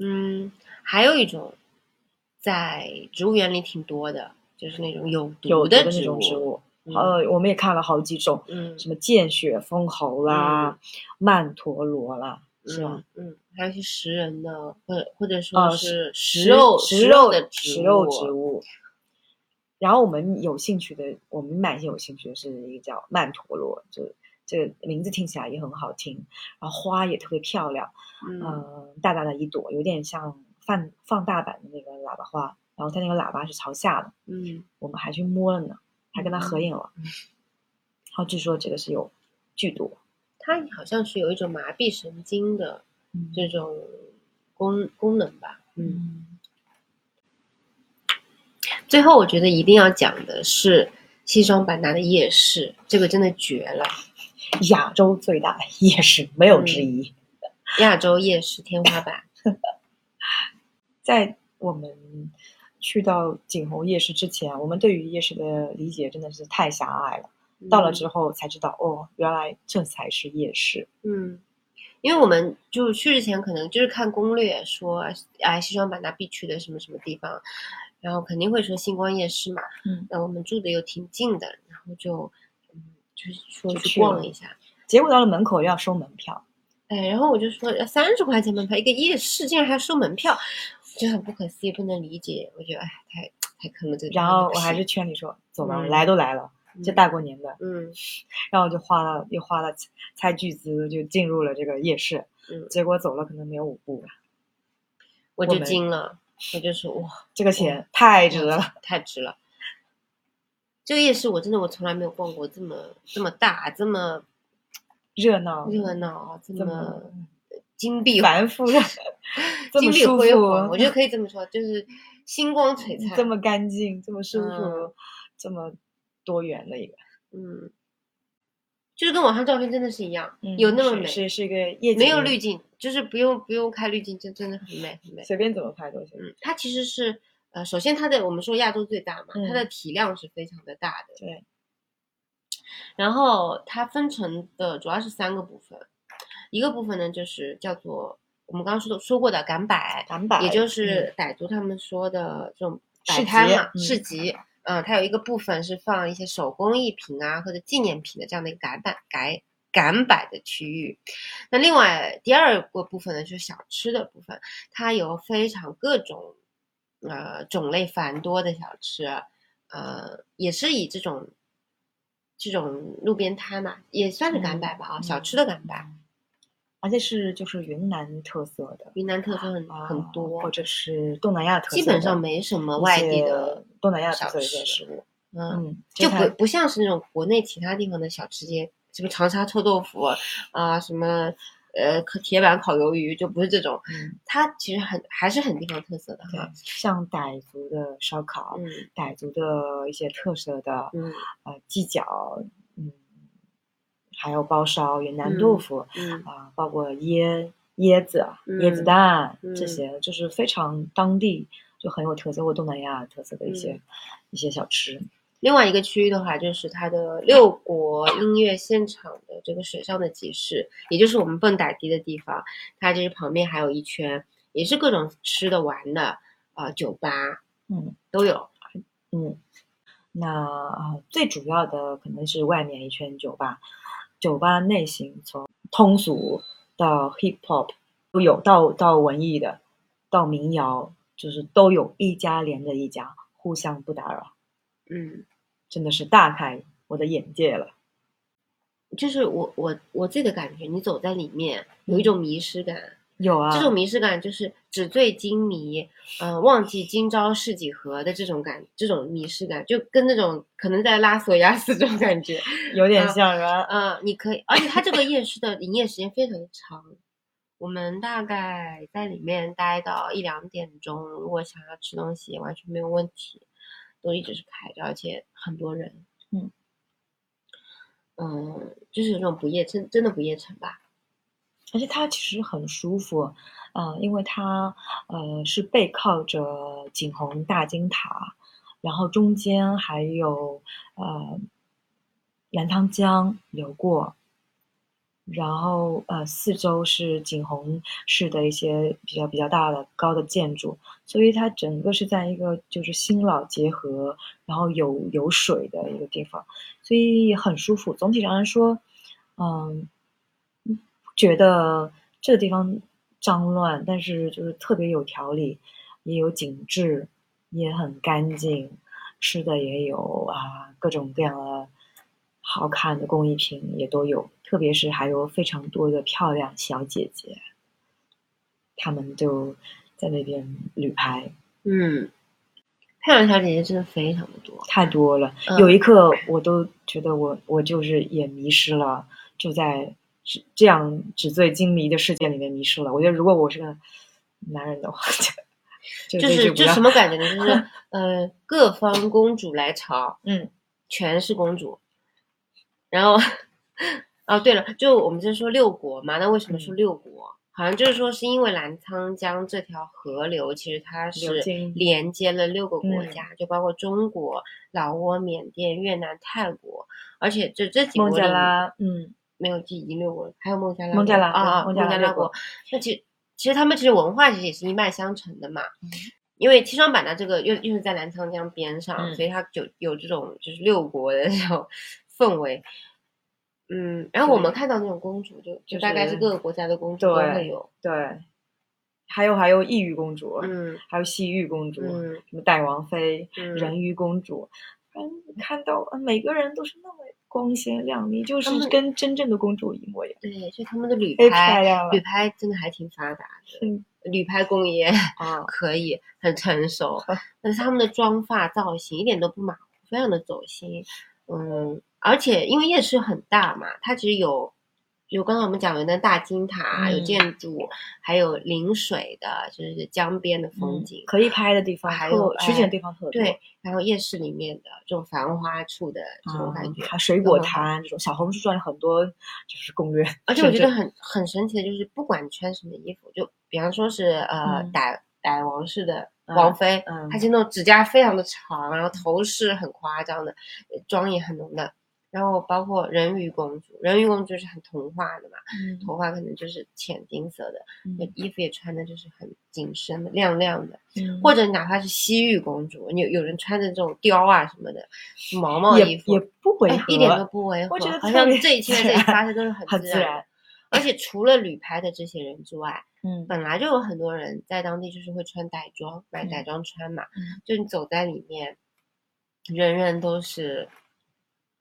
S1: 嗯，还有一种在植物园里挺多的，就是那种有毒
S2: 有毒的那
S1: 植
S2: 种植
S1: 物。
S2: 物。呃，我们也看了好几种，
S1: 嗯
S2: 什么见血封喉啦、曼陀罗啦，是吧？
S1: 嗯嗯，还有一些食人的，或者或者说
S2: 呃，
S1: 是食
S2: 食
S1: 肉
S2: 食
S1: 肉的
S2: 食肉
S1: 物。
S2: 植物。然后我们有兴趣的，我们蛮有兴趣的是一个叫曼陀罗，就这名字听起来也很好听，然后花也特别漂亮，
S1: 嗯
S2: 呃，大大的一朵，有点像放放大版的那个喇叭花，然后它那个喇叭是朝下的，
S1: 嗯，
S2: 我们还去摸了呢，还跟他合影了。然后据说这个是有剧毒，
S1: 它好像是有一种麻痹神经的
S2: 嗯
S1: 这种功功能吧。
S2: 嗯
S1: 最后，我觉得一定要讲的是西双版纳的夜市，这个真的绝了。
S2: 亚洲最大的夜市没有之一。
S1: 嗯亚洲夜市天花板，
S2: 在我们去到景洪夜市之前，我们对于夜市的理解真的是太狭隘了。
S1: 嗯
S2: 到了之后才知道，哦，原来这才是夜市。
S1: 嗯，因为我们就去之前可能就是看攻略说，哎，西双版纳必去的什么什么地方，然后肯定会说星光夜市嘛。
S2: 嗯，
S1: 那我们住的又挺近的，然后就嗯，就是说
S2: 就
S1: 去
S2: 去
S1: 逛
S2: 了
S1: 了一下。
S2: 结果到了门口要收门票，
S1: 哎，然后我就说三十块钱门票一个夜市，竟然还要收门票，我就很不可思议，不能理解。我觉得哎，太太坑了这个地方。
S2: 然后
S1: 不
S2: 我还
S1: 行
S2: 是劝你说，走吧，
S1: 嗯
S2: 来都来了，这大过年的，
S1: 嗯
S2: 然后就花了又花了猜巨资就进入了这个夜市，
S1: 嗯，
S2: 结果走了可能没有五步吧，
S1: 我
S2: 我
S1: 就
S2: 们
S1: 惊了，我就说哇，
S2: 这个
S1: 哦
S2: 钱太值了。
S1: 太值了。这个夜市我真的我从来没有逛过这么这么大、这么
S2: 热闹，
S1: 热闹、啊这
S2: 哦这
S1: 么
S2: 么
S1: 金碧
S2: 繁复 的，这
S1: 金
S2: 么
S1: 碧
S2: 舒
S1: 辉煌，
S2: 服嗯
S1: 我， 觉得可以这么说，就是星光璀璨。
S2: 这么干净，这么舒服
S1: 嗯，
S2: 这么多元的一个，
S1: 嗯，就是跟网上照片真的是一样，
S2: 嗯
S1: 有那么
S2: 是
S1: 美，
S2: 是是一个夜景，
S1: 没有滤镜，就是不用不用开滤镜，就真的很美很美。
S2: 随便怎么拍都行，
S1: 嗯，它其实是呃，首先它的我们说亚洲最大嘛，它的体量是非常的大的。
S2: 对。
S1: 然后它分成的主要是三个部分，一个部分呢就是叫做我们刚刚说的说过的赶摆，
S2: 港版嗯
S1: 也就是傣族他们说的这种摆
S2: 市
S1: 摊
S2: 集
S1: 嘛，
S2: 嗯
S1: 市集。嗯，它有一个部分是放一些手工艺品啊或者纪念品的这样的一个改版改赶摆的区域。那另外第二个部分呢，就是小吃的部分，它有非常各种呃种类繁多的小吃，呃，也是以这种这种路边摊嘛，也算是
S2: 嗯
S1: 赶摆吧啊、小吃的赶摆，
S2: 而且是就是云南特色的，
S1: 云南特色很、很
S2: 啊
S1: 多，
S2: 或者是东南亚特色的，
S1: 基本上没什么呃外地的，
S2: 一些东南亚特
S1: 小
S2: 色的一些
S1: 吃
S2: 食物，
S1: 嗯，
S2: 嗯，
S1: 就
S2: 它
S1: 不不像是那种国内其他地方的小吃街，什么长沙臭豆腐啊、什么呃可铁板烤鱿鱼，就不是这种，
S2: 嗯
S1: 它其实很还是很地方特色的
S2: 对
S1: 哈，，
S2: 像傣族的烧烤，
S1: 嗯
S2: 傣族的一些特色的，
S1: 嗯
S2: 呃，鸡脚，嗯，还有包烧、云南
S1: 嗯
S2: 豆腐
S1: 嗯
S2: 啊、包括椰椰子、啊椰子
S1: 嗯
S2: 蛋、这
S1: 嗯
S2: 些，就是非常当地就很有特色或东南亚特色的一些、
S1: 嗯
S2: 一些小吃。
S1: 另外一个区域的话，就是它的六国音乐现场的这个水上的集市，也就是我们蹦傣迪的地方。它就是旁边还有一圈，也是各种吃的、玩的，啊、酒吧
S2: 嗯
S1: 都有。
S2: 嗯，那啊，最主要的可能是外面一圈酒吧，酒吧类型从通俗到 hip hop 都有，到到文艺的，到民谣，就是都有一家连着一家，互相不打扰，
S1: 嗯，
S2: 真的是大开我的眼界了。
S1: 嗯就是我我我自己的感觉，你走在里面有一种迷失感。
S2: 有啊，
S1: 这种迷失感就是纸醉金迷，呃，忘记今朝是几何的这种感，这种迷失感，就跟那种可能在拉索亚斯这种感觉。
S2: 有点
S1: 啊
S2: 像 人。
S1: 呃，你可以，而且它这个夜市的营业时间非常的长，我们大概在里面待到一两点钟，如果想要吃东西完全没有问题，都一直是开着，而且很多人。
S2: 嗯，
S1: 嗯，就是有种不夜真真的不夜城吧？
S2: 而且它其实很舒服，啊、因为它呃是背靠着景洪大金塔，然后中间还有呃澜沧江流过，然后呃四周是景洪市的一些比较比较大的高的建筑，所以它整个是在一个就是新老结合，然后有有水的一个地方，所以很舒服。总体上来说，嗯。觉得这个地方脏乱，但是就是特别有条理，也有景致，也很干净，吃的也有啊，各种各样的好看的工艺品也都有，特别是还有非常多的漂亮小姐姐，她们就在那边旅拍，
S1: 嗯，漂亮小姐姐真的非常的多，
S2: 太多了。
S1: 嗯
S2: 有一刻我都觉得我我就是也迷失了，就在纸这样纸醉金迷的世界里面迷失了。我觉得如果我是个男人的话，就
S1: 就
S2: 这
S1: 是
S2: 不
S1: 就
S2: 要
S1: 什么感觉呢？ 就是呃，各方公主来朝，
S2: 嗯，
S1: 全是公主。然后， 哦，对了，就我们就说六国嘛，那为什么
S2: 嗯
S1: 说六国？好像就是说是因为澜沧江这条河流，其实它是
S2: 流经
S1: 连接了六个国
S2: 嗯
S1: 家，就包括中国、老挝、缅甸、越南、泰国，而且这这几国
S2: 孟加
S1: 里
S2: 拉，嗯，
S1: 没有记忆六国，还有孟加拉国、
S2: 孟加拉
S1: 啊啊，
S2: 对孟加
S1: 加
S2: 拉
S1: 拉
S2: 六国
S1: 国。那其实其实他们其实文化其实也是一脉相承的嘛，
S2: 嗯
S1: 因为西双版纳这个又又是在澜沧江边上，
S2: 嗯
S1: 所以它就有这种就是六国的这种氛围。嗯，然后我们看到那种公主就，就
S2: 就是
S1: 大概是各个国家的公主都
S2: 对
S1: 会有。
S2: 对，还有还有异域公主，
S1: 嗯
S2: 还有西域公主，
S1: 嗯
S2: 什么戴王妃、
S1: 嗯，
S2: 人鱼公主，嗯，看到呃每个人都是那么光鲜亮丽，就
S1: 她
S2: 是
S1: 们
S2: 跟真正的公主一模一样，
S1: 对，所以他们的旅
S2: 太
S1: 拍
S2: 漂亮了
S1: 旅拍真的还挺发达的，
S2: 嗯
S1: 旅拍工业
S2: 啊！
S1: 可以很成熟，但是他们的妆发造型一点都不马虎，非常的走心。嗯，而且因为夜市很大嘛，它其实有有刚才我们讲的那大金塔，啊有
S2: 嗯
S1: 建筑，还有临水的，就是江边的风景。
S2: 嗯可以拍的地方，
S1: 还
S2: 特
S1: 有
S2: 取
S1: 哎
S2: 景的地方特多，
S1: 对，然后夜市里面的这种繁花处的这种
S2: 嗯
S1: 感觉，
S2: 还有水果
S1: 很好
S2: 摊这种，小红书上有很多就是攻略，
S1: 而且我觉得
S2: 甚至
S1: 很很神奇的就是，不管穿什么衣服，就比方说是呃
S2: 嗯
S1: 傣傣王室的
S2: 嗯
S1: 王妃，
S2: 嗯
S1: 她就那种指甲非常的长，然后头饰很夸张的，呃妆也很浓的。然后包括人鱼公主，人鱼公主就是很童话的嘛，
S2: 嗯
S1: 头发可能就是浅金色的，那衣服也穿的就是很紧身的、亮亮
S2: 嗯
S1: 的。或者哪怕是西域公主，有有人穿着这种貂啊什么的毛毛
S2: 也
S1: 衣服，
S2: 也不违
S1: 哎
S2: 和，
S1: 一点都不违和，
S2: 我觉得
S1: 好
S2: 特
S1: 像
S2: 别
S1: 这一切
S2: 自
S1: 在这里
S2: 然
S1: 发生都是很
S2: 很
S1: 自
S2: 自
S1: 然的
S2: 然。
S1: 而且除了旅拍的这些人之外，
S2: 嗯
S1: 本来就有很多人在当地就是会穿傣装，买
S2: 嗯
S1: 傣装穿嘛，就你走在里面，人人都是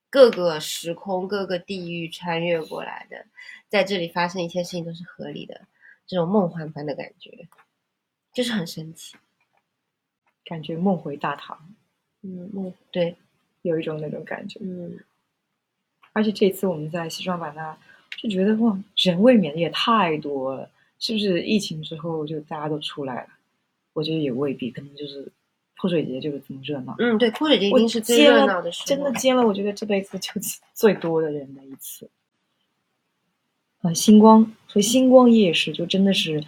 S1: 各个时空、各个地域穿越过来的，在这里发生一切事情都是合理的，这种梦幻般的感觉，就是很神奇。
S2: 感觉梦回大唐，
S1: 嗯，梦对，
S2: 有一种那种感觉。
S1: 嗯，
S2: 而且这次我们在西双版纳就觉得哇，人未免也太多了，是不是？疫情之后就大家都出来了，我觉得也未必，可能就是泼水节就是这么热闹。
S1: 嗯，对，泼水节一
S2: 我
S1: 定是最
S2: 接
S1: 热
S2: 了
S1: 闹的时候，
S2: 真的接了，我觉得这辈子就是 最多的人的一次。呃，星光，所以星光夜市就真的是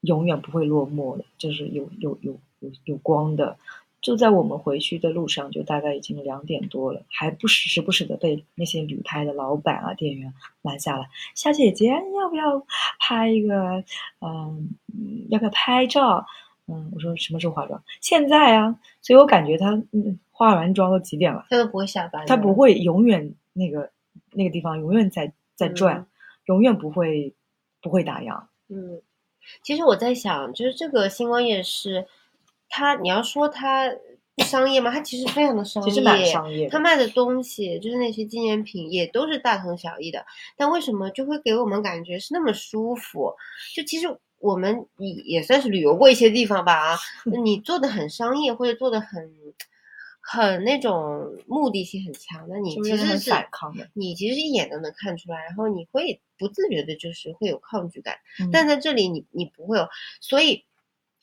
S2: 永远不会落寞的，就是有有有有有光的。就在我们回去的路上，就大概已经两点多了，还不时时不时的被那些旅拍的老板啊、店员拦下来。小姐姐，要不要拍一个？嗯，嗯要不要拍照？嗯，我说什么时候化妆？现在啊，所以我感觉他嗯化完妆都几点了？
S1: 他都不会下班的，
S2: 他不会永远那个那个地方永远在在转，
S1: 嗯
S2: 永远不会不会打烊。
S1: 嗯，其实我在想，就是这个星光夜市，它你要说它不商业吗？它其实非常的商业，
S2: 其实蛮商业
S1: 它
S2: 的，
S1: 卖的东西就是那些纪念品，也都是大同小异的，但为什么就会给我们感觉是那么舒服？就其实我们也也算是旅游过一些地方吧 啊，你做的很商业或者做的很很那种目的性很强的，你
S2: 就
S1: 其
S2: 是
S1: 实
S2: 很
S1: 是
S2: 反抗的。
S1: 你其实一眼都能看出来，然后你会不自觉的就是会有抗拒感，
S2: 嗯
S1: 但在这里你你不会有，所以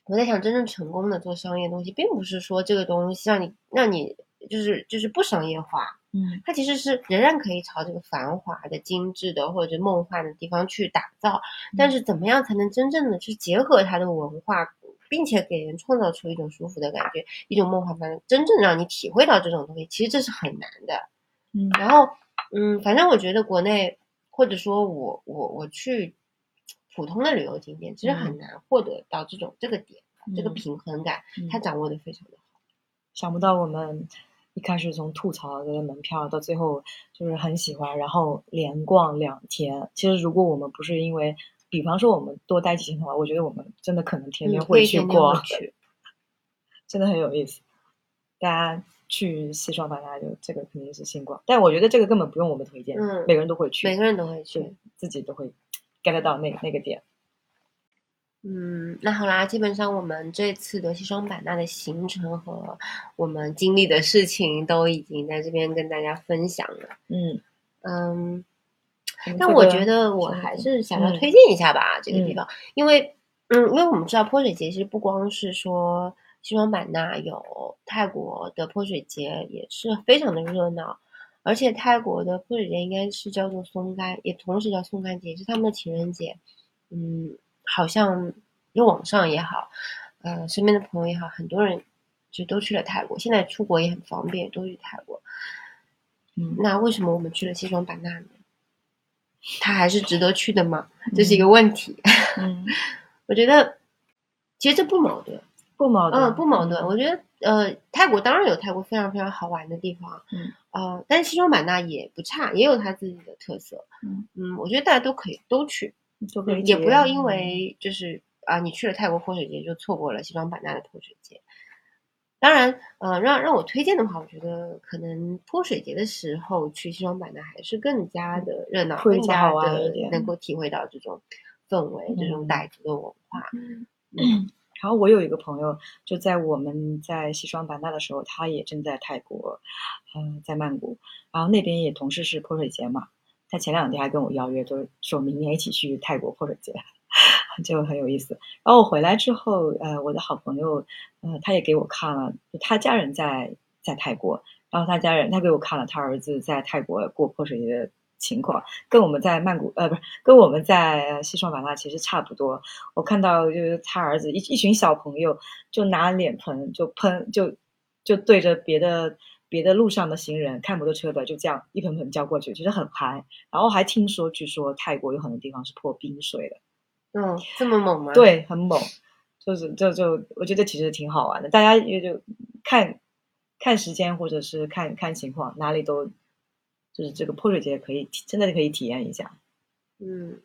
S1: 我在想，真正成功的做商业东西，并不是说这个东西让你让你就是就是不商业化，
S2: 嗯，
S1: 它其实是仍然可以朝这个繁华的、精致的或者梦幻的地方去打造，
S2: 嗯
S1: 但是怎么样才能真正的去结合它的文化？并且给人创造出一种舒服的感觉，一种梦幻般的，真正让你体会到这种东西，其实这是很难的。
S2: 嗯
S1: 然后，嗯，反正我觉得国内或者说我我我去普通的旅游景点，其实很难获得到这种这个点，这个
S2: 嗯
S1: 平衡感，他
S2: 嗯
S1: 掌握的非常的好。
S2: 想不到我们一开始从吐槽的门票到最后就是很喜欢，然后连逛两天。其实如果我们不是因为，比方说我们多待几天的话，我觉得我们真的可能天
S1: 嗯，
S2: 天
S1: 可
S2: 会
S1: 以
S2: 去
S1: 天天
S2: 逛，
S1: 会去。
S2: 真的很有意思。大家去西双版纳，就这个肯定是星光。但我觉得这个根本不用我们推荐，
S1: 嗯
S2: 每个人都会去，
S1: 每个人都会去。
S2: 对自己都会 get 到那那个点。
S1: 嗯，那好啦，基本上我们这次的西双版纳的行程和我们经历的事情都已经在这边跟大家分享了。
S2: 嗯，
S1: 嗯，
S2: 嗯
S1: 但
S2: 这
S1: 我
S2: 个
S1: 觉得我
S2: 是
S1: 还是想要
S2: 嗯
S1: 推荐一下吧，这个地
S2: 嗯
S1: 方，因为嗯，因为我们知道泼水节其实不光是说西双版纳有，泰国的泼水节也是非常的热闹，而且泰国的泼水节应该是叫做松干，也同时叫松干节，也是他们的情人节。嗯，好像就网上也好，呃，身边的朋友也好，很多人就都去了泰国，现在出国也很方便，都去泰国。
S2: 嗯
S1: 那为什么我们去了西双版纳呢？它还是值得去的吗？这是一个问题。
S2: 嗯，
S1: 我觉得其实这不矛盾，
S2: 不矛盾，
S1: 嗯，不矛盾。我觉得呃，泰国当然有泰国非常非常好玩的地方，
S2: 嗯，
S1: 呃，但是西双版纳也不差，也有它自己的特色。
S2: 嗯
S1: 我觉得大家都可以都去，
S2: 就可以嗯
S1: 也
S2: 体
S1: 不要
S2: 验
S1: 因为就是啊，你去了泰国泼水节就错过了西双版纳的泼水节。当然，呃，让让我推荐的话，我觉得可能泼水节的时候去西双版纳还是更加的热闹，
S2: 嗯会
S1: 更
S2: 比较
S1: 加
S2: 好玩一
S1: 的
S2: 点
S1: 能够体会到这种氛围、这种
S2: 嗯
S1: 傣族的文化。嗯
S2: 然后我有一个朋友，就在我们在西双版纳的时候，他也正在泰国，嗯、在曼谷，然后那边也同时是泼水节嘛。他前两天还跟我邀约，就是说明年一起去泰国泼水节， 就很有意思。然后我回来之后，呃，我的好朋友，呃，他也给我看了，就他家人在在泰国，然后他家人他给我看了他儿子在泰国过泼水节的情况，跟我们在曼谷，呃，不是跟我们在西双版纳其实差不多。我看到就是他儿子一一群小朋友就拿脸盆就喷就就对着别的别的路上的行人看摩托车的就这样一盆盆浇过去，其实很嗨。然后还听说，据说泰国有很多地方是泼冰水的，
S1: 嗯，这么猛吗？，
S2: 对，很猛。就是就就我觉得其实挺好玩的，大家也就看看时间或者是看看情况，哪里都就是这个泼水节可以体真的可以体验一下。
S1: 嗯。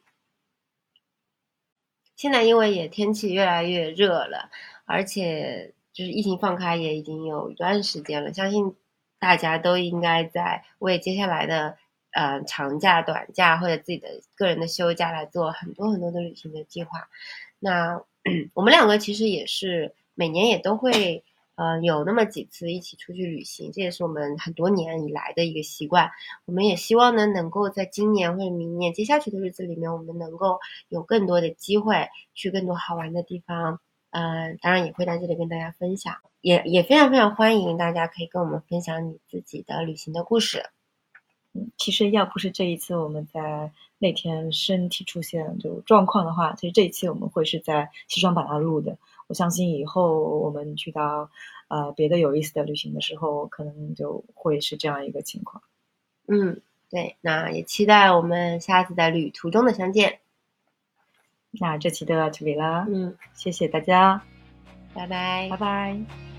S1: 现在因为也天气越来越热了，而且就是疫情放开也已经有一段时间了，相信大家都应该在为接下来的呃长假、短假或者自己的个人的休假来做很多很多的旅行的计划。那 我们两个其实也是每年也都会呃有那么几次一起出去旅行，这也是我们很多年以来的一个习惯。我们也希望呢，能够在今年或者明年接下去的日子里面，我们能够有更多的机会去更多好玩的地方。呃，当然也会在这里跟大家分享，也也非常非常欢迎大家可以跟我们分享你自己的旅行的故事。
S2: 嗯，其实要不是这一次我们在那天身体出现就状况的话，其实这一期我们会是在西双版纳录的。我相信以后我们去到呃别的有意思的旅行的时候，可能就会是这样一个情况。
S1: 嗯，对，那也期待我们下次在旅途中的相见。
S2: 那这期就到这里啦，
S1: 嗯，
S2: 谢谢大家，
S1: 拜拜
S2: 拜。拜。